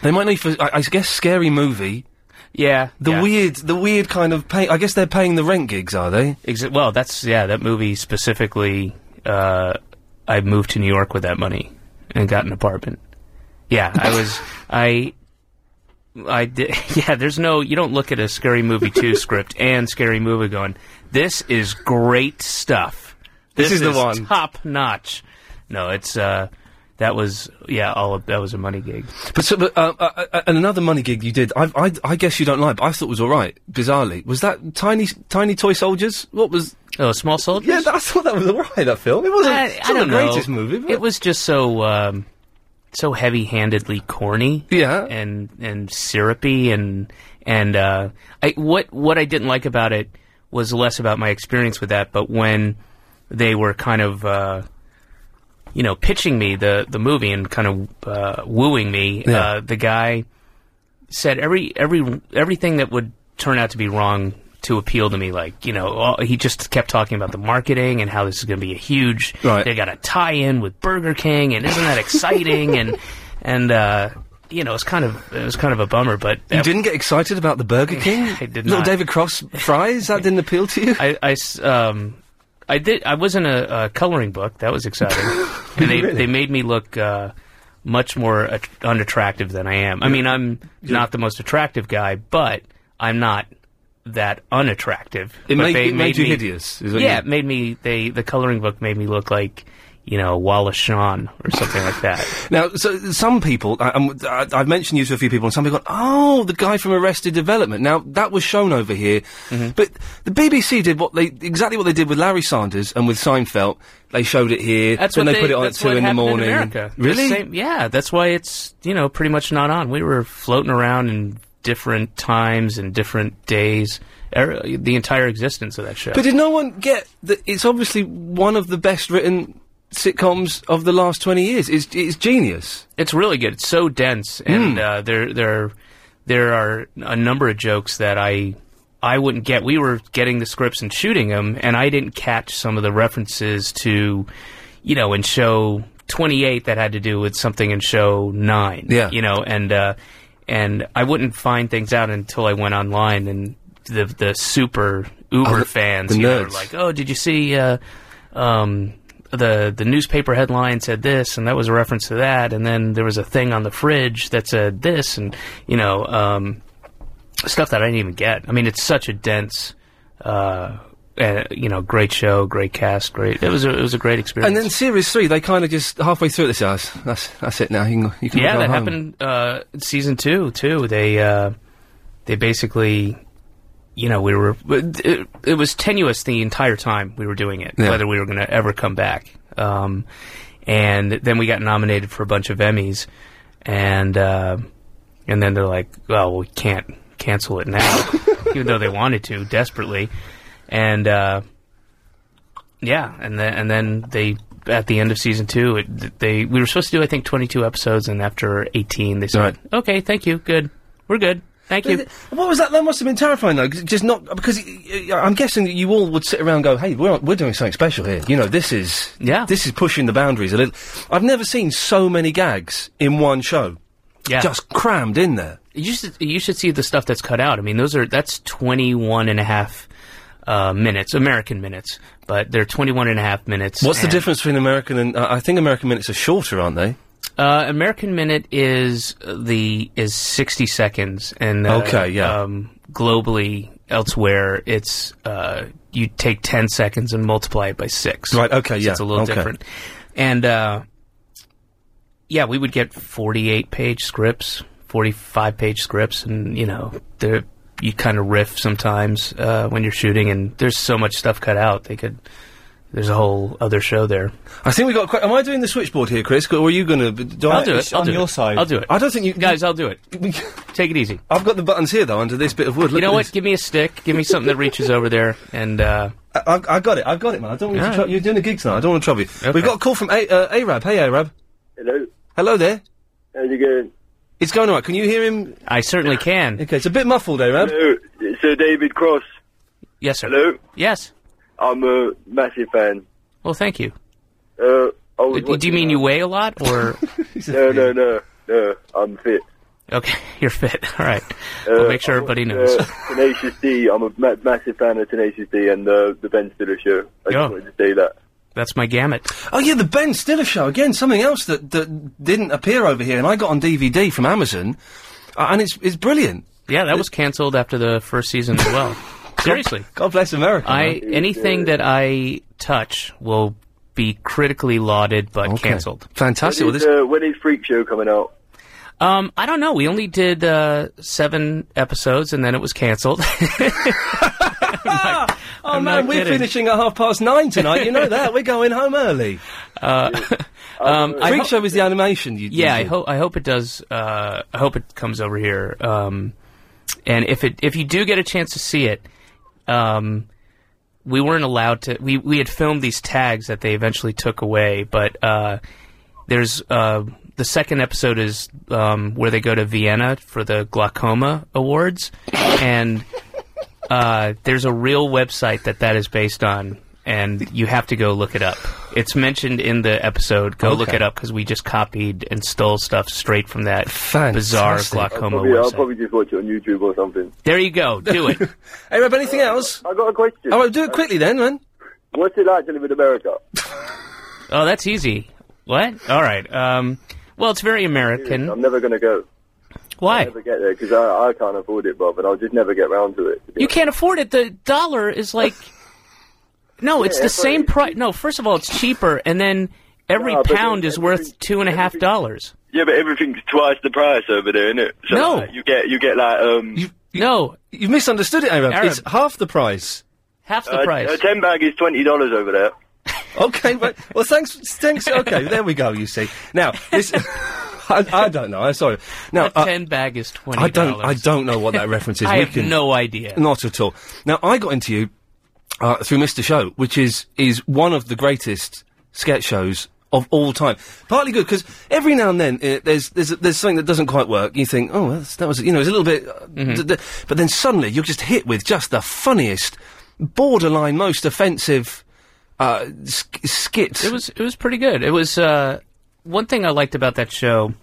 S3: They might know you for, I, I guess, scary movie.
S29: Yeah,
S3: the weird, the weird kind of pay. I guess they're paying the rent gigs, are they?
S29: Exa- well, that's yeah. That movie specifically, uh, I moved to New York with that money and got an apartment. Yeah, I
S3: (laughs)
S29: was I. I did, (laughs) yeah, there's no, you don't look at a Scary Movie
S3: (laughs)
S29: 2 script and Scary Movie going, this is great stuff.
S3: This is the one."
S29: Top notch. No, it's, uh, that was, yeah, all of, that was a money gig.
S3: But, so, but uh, uh, uh, and another money gig you did. I, I, I guess you don't like, but I thought was all right. Bizarrely, was that tiny, tiny toy soldiers? What was?
S29: Oh, small soldiers.
S3: Yeah, that, I thought that was all right. That film. It wasn't.
S29: I,
S3: it's
S29: I
S3: not
S29: don't
S3: the greatest
S29: know.
S3: movie. But
S29: It was just so um, so heavy-handedly corny.
S3: Yeah,
S29: and and syrupy and and uh, I what what I didn't like about it was less about my experience with that, but when they were kind of. Uh, you know, pitching me the, the movie and kind of uh, wooing me.
S3: Yeah.
S29: Uh, the guy said every every everything that would turn out to be wrong to appeal to me. Like you know, all, he just kept talking about the marketing and how this is going to be a huge.
S3: Right.
S29: They got a tie-in with Burger King, and isn't that exciting? and and uh, you know, it's kind of it was kind of a bummer, but
S3: you didn't get excited about the Burger King. I
S29: did
S3: Little
S29: not.
S3: David Cross fries. That didn't appeal to you.
S29: I, I s- um, I did. I was in a, a coloring book. That was
S3: (laughs)
S29: exciting, and they
S3: Really?
S29: they made me look uh, much more at- unattractive than I am. I mean, I'm not the most attractive guy, but I'm not that unattractive.
S3: It
S29: But
S3: made-
S29: they
S3: it made you
S29: me-
S3: hideous, is what
S29: yeah,
S3: you-
S29: it made me. They the coloring book made me look like you know Wallace Shawn or something like
S3: (laughs)
S29: that.
S3: Now, so some people, I, I'm- I, I've mentioned you to a few people, and some people go, oh, the guy from Arrested Development. Now, that was shown over here,
S29: Mm-hmm.
S3: but the BBC did what they exactly what they did with Larry Sanders and with Seinfeld. They showed it here,
S29: That's
S3: then
S29: what
S3: they, put it on at
S29: that's
S3: two
S29: what
S3: in the
S29: happened
S3: morning.
S29: America. The
S3: Really?
S29: same- yeah, that's why it's you know pretty much not on. We were floating around in different times and different days, er, the entire existence of that show.
S3: But did no one get that it's obviously one of the best written sitcoms of the last 20 years? It's, it's genius.
S29: it's really good. It's so dense,
S3: Hmm.
S29: and uh, there there there are a number of jokes that I I wouldn't get. We were getting the scripts and shooting them, and I didn't catch some of the references to, you know, in show 28 that had to do with something in show 9. Yeah. You know, and uh, and I wouldn't find things out until I went online and the the super uber
S3: Oh, the-
S29: fans
S3: the
S29: you know,
S3: nerds.
S29: like, "Oh, did you see uh, um the the newspaper headline said this and that was a reference to that and then there was a thing on the fridge that said this and you know, um stuff that I didn't even get. I mean, it's such a dense, uh, uh, you know, great show, great cast, great. It was a, it was a great experience.
S3: And then series three, they kind of just halfway through this house. That's that's it now. You can, you can
S29: yeah,
S3: go
S29: that
S3: home.
S29: happened uh, in season two too. They uh, they basically, you know, we were it, it was tenuous the entire time we were doing it,
S3: Yeah.
S29: whether we were going to ever come back. Um, and then we got nominated for a bunch of Emmys, and uh, and then they're like, well, we can't cancel it now, (laughs) even though they wanted to desperately, and. Uh, yeah, and then and then they at the end of season two, it, they we were supposed to do I think twenty two episodes, and after eighteen, they said, "Okay, thank you, good, we're good, thank you."
S3: What was that? That must have been terrifying, though. 'cause Just not because y- y- I'm guessing that you all would sit around and go, "Hey, we're we're doing something special here." You know, this is yeah, this is pushing the boundaries a little. I've never seen so many gags in one show.
S29: Yeah.
S3: just crammed in there.
S29: You should you should see the stuff that's cut out. I mean, those are that's 21 and a half uh, minutes, American minutes, but they're 21 and a half minutes.
S3: What's the
S29: and-
S3: difference between American and uh, I think American minutes are shorter, aren't they?
S29: Uh, American Minute is uh, the is sixty seconds, and uh,
S3: Okay, yeah.
S29: Um, globally, elsewhere, it's uh, you take ten seconds and multiply it by six.
S3: Right, okay,
S29: So
S3: yeah,
S29: it's a little
S3: okay.
S29: different. And uh, yeah, we would get forty-eight page scripts, forty-five page scripts, and you know, they're- you kind of riff sometimes uh, when you're shooting, and there's so much stuff cut out. They could. There's a whole other show there.
S3: I think we got. Quite, am I doing the switchboard here, Chris? Or are you going to?
S29: I'll do it. I'll do it. I'll do it.
S3: I don't think you guys.
S29: I'll do
S3: (laughs)
S29: it. Take it easy.
S3: I've got the buttons here though under this bit of wood.
S29: you know what? Give me a stick. Give me something that reaches over there. And uh,
S3: I, I- I got it. I've got it, man. I don't want you to
S29: Alright.
S3: trouble. You're doing a gig tonight. I don't want to trouble you. We've got a call from a- uh, Arab. Hey, Arab.
S26: Hello.
S3: Hello there.
S26: How's it going?
S3: It's going alright. Can you hear him?
S29: I certainly can.
S3: Okay, it's a bit muffled, Arab.
S26: Hello. Sir David Cross.
S29: Yes, sir.
S26: Hello.
S29: Yes.
S26: I'm a massive fan.
S29: well, thank you.
S26: Uh, I
S29: Uh,
S26: was
S29: Do you mean you weigh a
S26: (laughs)
S29: lot, or
S26: no, no, no, no. I'm
S29: (laughs)
S26: fit.
S29: okay, you're fit? All right.
S26: Uh,
S29: we'll make sure everybody knows. (laughs)
S26: Uh, Tenacious D. I'm a ma- massive fan of Tenacious D and uh, the Ben Stiller show. I
S29: Yeah.
S26: just wanted to say that.
S29: That's my gamut.
S3: Oh yeah, the Ben Stiller show again. Something else that that didn't appear over here, and I got on DVD from Amazon, uh, and it's it's brilliant.
S29: Yeah, that was canceled after the first season as
S3: (laughs)
S29: well. Seriously.
S3: God bless America.
S29: I
S3: man.
S29: anything that I touch will be critically lauded but canceled.
S3: Fantastic.
S26: When is, uh, when is Freak Show coming out?
S29: Um, I don't know. We only did uh, seven episodes, and then it was canceled.
S3: (laughs) Oh man,
S29: not
S3: we're
S29: kidding.
S3: finishing at half past nine
S29: (laughs)
S3: tonight. You know that. We're going home early.
S29: Uh, (laughs) um, I
S3: Freak
S29: ho-
S3: Show is the animation. You,
S29: yeah, I
S3: you did.
S29: hope I hope it does. Uh, I hope it comes over here. Um, and if it if you do get a chance to see it, um, we weren't allowed to. We we had filmed these tags that they eventually took away, but uh, there's uh, the second episode is um, where they go to Vienna for the glaucoma awards, and uh, there's a real website that that is based on. And you have to go look it up. It's mentioned in the episode. Go look
S26: Okay.
S29: it up because we just copied and stole stuff straight from that bizarre
S26: I'll
S29: glaucoma
S26: probably, I'll
S29: website.
S26: probably just watch it on YouTube or something.
S29: There you go. Do it.
S3: (laughs) Hey, Rob, anything else?
S26: I got a question.
S3: Oh, well, do it quickly then, man.
S26: What's it like to live in America?
S29: oh, that's easy. What? All right. Um, well, it's very American.
S26: I'm never going to go.
S29: Why?
S26: I'll never get there because I, I can't afford it, Bob, and I'll just never get round to it.
S29: You can't afford it. The dollar is like. No, it's
S26: Yeah,
S16: but-
S29: the same price. No, first of all, it's cheaper, and then every
S26: No, but
S29: pound is worth two and a half dollars.
S26: Yeah, but everything's twice the price over there, isn't it? So
S29: No.
S26: like, you get you get like um
S29: No,
S3: you've misunderstood it, Arab.
S26: Arab.
S3: It's half the price.
S29: half
S26: uh, A ten bag is twenty dollars over there.
S3: okay, but well, thanks, thanks. Okay, there we go. You see, now this, (laughs) I, I don't know. I'm sorry. Now,
S29: a
S3: uh,
S29: ten bag is twenty.
S3: I don't, I don't know what that reference is.
S29: I
S3: we
S29: have
S3: can,
S29: no idea.
S3: Not at all. Now, I got into you uh, through Mr. Show, which is is one of the greatest sketch shows of all time. Partly good because every now and then uh, there's there's there's something that doesn't quite work. You think, oh, that's, that was you know, it's a little bit, uh,
S29: Mm-hmm.
S3: d- d- but then suddenly you're just hit with just the funniest, borderline most offensive uh, sk- skits.
S29: It was it was pretty good. It was uh, one thing I liked about that show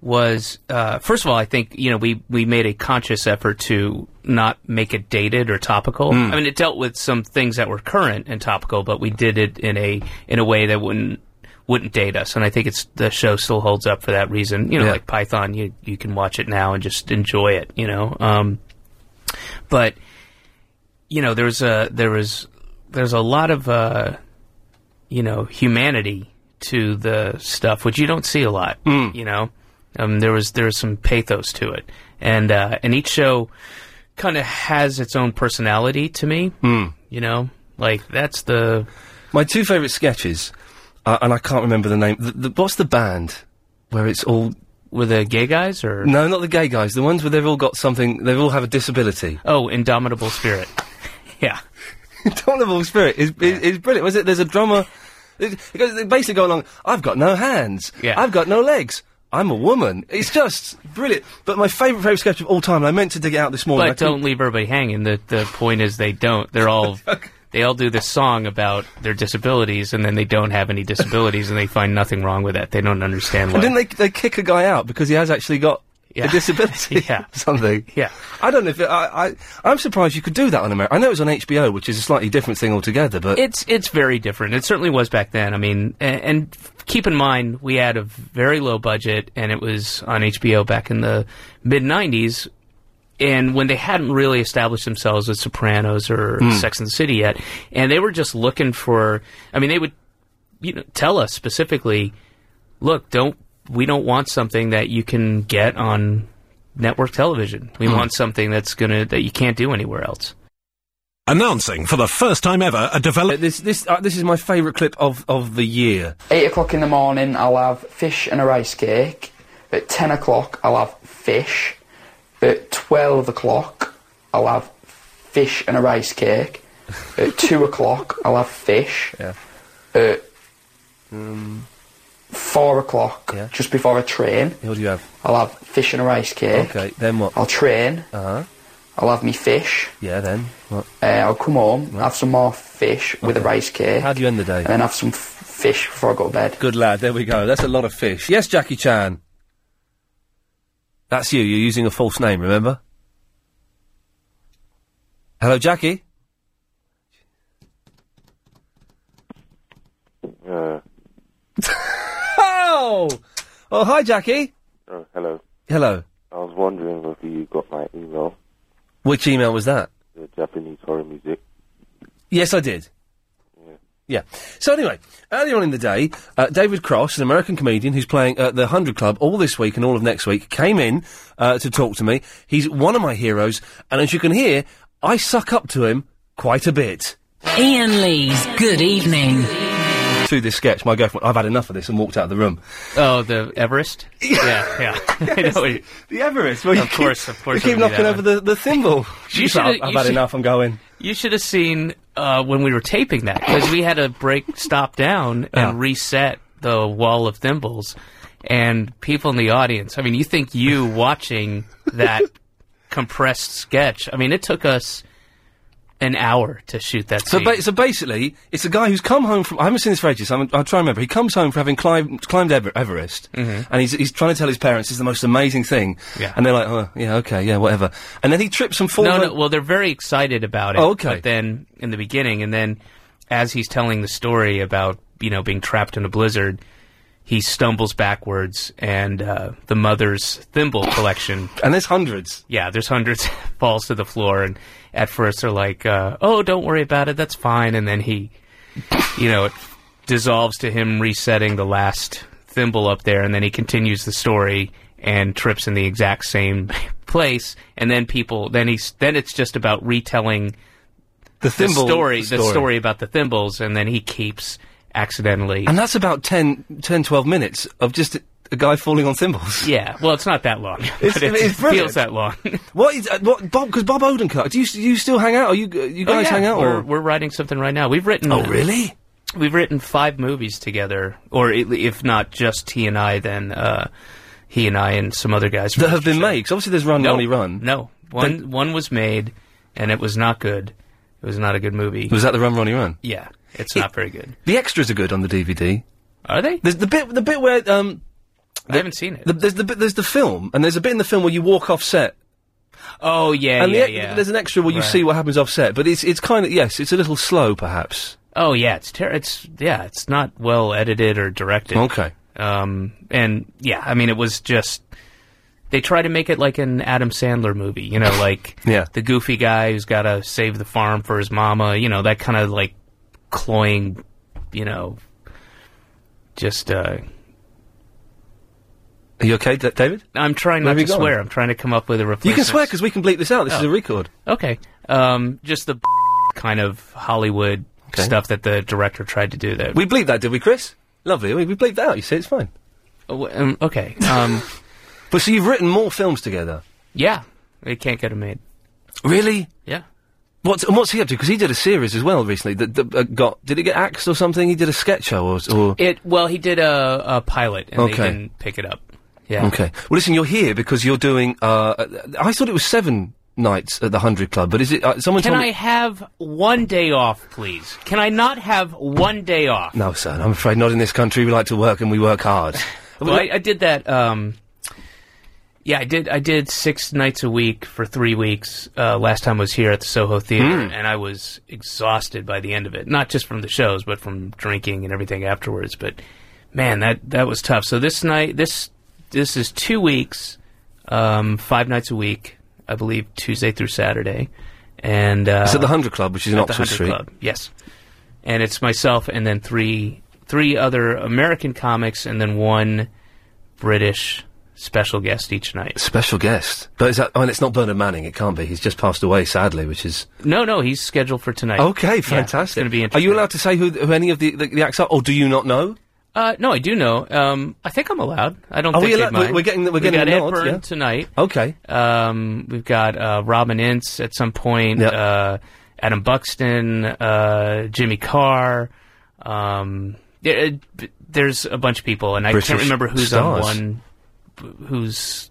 S29: was uh, first of all, I think you know we we made a conscious effort to not make it dated or topical.
S8: Mm.
S29: I mean, it dealt with some things that were current and topical, but we did it in a in a way that wouldn't wouldn't date us. And I think it's the show still holds up for that reason. You know,
S8: Yeah.
S29: like Python, you you can watch it now and just enjoy it. You know, um, but you know there's a there was there's a lot of uh, you know humanity to the stuff which you don't see a lot
S3: Hmm.
S29: you know um, there was there was some pathos to it and uh, and each show kind of has its own personality to me you know like that's the
S3: Hmm. My two favourite sketches, uh, and I can't remember the name. The, the, what's the band where it's all
S29: were the gay guys or
S3: no, not the gay guys. The ones where they've all got something. They all have a disability.
S29: Oh, indomitable
S3: (laughs)
S29: spirit. yeah.
S3: Indomitable Spirit is, is, is brilliant. Was it? There's a drummer. It, it goes, they basically go along. I've got no hands. Yeah. I've got no legs. I'm a woman. It's just brilliant. But my favourite favourite sketch of all time. And I meant to dig it out this morning. I
S29: but
S3: couldn't-
S29: don't leave everybody hanging the the point is they don't they're
S3: (laughs)
S29: all they all do this song about their disabilities and then they don't have any disabilities and they find nothing wrong with that they don't understand
S3: And
S29: why
S3: didn't they they kick a guy out because he has actually got
S29: Yeah.
S3: a disability?
S29: (laughs) Yeah.
S3: or (laughs) something.
S29: Yeah.
S3: I don't know if it, I, I I'm surprised you could do that on America. I know it was on HBO, which is a slightly different thing altogether. But
S29: it's it's very different. It certainly was back then. I mean, and, and keep in mind we had a very low budget, and it was on HBO back in the mid '90s, and when they hadn't really established themselves as Sopranos or
S8: Mm.
S29: Sex and the City yet, and they were just looking for. I mean, they would you know tell us specifically, look, don't we don't want something that you can get on network television. We
S16: Mm.
S29: want something that's gonna that you can't do anywhere else.
S16: Announcing for the first time ever a develop.
S3: This this uh, this is my favourite clip of of the year.
S27: Eight o'clock in the morning, I'll have fish and a rice cake. At ten o'clock, I'll have fish. At twelve o'clock, I'll have fish and a rice cake.
S3: (laughs)
S27: At two o'clock, I'll have fish.
S3: Yeah.
S27: At four o'clock, just before I train,
S3: what do you have?
S27: I'll have fish and a rice cake.
S3: Okay, then what?
S27: I'll train.
S3: Uh huh.
S27: I'll have me fish.
S3: Yeah, then what?
S27: Uh, I'll come home, have some more fish with a rice cake,
S3: How do you end the day? And
S27: then have some f- fish before I go to bed.
S3: Good lad. There we go. That's a lot of fish. Yes, Jackie Chan. That's you. You're using a false name. Remember? Hello, Jackie.
S30: Uh,
S3: (laughs) Oh. Oh, hi, Jackie.
S30: oh, hello.
S3: Hello.
S30: I was wondering whether you got my email,
S3: Which email was that?
S30: the Japanese horror music.
S3: Yes, I did. Yeah. So anyway, earlier on in the day, uh, David Cross, an American comedian who's playing at the Hundred Club all this week and all of next week, came in uh, to talk to me. He's one of my heroes, and as you can hear, I suck up to him quite a bit.
S1: Ian Lee's Good Evening.
S3: To this sketch, my girlfriend, I've had enough of this, and walked out of the room.
S29: Oh, the Everest. yeah, yeah. (laughs) I know what you-
S3: The Everest. Well, you
S29: Of
S3: keep-
S29: course, of course
S3: You keep
S29: it'll be
S3: knocking
S29: that
S3: over the, the (laughs) thimble.
S29: You
S3: She's like,
S29: should've-
S3: I've
S29: you
S3: had
S29: should-
S3: enough. I'm going.
S29: You should have seen uh, when we were taping that because we had to break, stop down, and reset the wall of thimbles. And people in the audience. I mean, you think
S3: (laughs)
S29: you watching that compressed sketch? I mean, it took us an hour to shoot that.
S3: So,
S29: scene.
S3: ba- so basically, it's a guy who's come home from. I haven't seen this for ages. I'm, I'll try and remember. He comes home from having climbed, climbed Ever- Everest,
S29: Mm-hmm.
S3: and he's, he's trying to tell his parents it's the most amazing thing.
S29: Yeah.
S3: And they're like, oh, yeah, okay, yeah, whatever. And then he trips and falls.
S29: No,
S3: on-
S29: no. Well, they're very excited about it.
S3: Oh, okay.
S29: But then in the beginning, and then as he's telling the story about you know being trapped in a blizzard, he stumbles backwards, and uh, the mother's thimble collection.
S3: (coughs) And there's hundreds.
S29: Yeah, there's hundreds (laughs) falls to the floor, and at first they're like, uh, "Oh, don't worry about it. That's fine." And then he, you know, it dissolves to him resetting the last thimble up there, and then he continues the story and trips in the exact same (laughs) place, and then people, then he's, then it's just about retelling
S3: The thimble
S29: story, the
S3: story.
S29: story about the thimbles, and then he keeps accidentally.
S3: And that's about 10, 10 12 minutes of just a, a guy falling on thimbles. (laughs)
S29: yeah, well, it's not that long. (laughs)
S3: It's,
S29: but it
S3: it's brilliant.
S29: feels that long.
S3: what is (laughs) uh, what Bob? Because Bob Odenkirk. Do you do you still hang out? Are you you
S29: Oh,
S3: guys
S29: yeah.
S3: hang out?
S29: We're,
S3: or?
S29: we're writing something right now. We've written.
S3: Oh, really?
S29: We've written five movies together, or i- if not just he and I, then uh, he and I and some other guys
S3: that have been made. 'Cause obviously, there's Run,
S29: no,
S3: Ronnie, Run.
S29: No, one one was made, and it was not good. It was not a good movie.
S3: Was that the Run, Ronnie, Run?
S29: Yeah, it's
S3: It-
S29: not very good.
S3: The extras are good on the DVD.
S29: Are they?
S3: There's the bit the bit where um
S29: I haven't seen it.
S3: The, there's the bit there's the film and there's a bit in the film where you walk off set.
S29: Oh yeah,
S3: and the
S29: yeah,
S3: e-
S29: yeah.
S3: there's an extra where you
S29: Right.
S3: see what happens off set, but it's it's kind of yes, it's a little slow perhaps.
S29: Oh yeah, it's ter- it's yeah, it's not well edited or directed.
S3: Okay.
S29: Um and yeah, I mean it was just they try to make it like an Adam Sandler movie, you know, like
S3: (laughs) Yeah.
S29: the goofy guy who's got to save the farm for his mama, you know, that kind of like cloying, you know, just uh
S3: Are you okay, D- David?
S29: I'm trying
S3: Where
S29: not
S3: have
S29: to
S3: you gone?
S29: swear. I'm trying to come up with a
S3: You
S29: replacement.
S3: can swear because we can bleep this out. This is
S29: Oh.
S3: a record.
S29: Okay. Um, just the (laughs) kind of Hollywood
S3: Okay.
S29: stuff that the director tried to do. That
S3: We bleeped that, did we, Chris? Lovely. We, we bleeped that out. You see, it's fine.
S29: Oh, w- um, okay. Um,
S3: (laughs) but so you've written more films together.
S29: yeah, it can't get it made.
S3: Really?
S29: Yeah.
S3: What's and what's he up to? Because he did a series as well recently that, that uh, got did it get axed or something? He did a sketch show or or
S29: It well, he did a, a pilot and
S3: Okay.
S29: they didn't pick it up. Yeah.
S3: Okay. Well, listen, you're here because you're doing. Uh, I thought it was seven nights at the Hundred Club, but is it? Uh, someone
S29: Can
S3: told
S29: I
S3: me.
S29: have one day off, please? Can I not have one day off?
S3: No, son. I'm afraid not in this country. We like to work and we work hard.
S29: (laughs) Well,
S3: (laughs)
S29: I, I did that. Um, yeah, I did. I did six nights a week for three weeks. Uh, last time I was here at the Soho Theater,
S3: Hmm.
S8: Mm.
S29: and I was exhausted by the end of it. Not just from the shows, but from drinking and everything afterwards. But man, that that was tough. So this night, this this is two weeks, um, five nights a week, I believe, Tuesday through Saturday, and uh,
S3: It's at the 100 Club, which is in
S29: at the
S3: Oxford
S29: 100
S3: Street.
S29: Club, yes, and it's myself and then three three other American comics and then one British special guest each night.
S3: Special guest, but is that? I mean, it's not Bernard Manning. It can't be. He's just passed away, sadly, which is.
S29: No, no, he's scheduled for tonight.
S3: Okay,
S29: Yeah, it's
S3: fantastic.
S29: going to be
S3: are
S29: interesting.
S3: you allowed to say who, who any of the, the, the acts are, or do you not know?
S29: uh, no, I do know. Um, I think I'm allowed. I don't
S3: Are
S29: think
S3: we
S29: they'd
S3: allowed- we-
S29: mind.
S3: we're getting- we're
S29: We've
S3: getting
S29: got
S3: a
S29: Ed
S3: nod,
S29: Byrne
S3: yeah.
S29: tonight.
S3: Okay.
S29: Um, we've got uh, Robin Ince at some point. Uh, Adam Buxton, uh, Jimmy Carr. Um, there- uh, there's a bunch of people, and I
S3: British
S29: can't remember who's
S3: stars.
S29: on one, who's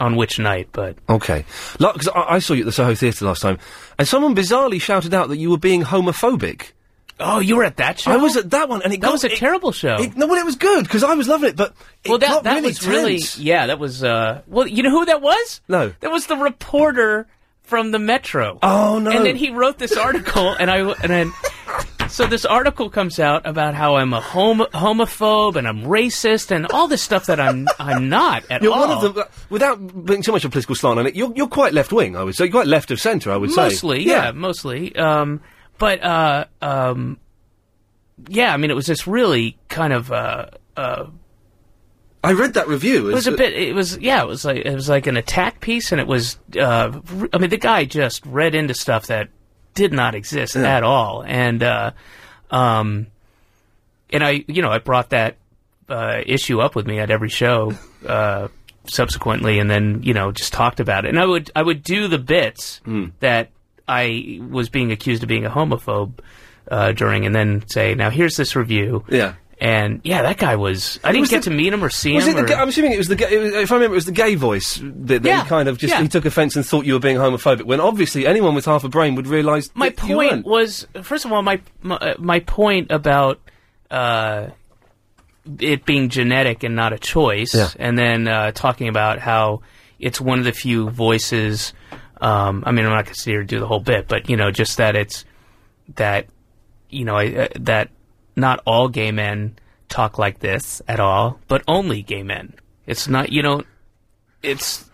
S29: on which night, but
S3: Okay, because I, I saw you at the Soho Theatre last time, and someone bizarrely shouted out that you were being homophobic.
S29: Oh, you were at that show.
S3: I was at that one, and it
S29: That
S3: got-
S29: was a
S3: it-
S29: terrible show.
S3: It, no, well, it was good because I was loving it, but it
S29: well, that
S3: got
S29: that
S3: really
S29: was really
S3: tense.
S29: yeah, that was uh. Well, you know who that was?
S3: No.
S29: that was the reporter from the Metro.
S3: Oh, no.
S29: And then he wrote this article, and I and then so this article comes out about how I'm a homo- homophobe and I'm racist and all this stuff that I'm I'm not at
S3: You're
S29: all.
S3: one of them. uh, Without being too much of a political slant on it, you're, you're quite left wing. I would say, you're quite left of centre. I would say
S29: mostly, yeah, mostly. Um, but uh, um, yeah, I mean, it was this really kind of uh, uh,
S3: I read that review.
S29: It was a
S3: It's-
S29: bit. It was yeah. It was like it was like an attack piece, and it was. Uh, r- I mean, the guy just read into stuff that did not exist
S10: Yeah.
S29: at all, and uh, um, and I, you know, I brought that uh, issue up with me at every show uh, subsequently, and then you know just talked about it. And I would I would do the bits
S3: Hmm.
S29: that I was being accused of being a homophobe uh, during, and then say, now here's this review.
S3: Yeah.
S29: And yeah, that guy was. I didn't
S3: was
S29: get to
S3: the-
S29: meet him or see
S3: Was
S29: him.
S3: it the,
S29: or-
S3: ga- I'm assuming it was the. Ga- it was, if I remember, it was the gay voice that, that
S29: Yeah,
S3: he kind of just
S29: yeah.
S3: he took offence and thought you were being homophobic. When obviously anyone with half a brain would realise.
S29: my
S3: that you
S29: point
S3: weren't.
S29: was first of all my my, uh, my point about uh, it being genetic and not a choice
S3: Yeah.
S29: and then uh, talking about how it's one of the few voices um, I mean I'm not going to sit here and do the whole bit but you know just that it's that you know I, uh, that not all gay men talk like this at all but only gay men it's not you know it's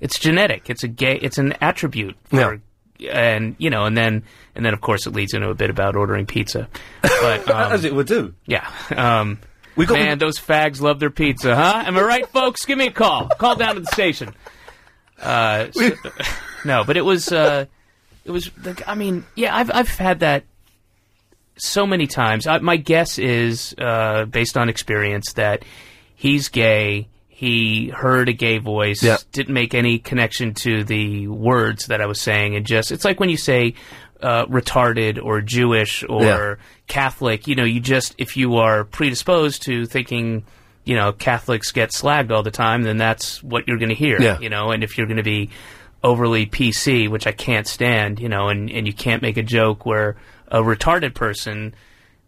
S29: it's genetic it's a gay it's an attribute for, and you know and then and then of course it leads into a bit about ordering pizza but um,
S3: as it would do
S29: yeah (laughs) um
S3: We got-
S29: man those fags love their pizza huh am i
S3: (laughs)
S29: right folks give me a call call down to the station
S3: (laughs)
S29: uh so- (laughs) no but it was uh it was like, i mean yeah i've i've had that so many times. I, my guess is, uh, based on experience, that he's gay. He heard a gay voice,
S3: Yeah.
S29: didn't make any connection to the words that I was saying, and just it's like when you say uh, retarded or Jewish or
S3: Yeah.
S29: Catholic. You know, you just if you are predisposed to thinking. You know, Catholics get slagged all the time, then that's what you're going to hear.
S3: Yeah.
S29: You know, and if you're going to be overly PC, which I can't stand, you know, and, and you can't make a joke where a retarded person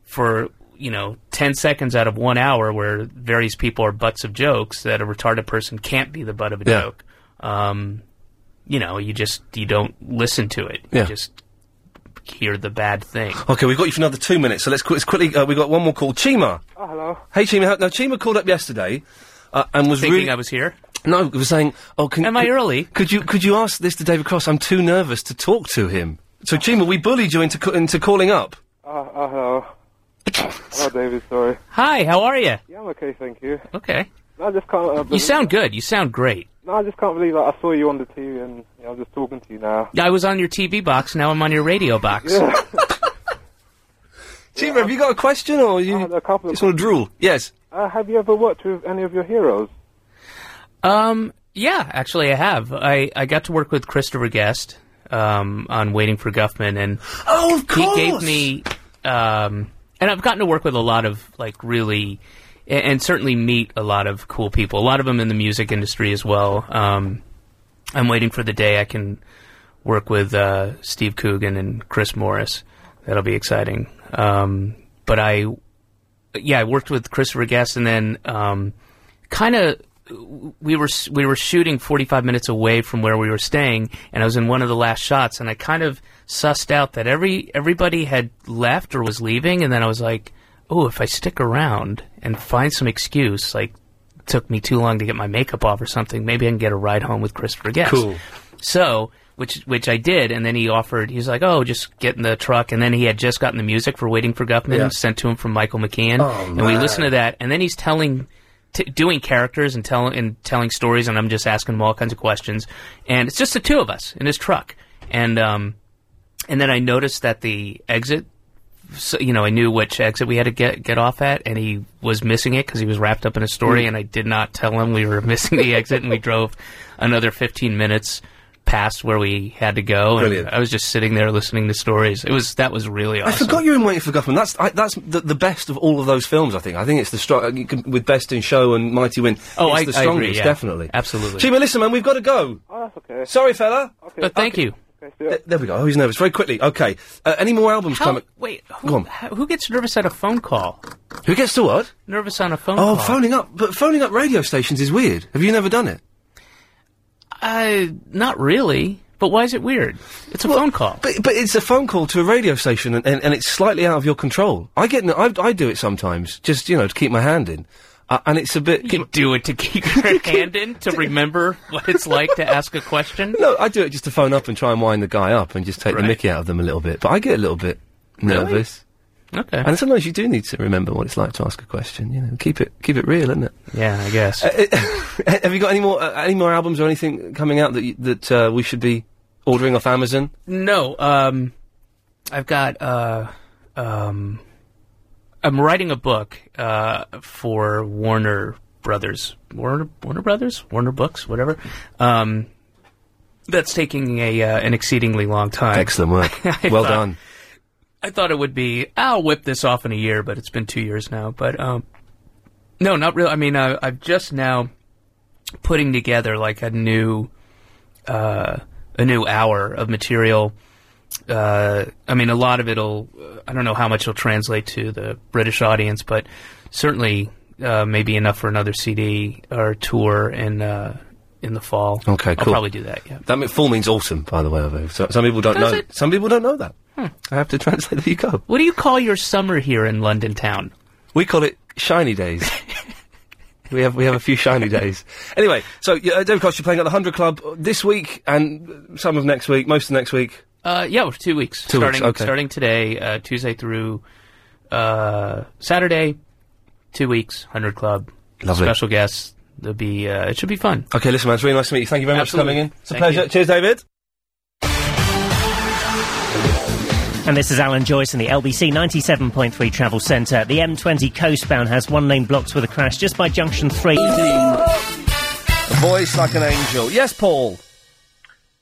S29: for you know, 10 seconds out of one hour where various people are butts of jokes that a retarded person can't be the butt of a
S3: Yeah.
S29: joke. Um, you know, you just, you don't listen to it.
S3: Yeah.
S29: You just hear the bad thing.
S3: Okay, we've got you for another two minutes, so let's, qu- let's quickly. Uh, we've got one more call. Chima.
S8: Oh, hello.
S3: Hey, Chima. how- Now, Chima called up yesterday uh, and was
S29: Thinking
S3: really.
S29: I was here?
S3: No, it was saying, "Oh, can,
S29: Am I
S3: could-
S29: early?
S3: Could you could you ask this to David Cross? I'm too nervous to talk to him." So, Chima, we bullied you into co- into calling up.
S8: Oh, oh hello.
S29: (laughs)
S8: hello, David. Sorry.
S29: Hi, how are you?
S8: Yeah, I'm okay, thank you.
S29: Okay.
S8: No, I just can't. Uh,
S29: You
S8: believe-
S29: sound good. You sound great.
S8: No, I just can't believe that I saw you on the TV and you know, I was just talking to you now.
S29: I was on your TV box, now I'm on your radio box.
S8: Yeah.
S3: Chima, have you got a question or you
S8: a couple of
S3: just want to drool? Yes.
S8: Uh, have you ever worked with any of your heroes?
S29: Um, yeah, actually, I have. I, I got to work with Christopher Guest um, on Waiting for Guffman, and
S3: oh, of
S29: he gave
S10: course!
S29: me. Um, and I've gotten to work with a lot of like really, a- and certainly meet a lot of cool people. A lot of them in the music industry as well. Um, I'm waiting for the day I can work with uh, Steve Coogan and Chris Morris. That'll be exciting. Um, but I, yeah, I worked with Christopher Guest, and then um, kind of we were s- we were shooting 45 minutes away from where we were staying, and I was in one of the last shots, and I kind of sussed out that every everybody had left or was leaving, and then I was like, oh, if I stick around and find some excuse, like took me too long to get my makeup off or something, maybe I can get a ride home with Christopher Guest.
S3: Cool.
S29: So, which which I did, and then he offered. He was like, "Oh, just get in the truck." And then he had just gotten the music for "Waiting for Guffman,"
S3: Yeah.
S29: sent to him from Michael McKean,
S3: Oh,
S29: and we
S3: man.
S29: listened to that. And then he's telling, t- doing characters and telling and telling stories, and I'm just asking him all kinds of questions. And it's just the two of us in his truck, and um, and then I noticed that the exit. So, you know, I knew which exit we had to get get off at, and he was missing it because he was wrapped up in a story,
S8: Mm.
S29: and I did not tell him we were (laughs) missing the exit, and we drove another 15 minutes past where we had to go.
S3: Brilliant.
S29: And I was just sitting there listening to stories. It was that was really
S3: I
S29: awesome.
S3: forgot you were in Waiting for Guffman. That's I, that's the, the best of all of those films. I think. I think it's the str- you can, with Best in Show and Mighty Wind.
S29: Oh, I-
S3: it's the
S29: I agree,
S3: strongest,
S29: yeah.
S3: definitely.
S29: Absolutely.
S3: Chima, listen, man, we've got to go.
S8: Oh, that's okay.
S3: Sorry, fella.
S8: Okay.
S29: But thank you.
S3: Th- there we go. Oh, he's nervous. Very quickly. Okay. Uh, any more albums
S29: How-
S3: coming?
S29: Wait,
S3: Go
S29: who,
S3: on.
S29: how- who gets nervous at a phone call?
S3: Who gets to what?
S29: Nervous on a phone call?
S3: oh, phoning up. But phoning up radio stations is weird. Have you never done it?
S29: Uh, not really. But why is it weird? It's a phone call.
S3: But but it's a phone call to a radio station, and, and, and it's slightly out of your control. I get n- I, I do it sometimes, just you know, to keep my hand in, uh, and it's a bit.
S29: You do it to keep (laughs) your hand in to remember what it's like to ask a (laughs) question.
S3: No, I do it just to phone up and try and wind the guy up and just take the mickey out of them a little bit. But I get a little bit
S29: Really?
S3: nervous.
S29: Okay.
S3: And sometimes you do need to remember what it's like to ask a question. You know, keep it keep it real, isn't it?
S29: Yeah, I guess.
S3: Have you got any more uh, (laughs) any more albums or anything coming out that you, that uh, we should be ordering off Amazon?
S29: No, um, I've got. Uh, um, I'm writing a book uh, for Warner Brothers, Warner Warner Brothers, Warner Books, whatever. Um, that's taking a uh, an exceedingly long time.
S3: Excellent work.
S29: (laughs) I
S3: well
S29: thought-
S3: done.
S29: I thought it would be. I'll whip this off in a year, but it's been two years now. But um, no, not really. I mean, I, I'm just now putting together like a new, uh, a new hour of material. Uh, I mean, a lot of it'll. I don't know how much it'll translate to the British audience, but certainly uh, maybe enough for another CD or tour in uh, in the fall.
S3: Okay, cool.
S29: I'll probably do that. Yeah.
S3: That mean, fall means autumn, by the way. Although so, some people don't
S29: Does
S3: know.
S29: it?
S3: Some people don't know that.
S29: Hmm.
S3: I have to translate. (laughs) There you go.
S29: What do you call your summer here in London town?
S3: We call it shiny
S29: (laughs)
S3: days. we have we have a few shiny days. Anyway, so yeah, uh, David Cox, you're playing at the Hundred Club uh, this week and uh, some of next week, most of next week.
S29: Uh, yeah, it was two weeks.
S3: Two weeks,
S29: starting
S3: okay.
S29: starting today, uh, Tuesday through uh, Saturday, two weeks. Hundred Club,
S3: Lovely.
S29: special guests. There'll be uh, it should be fun.
S3: Okay, listen, man, it's really nice to meet you. Thank you very
S29: Absolutely.
S3: much for coming in. It's a
S29: Thank
S3: pleasure.
S29: you.
S3: Cheers, David.
S7: And this is Alan Joyce in the LBC 97.3 Travel Centre. The M20 coastbound has one lane blocked with a crash just by junction 3.
S3: A voice like an angel. Yes, Paul.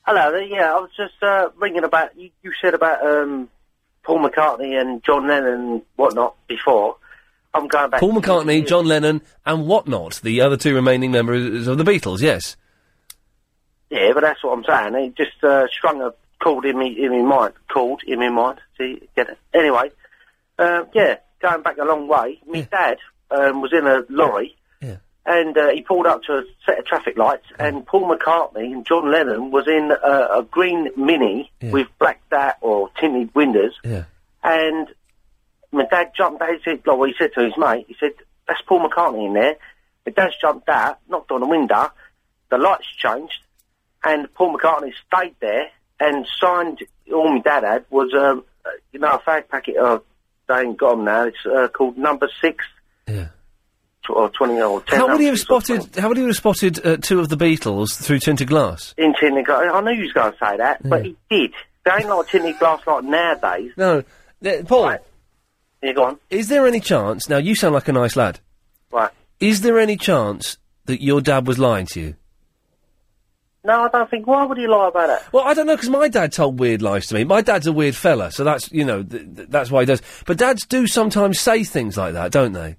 S19: Hello, there, yeah, I was just uh, ringing about you, you said about um, Paul McCartney and John Lennon and whatnot before. I'm going back.
S3: Paul McCartney, John Lennon, and whatnot. The other two remaining members of the Beatles. Yes.
S19: Yeah, but that's what I'm saying. He just uh, strung a chord in me in my mind. Chord in my mind. See, get it? Anyway, uh, yeah, going back a long way, my dad um, was in a lorry, and uh, he pulled up to a set of traffic lights, and Paul McCartney and John Lennon was in a, a green Mini with blacked out or tinted windows,
S3: Yeah.
S19: and my dad jumped out. He said, like, well, he said to his mate, he said, "That's Paul McCartney in there." My dad's jumped out, knocked on the window, the lights changed, and Paul McCartney stayed there and signed. All my dad had was um, uh, you know a fag packet. of they ain't got 'em now. It's uh, called Number Six. Tw- or twenty or ten. um,
S3: How would he have spotted? How would he have spotted uh, two of the Beatles through tinted glass?
S19: in tinted glass? I knew you was going to say that, but he did. They ain't like tinted glass like nowadays.
S3: No, Uh, Paul.
S19: You go on.
S3: Is there any chance? Now you sound like a nice lad.
S19: Right.
S3: Is there any chance that your dad was lying to you?
S19: No, I don't think. Why would he lie about it?
S3: Well, I don't know because my dad told weird lies to me. My dad's a weird fella, so that's you know th- th- that's why he does. But dads do sometimes say things like that, don't they?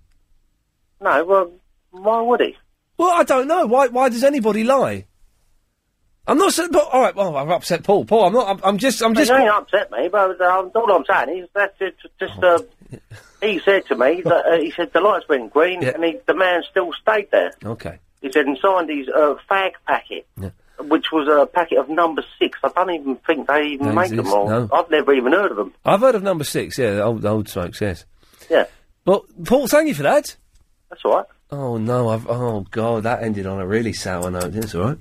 S19: No, well, why would he?
S3: Well, I don't know. Why? Why does anybody lie? I'm not. sa- But, all right. Well, I've upset Paul. Paul, I'm not. I'm, I'm just. I'm
S19: Well,
S3: just.
S19: you ain't upset me, but um, all I'm saying is that's just, just uh,
S3: Oh.
S19: he said to me that uh, he said the lights went green, and he, the man still stayed there.
S3: Okay.
S19: He said and signed his uh, fag packet, which was a packet of number six. I don't even think they even
S3: No,
S19: make
S3: it's-
S19: them. Or
S3: no.
S19: I've never even heard of them.
S3: I've heard of number six. Yeah, the old the old smokes. Yes.
S19: Yeah,
S3: Well, Paul, thank you for that.
S19: that's all right.
S3: Oh no! I've oh god, that ended on a really sour note. It's all right.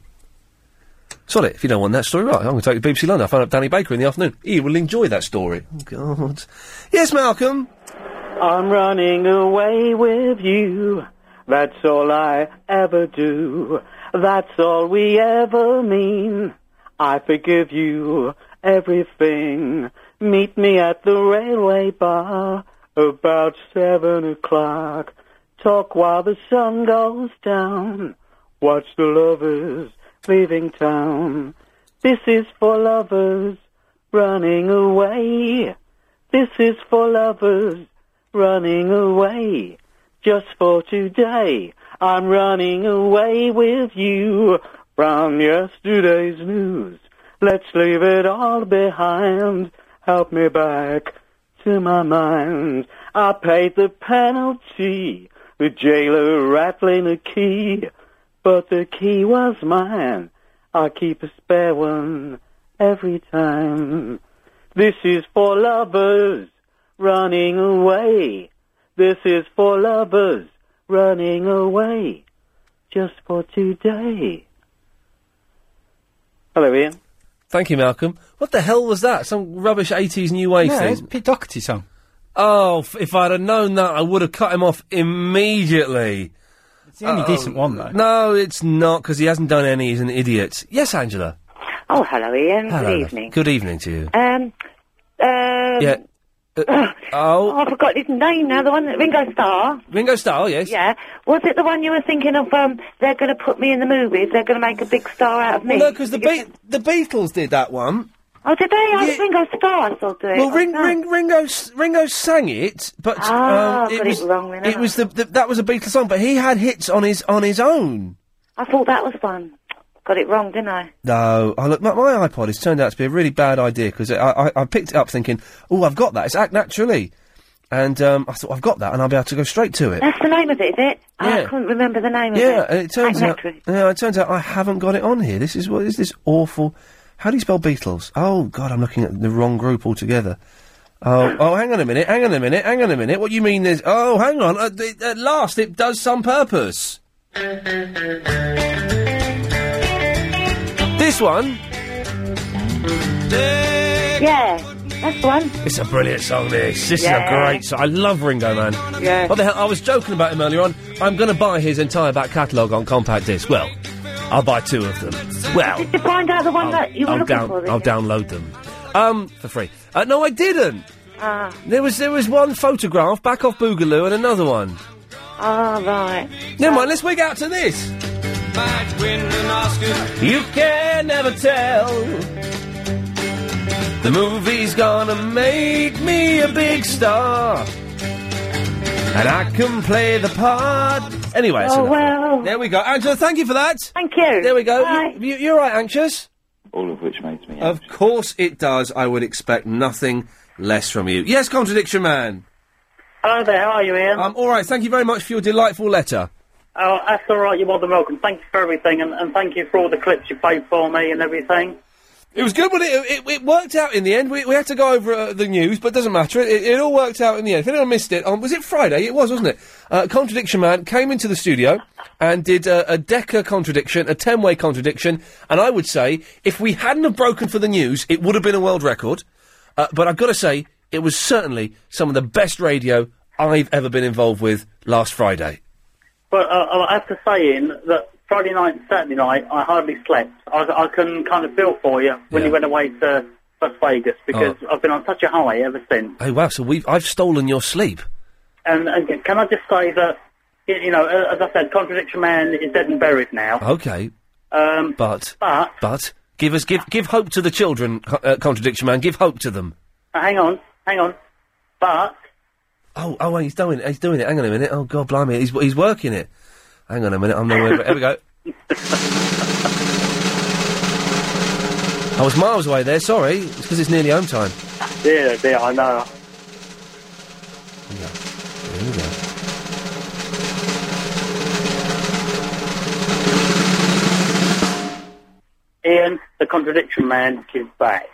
S3: Sod it. If you don't want that story, right? I'm going to take the BBC London. I found out Danny Baker in the afternoon. He will enjoy that story. Oh god. Yes, Malcolm.
S18: I'm running away with you. That's all I ever do. That's all we ever mean. I forgive you everything. Meet me at the railway bar about seven o'clock. Talk while the sun goes down. Watch the lovers leaving town. This is for lovers running away. This is for lovers running away just for today. I'm running away with you from yesterday's news. Let's leave it all behind. Help me back to my mind. I paid the penalty, the jailer rattling a key, but the key was mine. I keep a spare one every time. This is for lovers running away. This is for lovers running away. Just for today. Hello, Ian.
S3: Thank you, Malcolm. What the hell was that? Some rubbish '80s new wave
S18: No,
S3: thing.
S18: it's
S3: Pete Doherty song. Oh, f- if I'd have known that, I would have cut him off immediately. It's
S18: the only decent
S3: one, though. No, it's not because he hasn't done any. He's an idiot. Yes, Angela.
S6: Oh, hello, Ian.
S3: Hello,
S6: Good
S3: love.
S6: evening.
S3: Good evening to you.
S6: Um, um, (sighs)
S3: yeah.
S6: (coughs)
S3: Uh, oh.
S6: I forgot his name now. The one that Ringo Starr.
S3: Ringo Starr, Oh, yes.
S6: Yeah. Was it the one you were thinking of? Um, they're going to put me in the movies. They're going to make a big star out of me.
S3: Well, no, because the, Be- the Beatles did that one.
S6: oh, did they? I was Ringo Starr. I saw do it.
S3: Well, Ring,
S6: Oh, no.
S3: Ring, Ringo, s- Ringo sang it, but
S6: Ah,
S3: um, it
S6: got it
S3: was
S6: wrong then,
S3: it was the, the that was a Beatles song, but he had hits on his on his own.
S6: I thought that was one. Got it wrong, didn't I?
S3: No, I look, my, my iPod has turned out to be a really bad idea because I, I, I picked it up thinking, oh, I've got that. It's Act Naturally. And um, I thought, I've got that and I'll be able to go straight to it.
S6: That's the name of it, is it? Ah, I
S3: Yeah.
S6: couldn't remember the name
S3: yeah,
S6: of it.
S3: and it turns
S6: Act
S3: out, yeah, it turns out I haven't got it on here. This is what is this awful? How do you spell Beatles? Oh God, I'm looking at the wrong group altogether. Oh, oh, hang on a minute, hang on a minute, hang on a minute. What do you mean? There's oh, hang on. At, the- at last, it does some purpose. This one,
S6: Yeah, that's the one.
S3: it's a brilliant song. This, this is a
S6: Yeah.
S3: great song. I love Ringo Man.
S6: Yeah.
S3: What the hell? I was joking about him earlier on. I'm going to buy his entire back catalogue on compact disc. Well, I'll buy two of them. Well,
S6: Did you find out the one that (laughs) you were
S3: I'll,
S6: looking
S3: down-
S6: for? then?
S3: I'll download them. Um, for free. Uh, no, I didn't.
S6: Ah,
S3: There was there was one photograph back off Boogaloo and another one.
S6: ah, right.
S3: Never mind. Let's wig out to this. You can never tell. The movie's gonna make me a big star, and I can play the part. Anyway, it's
S6: Oh,
S3: enough.
S6: well.
S3: there we go. Angela, thank you for that.
S6: Thank you.
S3: There we go.
S6: Bye.
S3: You, you, are right, anxious.
S31: All of which makes me.
S3: Of course it does. I would expect nothing less from you. Yes, contradiction man.
S11: Hello there, how are you, Ian?
S3: Um, all right, thank you very much for your delightful letter.
S11: oh, that's all right, you're more than welcome. Thank you for everything, and, and thank you for all the clips you played for me and everything.
S3: It was good, but it, it, it worked out in the end. We, we had to go over uh, the news, but it doesn't matter. It, it all worked out in the end. If anyone missed it, um, was it Friday? It was, wasn't it? Uh, contradiction Man came into the studio and did uh, a Decker contradiction, a 10 way contradiction, and I would say if we hadn't have broken for the news, it would have been a world record. Uh, but I've got to say, it was certainly some of the best radio I've ever been involved with last Friday.
S11: But uh, I have to say, Ian, that Friday night and Saturday night, I hardly slept. I, I can kind of feel for you when
S3: Yeah.
S11: you went away to Las Vegas because I've been on such a high ever since.
S3: Oh, wow, so we've, I've stolen your sleep.
S11: And, and can I just say that, y- you know, uh, as I said, Contradiction Man is dead and buried now.
S3: Okay.
S11: Um,
S3: But,
S11: but,
S3: but, give us, give, give hope to the children, Co- uh, Contradiction Man. Give hope to them.
S11: uh, hang on, hang on. But,
S3: Oh, oh, wait, he's doing it. He's doing it. Hang on a minute. Oh, God, blimey. He's, he's working it. Hang on a minute. I'm nowhere. Here we go. I was miles away there. Sorry. It's because it's nearly home time.
S11: yeah, yeah, I know.
S3: Here we go.
S11: Ian, the Contradiction Man is back.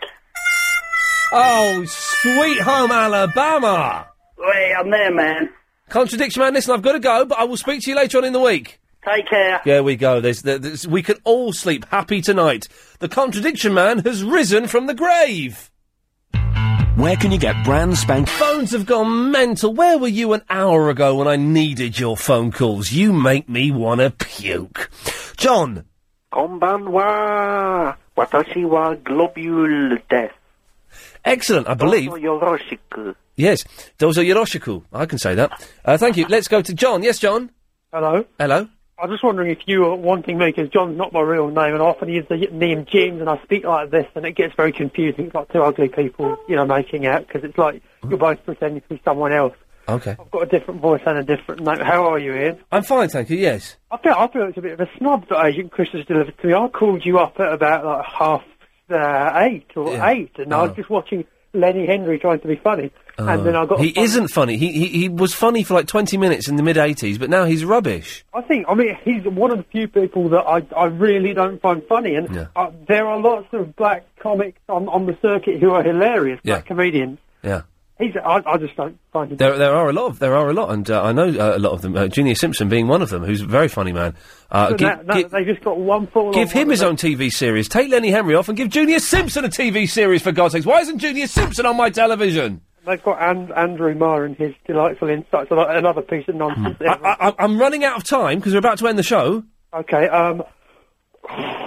S3: Oh, sweet home Alabama.
S11: Wait, I'm there, man.
S3: Contradiction man, listen, I've got to go, but I will speak to you later on in the week.
S11: Take care.
S3: There we go. There's, there- there's, we can all sleep happy tonight. The contradiction man has risen from the grave.
S21: Where can you get brand spank?
S3: Phones have gone mental. Where were you an hour ago when I needed your phone calls? You make me want to puke. John.
S12: Konbanwa. Watashi wa globule death.
S3: Excellent, I believe.
S12: Yoroshiku.
S3: Yes, Dozo Yoroshiku. I can say that. Uh, thank you. Let's go to John. Yes, John.
S14: Hello.
S3: Hello.
S14: I was just wondering if you were wanting me, because John's not my real name, and I often use the name James, and I speak like this, and it gets very confusing. It's like two ugly people, you know, making out, because it's like you're both pretending to be someone else.
S3: Okay.
S14: I've got a different voice and a different name. How are you, Ian?
S3: I'm fine, thank you. Yes.
S14: I feel, I feel it's a bit of a snob that Agent Chris has delivered to me. I called you up at about like half uh, eight or eight, and
S3: Oh.
S14: I was just watching Lenny Henry trying to be funny, and then I got. a
S3: he
S14: phone-
S3: isn't funny. He, he he was funny for like 20 minutes in the mid 80s, but now he's rubbish.
S14: I think, I mean, he's one of the few people that I, I really don't find funny, and
S3: Yeah.
S14: uh, there are lots of black comics on, on the circuit who are hilarious,
S3: Yeah.
S14: black comedians.
S3: Yeah.
S14: He's, I, I just don't find him.
S3: There, there are a lot of there are a lot, and uh, I know uh, a lot of them. Uh, Junior Simpson being one of them, who's a very funny man. Uh,
S14: But
S3: give
S14: that- that- they just got one fall.
S3: give
S14: on
S3: him his own TV series. Take Lenny Henry off and give Junior Simpson a TV series for God's sakes. Why isn't Junior Simpson on my television?
S14: They've got and, Andrew Marr and his delightful insights. ano- Another piece of nonsense.
S3: I, Hmm. I, I- I'm running out of time because we're about to end the show.
S14: Okay. Um,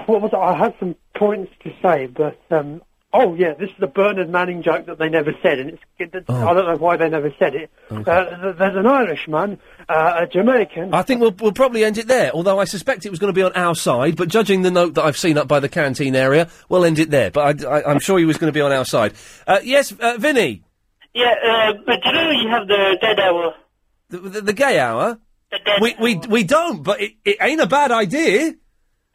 S14: what was it? I had some points to say, but um, oh yeah, this is the Bernard Manning joke that they never said, and it's it, it-
S3: Oh.
S14: I don't know why they never said it. Uh, th- there's an Irishman, uh, a Jamaican.
S3: I think we'll, we'll probably end it there, although I suspect it was going to be on our side, but judging the note that I've seen up by the canteen area, we'll end it there. But I, I, I'm sure he was going to be on our side. Uh, yes, uh, Vinny,
S11: Yeah, uh, but you know you have the dead hour.
S3: the, the, the gay hour. We, we, we don't, but it, it ain't a bad idea.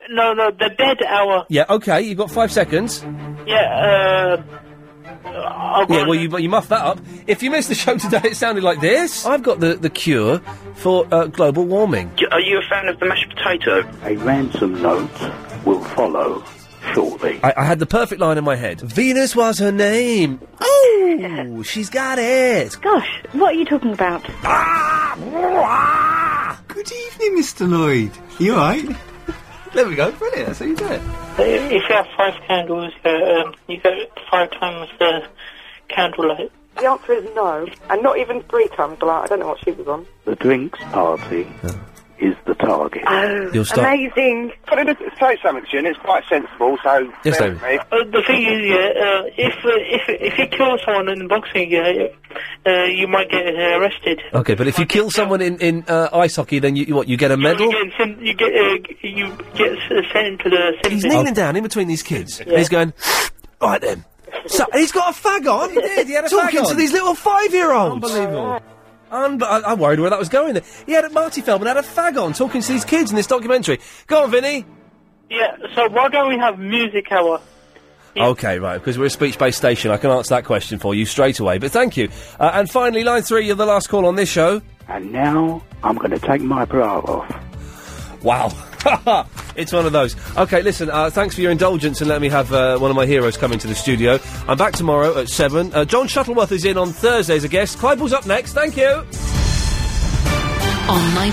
S11: No, no, the dead hour.
S3: Yeah, okay, you've got five seconds.
S11: Yeah, uh,
S3: Yeah, well, you, you muffed that up. If you missed the show today, it sounded like this. I've got the, the cure for uh, global warming.
S11: Are you a fan of the mashed potato?
S18: A ransom note will follow shortly.
S3: I, I had the perfect line in my head. Venus was her name. Oh, she's got it.
S6: Gosh, what are you talking about?
S4: Good evening, Mr. Lloyd. You alright?
S3: There we go. Brilliant. That's how you do it.
S11: Uh, If you have five candles, uh, um, you get five times the candlelight.
S2: The answer is no, and not even three times the light. I don't know what she was on.
S18: The drinks party is the target.
S2: Oh,
S18: You'll stop.
S2: amazing.
S20: But it is- say something, Jim. It's quite sensible, so. um,
S18: Yes,
S20: bear with
S18: David.
S20: me.
S11: Uh, the thing is, yeah, uh, if uh, if if you kill someone in boxing, yeah, uh, you might get uh, arrested.
S3: Okay, but if you kill someone in in uh, ice hockey, then you, you what? You get a medal.
S11: You get sen- you get, uh, you get s- uh, sent to the.
S3: He's
S11: cemetery.
S3: kneeling down in between these kids, and he's going, "Right then." So and he's got a fag on. He
S11: (laughs)
S3: did. He had a
S14: Talking
S3: fag
S14: to
S3: on.
S14: these
S3: little five-year-olds.
S14: Unbelievable.
S3: Unbe- I, I worried where that was going. There, he had a, Marty Feldman had a fag on talking to these kids in this documentary. Go on, Vinny.
S11: Yeah. So why don't we have music hour?
S3: Okay, right, because we're a speech based station. I can answer that question for you straight away, but thank you. Uh, and finally, line three, you're the last call on this show. And now I'm going to take my bra off. Wow. (laughs) it's one of those. Okay, listen, uh, thanks for your indulgence and let me have uh, one of my heroes come into the studio. I'm back tomorrow at 7. Uh, John Shuttleworth is in on Thursday as a guest. Clyde Ball's up next. Thank you.
S1: On